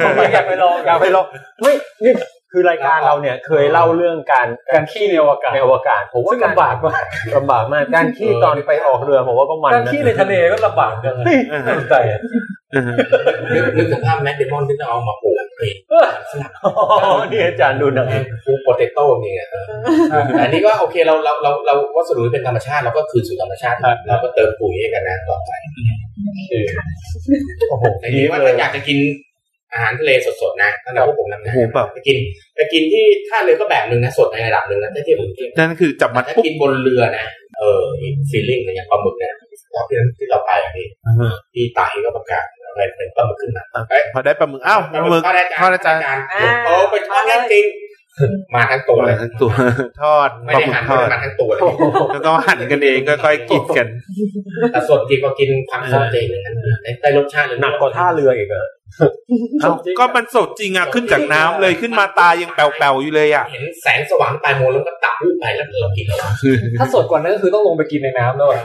ผมว่าอยากไปลองอยากไปลองไม่นี่คือรายการเราเนี่ยเคยเล่าเรื่องการ
การขี้ในอวกาศ
ในอวกาศผมว่า
ซึ่งลำบากมาก
ลำบากมากการที่ตอนไปออกเรือผมว่าก็มัน
การ
นะ
ขี้ในทะเลก็ลำบากจังเลยน่าสนใจอ่ะ
นึกนึกสภาพแมดเดมอนที่เอามาปลูกเป็น
อ๋อนี่อาจารย์ดูหนัง
ปลูกโปเตโต้เนี่ยเออแต่อันนี้ก็โอเคเราเราเราเราวัสดุที่เป็นธรรมชาติเราก็คืนสู่ธรรมชาติเราก็เติมปุ๋ยให้กันนะต่อไป
โอ้โห
อย่างนี้ว่าถ้าอยากจะกินอาหารทะเลสดๆนะถ้าเราพวกผมนำนะ
โหแบบ
ไปกินไปกินที่ท่าเรือก็แบบหนึ่งนะสดในระดับหนึ่งนะถ้าเทียบกับกรุงเทพ
นั่นคือจับมัด
แต่ถ้า
ปุ๊บ
กินบนเรือนะเออฟีลลิ่งอย่างปลาหมึกเนี่ยตอนที่ที่เราไปอะพี่ที่ไต่ก็ประกาศอะไรเป็นปลาหมึกขึ้นมา
พอได้ปลาหมึกอ้าวปลาหมึก
ทอดได้
ทอดได้
จา
จ้ะ
น
อ่า
โอ้ไปทอดได้จริงมาทั้งตัวเลย
ทั้งตัวทอด
ไม่
ปลาหมึก
ได้
ทอด
หั่นมาทั้งตัวเลย
แล้วก็หั่นกันเองค่อยๆกินกัน
แต่สดจริงก็กินความสดจริงอย่างนั้นได้ได้รสชาติเลย
หนักกว่าท่าเรืออีกเหรอ
เอ้าก็มันสดจริงอ่ะขึ้นจากน้ำเลยขึ้นมาตายังแป๋วๆอยู่เลยอ่ะ
เห็นแสงสว่างปลายโมงแล้วก็ตับวูบไปแล้วเรากินแล้วอะ
ถ้าสดกว่านั้นก็คือต้องลงไปกินในน้ำแล้วอ่ะ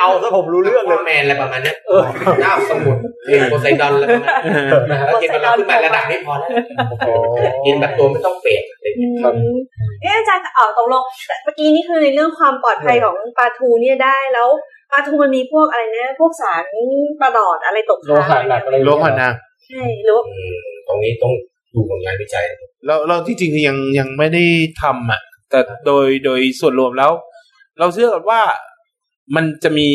เอาซะผมรู้เรื่องเลย
แมนอะไรประมาณนั้นเจ้าสมุนโพไซดอนอะไรประมาณนั้นนะฮะกินแบบเราขึ้นไประดับนี้พอแล้วกินแบบตัวไม่ต้องเปียกอะไรอย่างเงี้ย
อืมเอ๊ะอาจารย์อ๋อตกลงเมื่อกี้นี่คือในเรื่องความปลอดภัยของปลาทูเนี่ยได้แล้วปลาทูมันมีพวกอะไรนะ พวกสารประหลอดอะไรตก
โลหะ
ค้าง
หนักอะไร
โลหะหนัก
ใช่หรือว่า
อืมตรงนี้ต้องดูผลงานวิจัย
เราเราที่จริงคือยังยังไม่ได้ทำอ่ะ แต่โดยโดยส่วนรวมแล้ว เราเชื่อกันว่ามันจะมี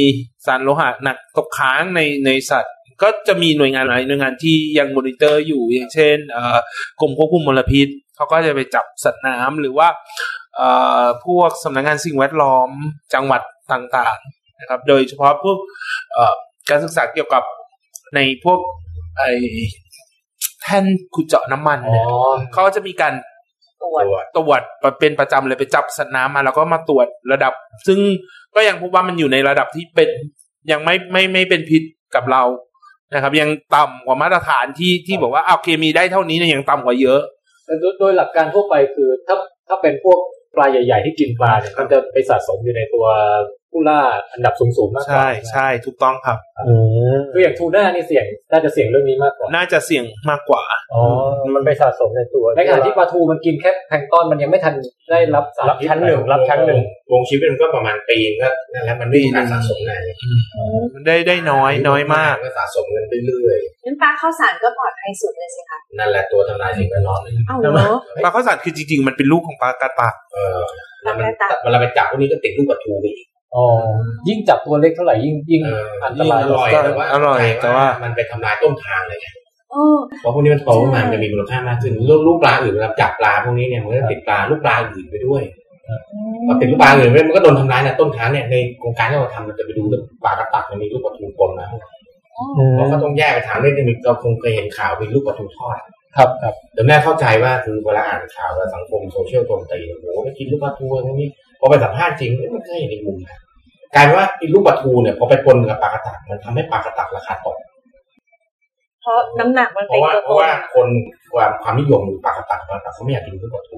สารโลหะหนักตกค้างในในสัตว์ ก็จะมีหน่วยงานหลายหน่วยงานที่ยังมอนิเตอร์อยู่อย่างเช่นเอ่อกรมควบคุมมลพิษเขาก็จะไปจับสัตว์น้ำหรือว่าเอ่อพวกสำนักงานสิ่งแวดล้อมจังหวัดต่างๆนะครับ โดยเฉพาะพวกเอ่อการศึกษาเกี่ยวกับในพวกไอแท่นขุดเจาะน้ำมัน
อ๋อ
เนี่ย เขาจะมีการ
วจ
ตรวจเป็นประจำเลยไปจับสัตว์น้ำมาแล้วก็มาตรวจระดับ ซึ่งก็ยังพบว่ามันอยู่ในระดับที่เป็นยังไม่ไม่ไม่เป็นพิษกับเรานะครับ ยังต่ำกว่ามาตรฐานที่ที่บอกว่าอ่ะโอเคมีได้เท่านี้เนี่ยยังต่ำกว่าเยอะ
แต่โดยโดยหลักการทั่วไปคือถ้าถ้าเป็นพวกปลาใหญ่ ๆ ที่กินปลาเนี่ยมันจะไปสะสมอยู่ในตัวผู้ล่าอันดับสูงๆมากกว่า
ใช่ใช่ถูกต้องครับ
คืออย่างทูน่านี่เสี่ยงน่าจะเสี่ยงเรื่องนี้มากกว่า
น่าจะเสี่ยงมากกว่า
อ๋อ มันไปสะสมในตัว
ในขณะที่ปลาทูมันกินแค่แพลงก์ต้อนมันยังไม่ทันได้รับสาร
รับ
พิษ
ชั้นหนึ่งรับชั้นหนึ่ง
วงชีวิตมันก็ประมาณปีนึงก็นั่นแหละมันไม่มีการสะสมนานเลย
ได้ได้น้อยน้อยมาก
ก็สะสมกันเรื่อย
งั้นปลาข้าวสารก็ปลอดภัยสุดเลยสิคะ
ๆนั่นแหละตัวทำลายสิ่งแวดล้อมเลย
เอ้าเหรอ
ปลาข้าวสารคือจริง ๆ มันเป็นลูกของปลากระตาก
เออแล้วมัน
ปลาตะ
เวลาไปจับพวกนี้ก็ติดลูกประทูไปอีก
อ๋อยิ่งจับตัวเล็กเท่าไหร่ยิ่งยิ่ง
เออ
อันตราย
อร่อยแต่ว่า
อร่อยแต่ว่า
นไปทำลายต้นทางเลยไง
โอ้
เพราะพวกนี้มันโตขึ้นมามันจะมีมูลค่ามากขึ้นลูกลูกปลาอื่นเวลาจับปลาพวกนี้เนี่ยมันก็จะติดปลาลูกปลาอื่นไปด้วยพอติดลูกปลาอื่นไปมันก็โดนทำลายนะต้นทางเนี่ยในโครงการที่เราทำมันจะไปดูแบบปลากระตักมันมีลูกประทูปนนะเพราะเขาต้องแยกไปถามเรื่องนึงเราคงเคยเห็นข่าวเป็นลูกประทูทอด
ครับครับ
เดี๋ยวแม่เข้าใจว่าคือเวลาอ่านข่าวแล้วสังคมโซเชียลโจมตีโอ้โหไม่กินลูกปลาทูอะไรพวกนี้พอไปสัมภาษณ์จริงมันก็เห็นอีกมุมนะกลายเป็นว่ากินลูกปลาทูเนี่ยพอไปปนกับปลากระตักมันทำให้ปลากระตักราคาตก
เพราะน้ำหนักมัน
เพ
เป็น
ราะว่า
ตัวตน
เพราะว่าคนความความนิยมปลากระตักปลากระตักเขาไม่อยากกินลูกปลาทู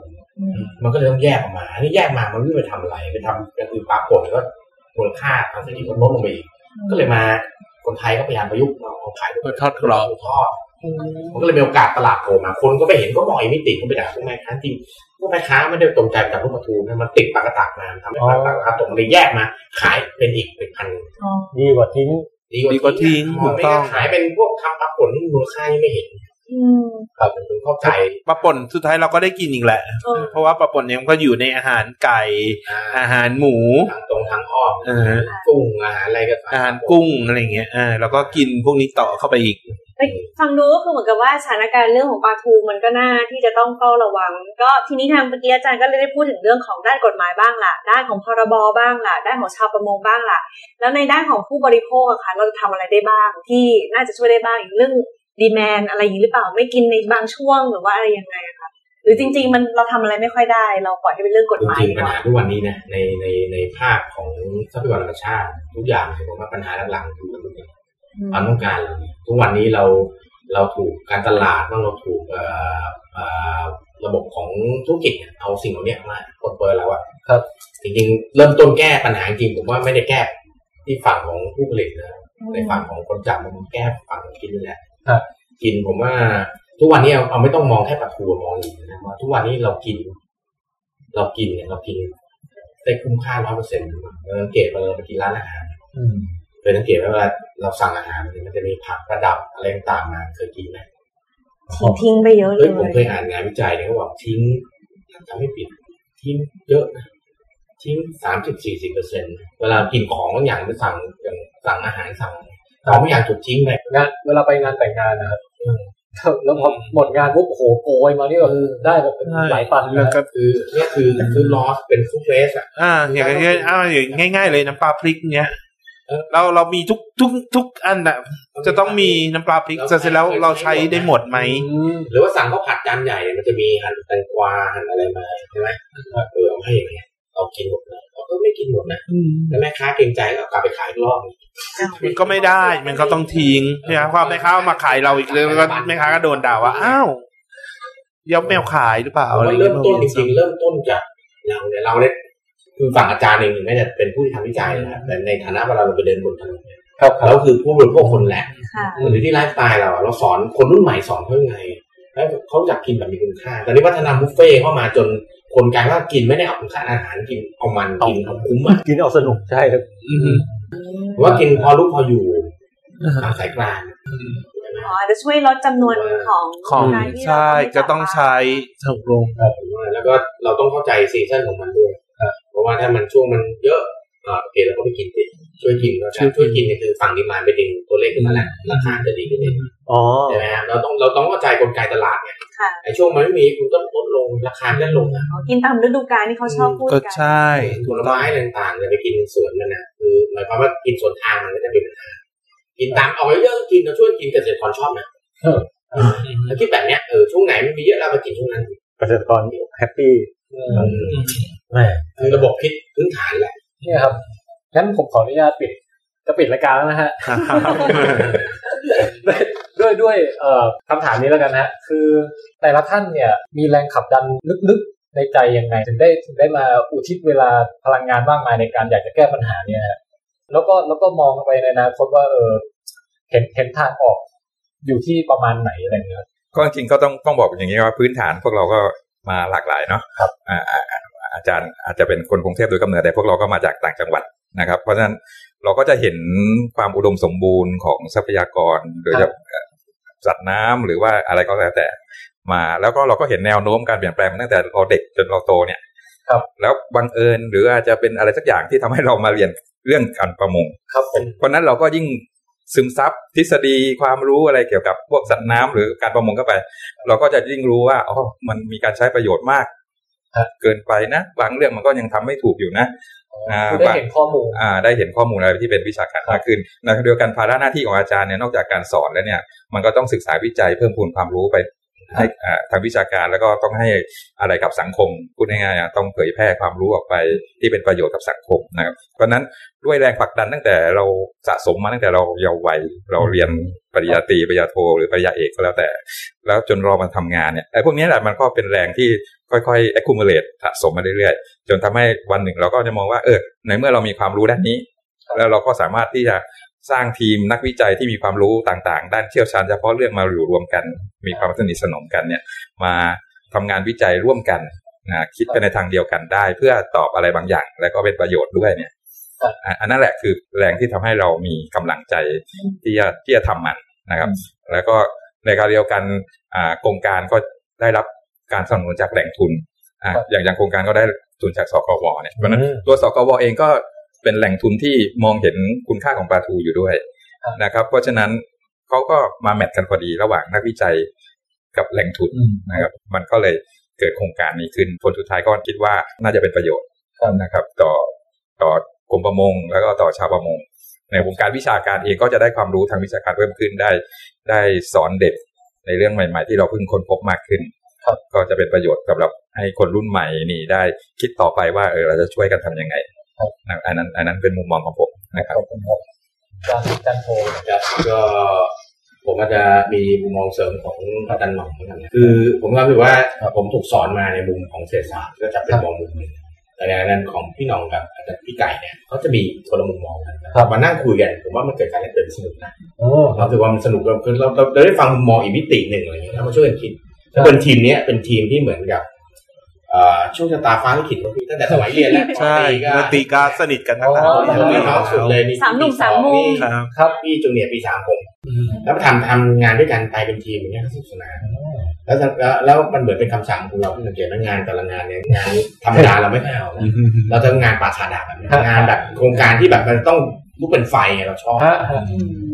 มันก็เลยต้องแยกออกมาอันนี่แยกมามันไม่รู้ไปทำอะไรไปทำอย่างอื่นปลาป่นก็มูลค่าทางเศรษฐกิจก็ลดลงไปอีกก็เลยมาคนไทยก็พยายามประยุกต์เอาขายลูกปลา
ทอดกรอบ
ทูทอด มันก็เลยมีโอกาสตลาดโผล่มา คนก็ไปเห็นก็มองอีกมิติก็ไปด่าพวกแม่ค้าจริงพวกแม่ค้าไม่ได้ตรงใจกับพวกปลาทูนะมันติดปลากระตักมาทำให้ปลากระตักราคาตกมันเลยแยกมา ขายเป็นอีกเป็นพัน
อ๋อ
ดีกว่าทิ้ง
ดีกว่าทิ้ง
นะ
ถูกต้อง
ไม่นขายเป็นพวกคำปักผลที่มูลค่ายังไม่เห็น
อืม
ครับผมถึงเข้าใจ
ปลาป่นสุดท้ายเราก็ได้กินอีกแหละ
เออ
เพราะว่าปลาป่นเนี่ยมันก็อยู่ในอาหารไก่
อ่า
อาหารหมู
ทางตรงทางอ้อม
เออ
กุ้งอาหารอะไรก็ตม
อาหารกุ้งอะไรอย่างเงี้ยอ่าแล้วก็กินพวกนี้ต่อเข้าไปอีก
ไปฟังดูก็คือเหมือนกับว่าสถานการณ์เรื่องของปลาทูมันก็น่าที่จะต้องเฝ้าระวัง ก็ทีนี้ทางเมื่อกี้อาจารย์ก็เลยได้พูดถึงเรื่องของด้านกฎหมายบ้างล่ะ ด้านของพรบบ้างล่ะ ด้านของชาวประมงบ้างล่ะ แล้วในด้านของผู้บริโภคอะคะเราจะทำอะไรได้บ้าง ที่น่าจะช่วยได้บ้างอีกเรื่องดีแมนอะไรอย่างนี้หรือเปล่าไม่กินในบางช่วงหรือว่าอะไรยังไงอะคะหรือจริง ๆ มันเราทำอะไรไม่ค่อยได้ เราปล่อยให้เป็นเรื่องกฎ
จ
หมาย
ริง
ดี
ๆ
กว่า
ปัญหาทุกวันนี้นะในในในภาคของทรัพยากรธรรมชาติ ทุกอย่างผมว่าปัญหาหลักๆคือ ความต้องการเราเนี่ยทุกวันนี้เราเราถูกการตลาดบ้างเราถูกเอ่อเอ่อระบบของธุรกิจเนี่ยเอาสิ่งเหล่านี้มาปนเปื้อนเราอะ
ครับ
จริงๆเริ่มต้นแก้ปัญหาจริงผมว่าไม่ได้แก้ที่ฝั่งของผู้ผลิตนะในฝั่งของคนจับมันแก้ฝั่งของกินนี่แหละ
ครับ
กินผมว่า ทุกวันนี้เอาเอาไม่ต้องมองแค่ปลาทูมองอื่นนะว่าทุกวันนี้เรากิน เรากินเนี่ยเรากินได้คุ้มค่าร้อยเปอร์เซ็นต์เราสังเกตเวลาเราไปกินร้านอาหาร เคยสังเกตไหมว่าเราสั่งอาหารเนี่ยมันจะมีผักกระดับอะไรต่างๆมาเคยกินไหม
ทิ้งทิ้งไปเยอะเล
เฮ้ย
ย
ผมเคยอ่านงานวิจัยเนี่ยเขาบอกทิ้งถ้าจำไม่ผิดทิ้งเยอะนะทิ้งสามสิบสี่สิบเปอร์เซ็นต์เวลากินของบางอย่างไปสั่งอย่างสั่งอาหารสั่งของบางอย่างถูกทิ้งไป
งานเวลาไปงานแต่งงานนะครับแล้วพอหมดงานปุ๊บโอ้โหโกยมานี่แบบได้แบบเป็นหลายตันเลย
ก็
คือเนี่ยคือคือลอสเป็นฟูเฟสอ่ะ
อ่าอย่างเช่นอ้าวอย่างง่าย ๆ เลยน้ำปลาพริกเนี้ย
เออ
เราเรามีทุกทุกทุกอันอะจะต้องมีน้ำปลาพริกเสร็จแล้วเราใช้ได้หมดไหม
หรือว่าสั่งข้าวผัดจานใหญ่เนี่ยมันจะมีหั่นแตงกวาหั่นอะไรมาใช่ไหมเออเอาให้อย่างเงี้ยเอากินหมดเลยเราก็ไม่กินหมดนะแล้วแม่ค้าเกรงใจก็เอากลับไปขายอีกรอบ
มันก็ไม่ได้มันก็ต้องทิ้งนะความแม่ค้ามาขายเราอีกเลยแล้วก็แม่ค้าก็โดนด่าว่าอ้าวเดี๋ยวแมวขายหรือเปล่า
ผม
อะไรอย่าง
ว่าเริ่
เงี้
มต้นจริ
ย
งๆเริ่มต้นจากเราเนี่ยเราเนี่ยคือฝั่งอาจารย์เองถึงแม้จะเป็นผู้ที่ทำวิจัยนะครับแต่ในฐานะเวลาเราไปเดินบนถนนเนี่ย
ครับครับ
เราคือผู้บริโภคคนแหละ
ค่ะ
หรือที่ไลฟ์สไตล์เราอะเราสอนคนรุ่นใหม่สอนเขายังไงแล้วเขาอยากกินแบบมีคุณค่าตอนนี้วัฒนธรรมบุฟเฟ่ต์เข้ามาจนคนกลายว่ากินไม่ได้เอาคุณค่าอาหารกินเอามันกินเอาคุ้มอะ
กินเอาสนุกใช่ครับ
อือฮึ
ผมว่ากินพอรู้พออยู่ตามสายกลาง
อ๋ออาจจะช่วยลดจำนวนของ
ของ
การที่เรา
ใช่จะต้องใช้ถูกลง
ครับผมว่าแล้วก็เราต้องเข้าใจซีซั่นของมันด้วยเพราะว่าถ้ามันช่วงมันเยอะอ่าโอเคเราก็ไปกินดิ ช่วยกินแล้วกันช่วยกินเนี่ยคือฝั่งดีมานด์ไปดึงตัวเลขขึ้นมาแหละราคาจะดีขึ้นเอง
อ๋อ
ใช่ไหมครับเราต้องเราต้องเข้าใจกลไกตลาดเนี่ย
ค่ะ
ไอ้ช่วงมันไม่มีคุณก็ลดลงราคาก็ลงนะ
อ๋อกินตามฤดูกาลที่เขาชอบพูด
ก็
กัน
ใช่
ผลไม้อะไรต่างๆเนี่ยไปกินสวนนั่นนะคือหมายความว่ากินสวนทางมันก็จะเป็นปัญหากินตามเอาไว้เยอะกินเราช่วยกินเกษตรกรชอบนะ
เออ
แล้วคิดแบบเนี้ยเออช่วงไหนมันมีเยอะเราไปกินช่วงนั้น
เกษตรกรแฮปปี้แหม
คือระบบคิดพื้นฐานแหละ
เนี่ยครับงั้นผมขออนุญาตปิดจะปิดรายการแล้วนะฮะ ด้วยด้วยด้วยเอ่อคำถามนี้แล้วกันฮะ คือแต่ละท่านเนี่ยมีแรงขับดันลึกๆในใจยังไง ถึงได้ถึงได้มาอุทิศเวลาพลังงานมากมายในการอยากจะแก้ปัญหาเนี่ยฮะแล้วก็แล้วก็มองไปในอนาคตว่าเออเห็นเห็นทางออกอยู่ที่ประมาณไหนอะไรเงี้ย
ก็จริงๆก็ต้องต้องบอกอย่างนี้ว่าพื้นฐานพวกเราก็มาหลากหลายเนาะ
ครับ
อ่าอ่าอ่าอาจารย์อาจจะเป็นคนกรุงเทพโดยกำเนิดแต่พวกเราก็มาจากต่างจังหวัดนะครับ เพราะฉะนั้นเราก็จะเห็นความอุดมสมบูรณ์ของทรัพยากรโดยเฉพาะสัตว์น้ำหรือว่าอะไรก็แล้วแต่มา แล้วก็เราก็เห็นแนวโน้มการเปลี่ยนแปลงมาตั้งแต่เราเด็กจนเราโตเนี่ย
ครับ
แล้วบังเอิญหรืออาจจะเป็นอะไรสักอย่างที่ทำให้เรามาเรียนเรื่องการประมง
ครับผม
เพราะฉะนั้นเราก็ยิ่งซึมซับทฤษฎีความรู้อะไรเกี่ยวกับพวกสัตว์น้ำหรือการประมงเข้าไป เราก็จะยิ่งรู้ว่าอ๋อมันมีการใช้ประโยชน์มาก เกินไปนะ บางเรื่องมันก็ยังทำไม่ถูกอยู่นะ อ่า
คือได้เห็นข้อมูล
อ่าได้เห็นข้อมูลอะไรที่เป็นวิชาการมากขึ้นในขณะเดียวกันภาระหน้าที่ของอาจารย์เนี่ยนอกจากการสอนแล้วเนี่ย มันก็ต้องศึกษาวิจัยเพิ่มพูนความรู้ไปให้อ่าทางวิชาการแล้วก็ต้องให้อะไรกับสังคมพูดง่ายๆอ่ะต้องเผยแพร่ความรู้ออกไปที่เป็นประโยชน์กับสังคมนะครับเพราะฉะนั้นด้วยแรงผลักดันตั้งแต่เราสะสมมาตั้งแต่เราเยาว์วัยเราเรียนปริญญาตรีปริญญาโทหรือปริญญาเอกก็แล้วแต่ แล้วจนเรามาทำงานเนี่ยไอ้พวกนี้แหละมันก็เป็นแรงที่ค่อยๆ accumulate สะสมมาเรื่อยๆ จนทำให้วันหนึ่งเราก็จะมองว่าเออในเมื่อเรามีความรู้ด้านนี้ แล้วเราก็สามารถที่จะสร้างทีมนักวิจัยที่มีความรู้ต่างๆ ด้านเชี่ยวชาญเฉพาะเรื่องมาอยู่รวมกัน มีความสนิทสนมกันเนี่ย มาทำงานวิจัยร่วมกันนะคิดไปในทางเดียวกันได้ เพื่อตอบอะไรบางอย่าง แล้วก็เป็นประโยชน์ด้วยเนี่ย
ครับ
อ่ะอันนั้นแหละคือแรงที่ทำให้เรามีกำลังใจที่จะที่จะทำมันนะครับ แล้วก็ในการเดียวกันอ่าโครงการก็ได้รับการสนับสนุนจากแหล่งทุนอ่ะ
ครับ
อย่างอย่างโครงการก็ได้ทุนจากสกวเนี่ยเพราะฉะนั้นตัวสกวเองก็เป็นแหล่งทุนที่มองเห็นคุณค่าของปลาทูอยู่ด้วยนะครับ เพราะฉะนั้นเขาก็มาแมทกันพอดีระหว่างนักวิจัยกับแหล่งทุนนะครับ มันก็เลยเกิดโครงการนี้ขึ้นผลสุดท้ายก็คิดว่าน่าจะเป็นประโยชน์นะครับ ต่อต่อกรมประมง แล้วก็ต่อชาวประมง ในวงการวิชาการเองก็จะได้ความรู้ทางวิชาการเพิ่มขึ้นได้ ได้สอนเด็กในเรื่องใหม่ ๆ ที่เราเพิ่งค้นพบมากขึ้น
ครับ
ก็จะเป็นประโยชน์สำหรับให้คนรุ่นใหม่นี่ได้คิดต่อไปว่าเออเราจะช่วยกันทำยังไง
ครับ
นะอันนั้นอันนั้นเป็นมุมมองของผมนะครับ
ขอบคุณครับจานจานโท
นะครับก็ผมอาจจะมีมุมมองเสริมของอาจารย์หม่องเหมือนกันนะคือผมก็คือว่าผมถูกสอนมาในมุมของเศรษฐศาสตร์ก็จะเป็นมองมุมหนึ่งแต่ในนั้นของพี่หน้องกับอาจารย์พี่ไก่เนี่ยเขาจะมีคนละมุมมองกันนะครับมานั่งคุยกันผมว่ามันเกิดการแลกเปลี่ยนที่สนุกนะ
โอ้
เราถือว่ามันสนุกเราคือเราเราเราได้ฟังมุมมองอีกมิติหนึ่งอะไรเงี้ยแล้วมาช่วยกันคิดแล้วเป็นทีมเนี้ยเป็นทีมที่เหมือนกับเอ่อช่วงชะตาฟ้าลิขิตตั้งแต่สมัยเรียนแล้ว
ใช่
ป
มาตี
ตี
กาสนิทกันทั้งนั้
ก็
น
มีน้องสุดเลย
สามหนุ่มสามมุม
นี่
ครับ
ครับพี่จูเนียร์ปีสามผม แล้วทำทำงานด้วยกันไปเป็นทีมอย่างเงี้ยก็สนุกสนานแล้วแล้วแล้วมันเหมือนเป็นคำสั่งของเราที่สังเกตว่างานแต่ละงานเนี่ยงานธรรมดาเราไม่เอานะเราจะงานป่าชาดาแบบเนี้ยงานแบบโครงการที่แบบมันต้องลุกเป็นไฟไงเราชอบ
ฮะฮะ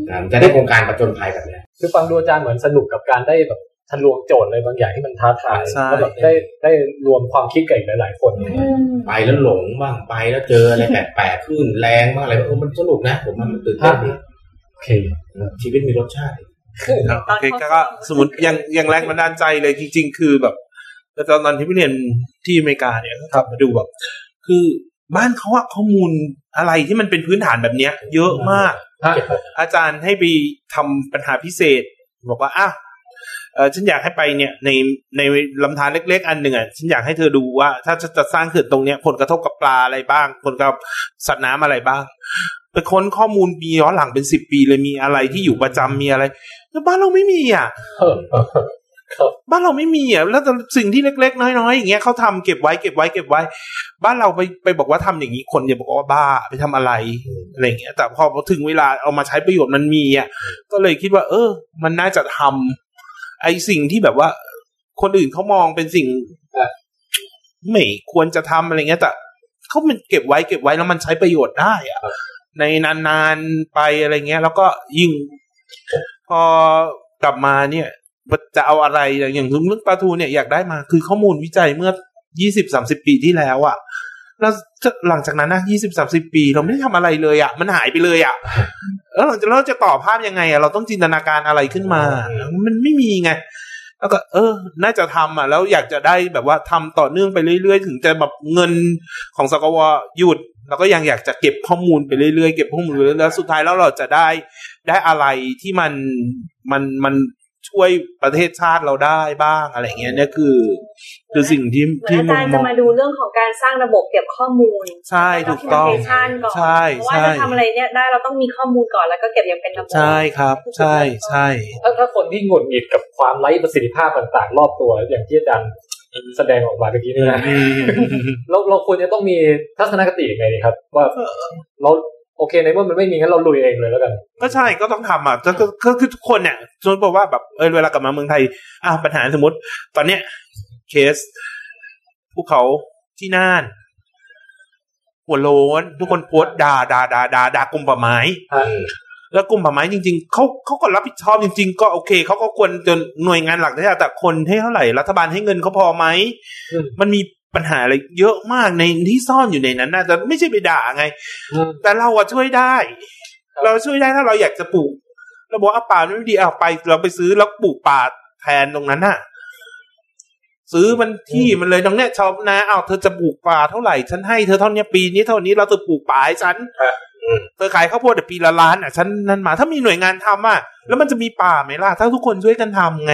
นะมันจะได้โครงการประจนภัยแบบเนี้ย
คือฟังดูอาจารย์เหมือนสนุกกับการได้แบบทะลวงโจทย์อะไรบางอย่างที่มันท้าทาย
ใช่
แล้วแบบได้ได้รวมความคิดกับอีกหลายๆ คน
อืม
ไปแล้วหลงบ้างไปแล้วเจออะไร แปลกๆขึ้นแรงบ้างอะไรบ้างเออมันสนุกนะ ผมว่ามันตื่นเต้นดี
โอเค
ชีวิตมีรสชาติ
โอเคก็สมมติยังยังแรงบันดาลใจเลยจริง ๆ คือแบบตอนตอนที่ไปเรียนที่อเมริกาเนี่ยก็กลับมาดูแบบ คือบ้านเขาอะข้อมูลอะไรที่มันเป็นพื้นฐานแบบเนี้ย เยอะมาก
ครับ
อาจารย์ให้ไปทำปัญหาพิเศษ บอกว่าอ่ะเอ่อฉันอยากให้ไปเนี่ย ในในลำธารเล็ก ๆ อันหนึ่งอ่ะฉันอยากให้เธอดูว่า ถ้าจะจะสร้างเขื่อนตรงเนี้ย ผลกระทบกับปลาอะไรบ้าง ผลกระทบสัตว์น้ำอะไรบ้างไปค้นข้อมูลปีย้อนหลังเป็นสิบปีเลยมีอะไรที่อยู่ประจำมีอะไรแล้วบ้านเราไม่มีอ่ะ
เออเออ
บ้านเราไม่มีอ่ะแล้วแต่สิ่งที่เล็ก ๆ น้อยๆอย่างเงี้ยเขาทำเก็บไว้เก็บไว้เก็บไว้ บ้านเราไปไปบอกว่าทำอย่างนี้คนอย่าบอกว่าบ้าไปทำอะไรอะไรอย่างเงี้ยแต่พอถึงเวลาเอามาใช้ประโยชน์มันมีอ่ะก็เลยคิดว่า เออ มันน่าจะทำไอสิ่งที่แบบว่า คนอื่นเขามองเป็นสิ่งไม่ควรจะทำอะไรเงี้ย แต่เขามันเก็บไว้เก็บไว้แล้วมันใช้ประโยชน์ได้อ่ะในนานๆไปอะไรเงี้ย แล้วก็ยิ่ง พอกลับมาเนี่ย จะเอาอะไรอย่างอย่างเรื่องปลาทูเนี่ยอยากได้มาคือข้อมูลวิจัยเมื่อยี่สิบสามสิบปีที่แล้วอะแล้วหลังจากนั้นนะยี่สิบสามสิบปี เราไม่ได้ทำอะไรเลยอะมันหายไปเลยอะแล้วหลังจากนั้นเราจะต่อภาพยังไงอะเราต้องจินตนาการอะไรขึ้นมา มันไม่มีไง แล้วก็ เออ น่าจะทำอ่ะ แล้วอยากจะได้แบบว่าทำต่อเนื่องไปเรื่อยๆ ถึงจะแบบเงินของสกวหยุด แล้วก็ยังอยากจะเก็บข้อมูลไปเรื่อยๆ เก็บข้อมูลไปเรื่อยๆแล้วสุดท้ายแล้วเราจะได้ได้อะไรที่มันมันมันช่วยประเทศชาติเราได้บ้างอะไรเงี้ยเนี่ยคือ คือสิ่งที่
เหมือน
ที่
อา
มุ
จาร
ม
ย์
ม
จะ
อง
มาดูเรื่องของการสร้างระบบเก็บข้อมูล
ใช่ถูกต้อง
ชันก่อน
ใช่
เพราะว่า
ใช่
จะทำอะไรเนี่ยได้เราต้องมีข้อมูลก่อนแล้วก็เก็บอย่างเป็นระบบ
ใช่ครับ ใช่ใช่
ถ้าถ้าคนที่หงุดหงิดกับความไร้ประสิทธิภาพต่างๆ รอบตัวอย่างที่อาจารย์แสดงออกมาเมื่อกี้เนี่ยนะเราเราควรจะต้องมีทัศนคติยังไงดีครับ ว่าเราโอเคในเมื่อมันไม่มีงั้นเราลุยเองเลยแล้วกัน
ก็ใช่ก็ต้องทำอ่ะก็ก็ก็คือทุกคนเนี่ยสมมติบอกว่าแบบเออเวลากลับมาเมืองไทย อ่ะปัญหาสมมติ ตอนเนี้ย เคสภูเขาที่น่านหัวโล้นทุกคนโพสต์ด่าด่าด่าด่าด่ากลุ่มป่าไม้ แล้วกลุ่มป่าไม้จริง ๆเขาเขาก็รับผิดชอบจริง ๆ ก็โอเคเขาก็ควรจนหน่วยงานหลักที่จะแต่คนให้เท่าไหร่รัฐบาลให้เงินเขาพอไหมมันมีปัญหาอะไรเยอะมากในที่ซ่อนอยู่ในนั้นนะแต่ไม่ใช่ไปด่าไง แต่เราอะช่วยได้ เราช่วยได้ถ้าเราอยากจะปลูกเราบอกว่าป่ามันไม่ดีเอาไป เราไปซื้อแล้วปลูกป่าแทนตรงนั้นน่ะ ซื้อมันที่มันเลยตรงเนี้ยชอบนะเอาเธอจะปลูกป่าเท่าไหร่ฉันให้เธอเท่านี้ปีนี้เท่านี้เราจะปลูกป่าให้ฉันเธอขายข้าวโพดแต่ปีละล้านอ่ะฉันนั่นมา ถ้ามีหน่วยงานทำอ่ะแล้วมันจะมีป่าไหมล่ะถ้าทุกคนช่วยกันทำไง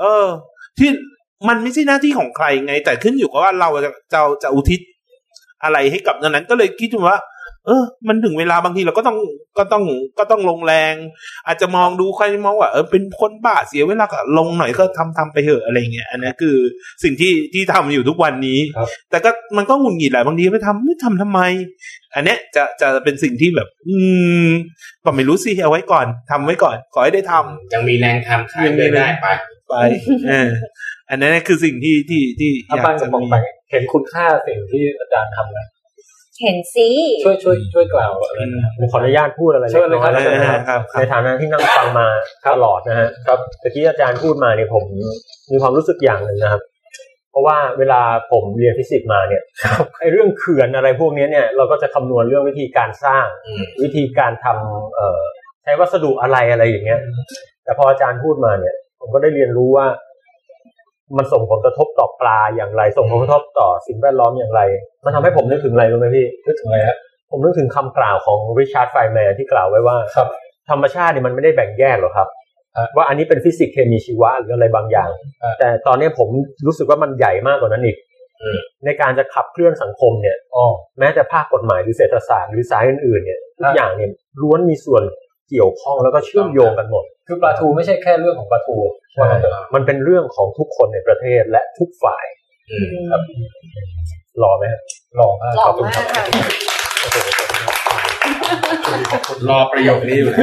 เออ ที่มันไม่ใช่หน้าที่ของใครไง แต่ขึ้นอยู่กับว่าเราจะจะจะอุทิศอะไรให้กับตรงนั้น ก็เลยคิดว่า เออ มันถึงเวลาบางทีเราก็ต้องก็ต้องก็ต้องลงแรง อาจจะมองดูใครมองว่าเออเป็นคนบ้าเสียเวลาก็ลงหน่อยก็ทำทำไปเถอะอะไรเงี้ยอันนี้คือสิ่งที่ที่ทำอยู่ทุกวันนี้ แต่ก็มันก็หงุดหงิดแหละบางทีไปทำไม่ทำทำไม อันเนี้ยจะจะเป็นสิ่งที่แบบ อืมก็ไม่รู้สิเอาไว้ก่อนทำไว้ก่อน ขอให้ได้ทำ
ยังมีแรงทำขายไปได้ไป
ไปเอออันนั้นคือสิ่งที่ที่ที่
อา
อยา
ปั
ก
งกั
จะ
บปอง
มี
ไปงเห็นคุณค่าสิ่งที่อาจารย์ทำนะ
เห็นสิ
ช่วยช่วยช่วยกล่าวอะไรนะ
ผมขออนุญาตพูดอะไร
เชิญเลยครับ
ล็กน้อยนะครับ
ครับค
ใน
รับ
ฐานะที่นั่งฟังมาตลอดนะฮะครับแต่ที่อาจารย์พูดมาเนี่ยผมมีความรู้สึกอย่างหนึ่งนะครับ เพราะว่าเวลาผมเรียนฟิสิกส์มาเนี่ยไอเรื่องเขื่อนอะไรพวกเนี้ยเนี่ยเราก็จะคำนวณเรื่องวิธีการสร้าง
อืม
วิธีการทำเอ่อใช้วัสดุอะไรอะไรอย่างเงี้ย แต่พออาจารย์พูดมาเนี่ย ผมก็ได้เรียนรู้ว่า มันส่งผลกระทบต่อปลาอย่างไร ส่งผลกระทบต่อสิ่งแวดล้อมอย่างไร มันทำให้ผมนึกถึงอะไรรู้ไหมพี่
นึกถึงอะไรฮะ
ผมนึกถึงคำกล่าวของริชาร์ดไฟแมนที่กล่าวไว้ว่า
ครับ
ธรรมชาติเนี่ยมันไม่ได้แบ่งแยกหรอกครับ ว่าอันนี้เป็นฟิสิกส์เคมีชีวะหรืออะไรบางอย่าง
อ่า
แต่ตอนเนี้ยผมรู้สึกว่ามันใหญ่มากกว่านั้นอีก
อืม
ในการจะขับเคลื่อนสังคมเนี่ย
อ๋อ
แม้แต่ภาคกฎหมายหรือเศรษฐศาสตร์หรือสายอื่นๆเนี่ยทุก
อ่า
อย่างเนี่ยล้วนมีส่วนเกี่ยวข้องแล้วก็เชื่อมโยงกันหมด
คือปลาทูไม่ใช่แค่เรื่องของปลาทูว่างั้นเถอะ
มันเป็นเรื่องของทุกคนในประเทศและทุกฝ่ายหล่อไหมฮะ
ลองมาก
หล่อ
ขอบคุณ
มาก
ครับ
ค่ะ
รอประโยคนี้อยู่นะ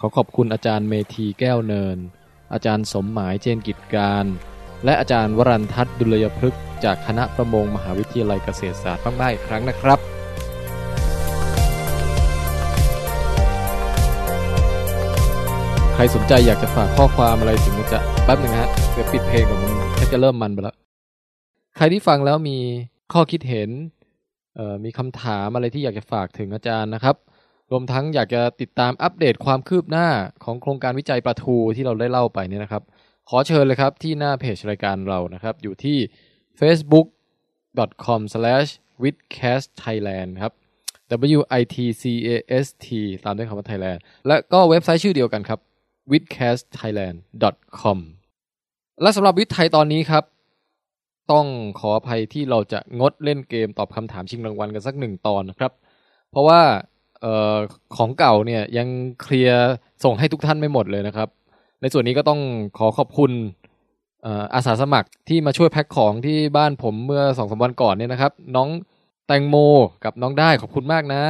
ขอขอบคุณอาจารย์เมธีแก้วเนิน อาจารย์สมหมายเจนกิจการ และอาจารย์วรันทัศน์ดุลยพฤกษ์จากคณะประมงมหาวิทยาลัยเกษตรศาสตร์มากๆอีกครั้งนะครับ ใครสนใจอยากจะฝากข้อความอะไรถึงอาจะแป๊บหนึ่งนะฮะเดี๋ยวปิดเพลงก่อนมันแค่จะเริ่มมันไปแล้ว ใครที่ฟังแล้วมีข้อคิดเห็นเอ่อมีคำถามอะไรที่อยากจะฝากถึงอาจารย์นะครับ รวมทั้งอยากจะติดตามอัปเดตความคืบหน้าของโครงการวิจัยปลาทูที่เราได้เล่าไปเนี่ยนะครับ ขอเชิญเลยครับที่หน้าเพจรายการเรานะครับ อยู่ที่ facebook.com/withcastthailand ครับ w i t c a s t ตามด้วยคำว่า Thailand และก็เว็บไซต์ชื่อเดียวกันครับ withcastthailand.com และสำหรับวิทย์ไทยตอนนี้ครับ ต้องขออภัยที่เราจะงดเล่นเกมตอบคำถามชิงรางวัลกันสักหนึ่งตอนนะครับ เพราะว่าเออของเก่าเนี่ยยังเคลียร์ส่งให้ทุกท่านไม่หมดเลยนะครับ ในส่วนนี้ก็ต้องขอขอบคุณเอ่ออาสาสมัครที่มาช่วยแพ็คของที่บ้านผมเมื่อสองสามวันก่อนเนี่ยนะครับ น้องแตงโมกับน้องได้ขอบคุณมากนะ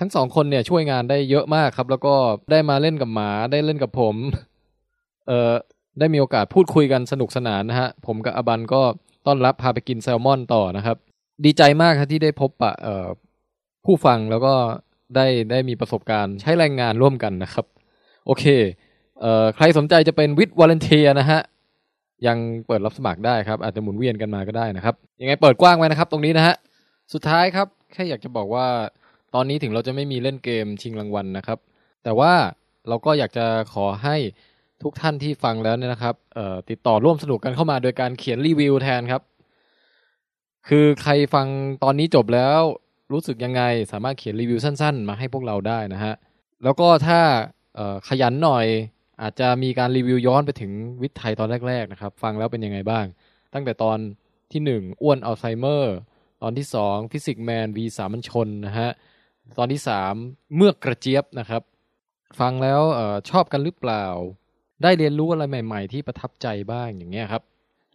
ทั้งสองคนเนี่ยช่วยงานได้เยอะมากครับ แล้วก็ได้มาเล่นกับหมาได้เล่นกับผม เอ่อได้มีโอกาสพูดคุยกันสนุกสนานนะฮะผมกับอบันก็ต้อนรับพาไปกินแซลมอนต่อนะครับ ดีใจมากครับที่ได้พบปะเอ่อผู้ฟังแล้วก็ได้ได้มีประสบการณ์ใช้แรงงานร่วมกันนะครับ โอเคเอ่อใครสนใจจะเป็นวิดวอลเนเทียนะฮะ ยังเปิดรับสมัครได้ครับ อาจจะหมุนเวียนกันมาก็ได้นะครับ ยังไงเปิดกว้างไว้นะครับ ตรงนี้นะฮะ สุดท้ายครับ แค่อยากจะบอกว่า ตอนนี้ถึงเราจะไม่มีเล่นเกมชิงรางวัลนะครับ แต่ว่าเราก็อยากจะขอให้ทุกท่านที่ฟังแล้วเนี่ยนะครับเอ่อติดต่อร่วมสนุกกันเข้ามาโดยการเขียนรีวิวแทนครับ คือใครฟังตอนนี้จบแล้วรู้สึกยังไง สามารถเขียนรีวิวสั้น ๆ มาให้พวกเราได้นะฮะ แล้วก็ถ้าเอ่อขยันหน่อยอาจจะมีการรีวิวย้อนไปถึงวิทย์ไทยตอนแรก ๆ นะครับ ฟังแล้วเป็นยังไงบ้าง ตั้งแต่ตอนที่ 1 อ้วนอัลไซเมอร์ ตอนที่ 2 ฟิสิกส์แมน V สามัญชนนะฮะ ตอนที่ 3 เมือกกระเจี๊ยบนะครับ ฟังแล้วเออชอบกันหรือเปล่า ได้เรียนรู้อะไรใหม่ ๆ ที่ประทับใจบ้างอย่างเงี้ยครับ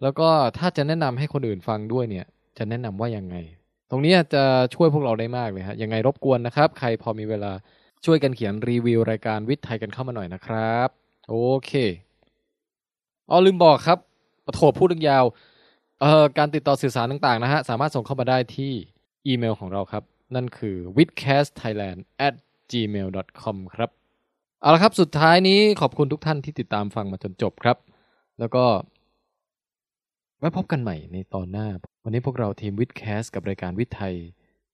แล้วก็ถ้าจะแนะนำให้คนอื่นฟังด้วยเนี่ย จะแนะนำว่ายังไง ตรงเนี้ยจะช่วยพวกเราได้มากเลยฮะยังไงรบกวนนะครับ ใครพอมีเวลาช่วยกันเขียนรีวิวรายการวิทย์ไทยกันเข้ามาหน่อยนะครับ โอเคอ๋อลืมบอกครับปะโถพูดเรื่องยาวเอ่อการติดต่อสื่อสารต่างๆนะฮะ สามารถส่งเข้ามาได้ที่อีเมลของเราครับ นั่นคือ w i t h c a s t t h a i l a n d gmail com ครับเอาละครับสุดท้ายนี้ขอบคุณทุกท่านที่ติดตามฟังมาจนจบครับ แล้วก็ ไว้พบกันใหม่ในตอนหน้า วันนี้พวกเราทีมวิดแคสกับรายการวิทย์ไทย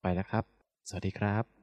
ไปแล้วครับ สวัสดีครับ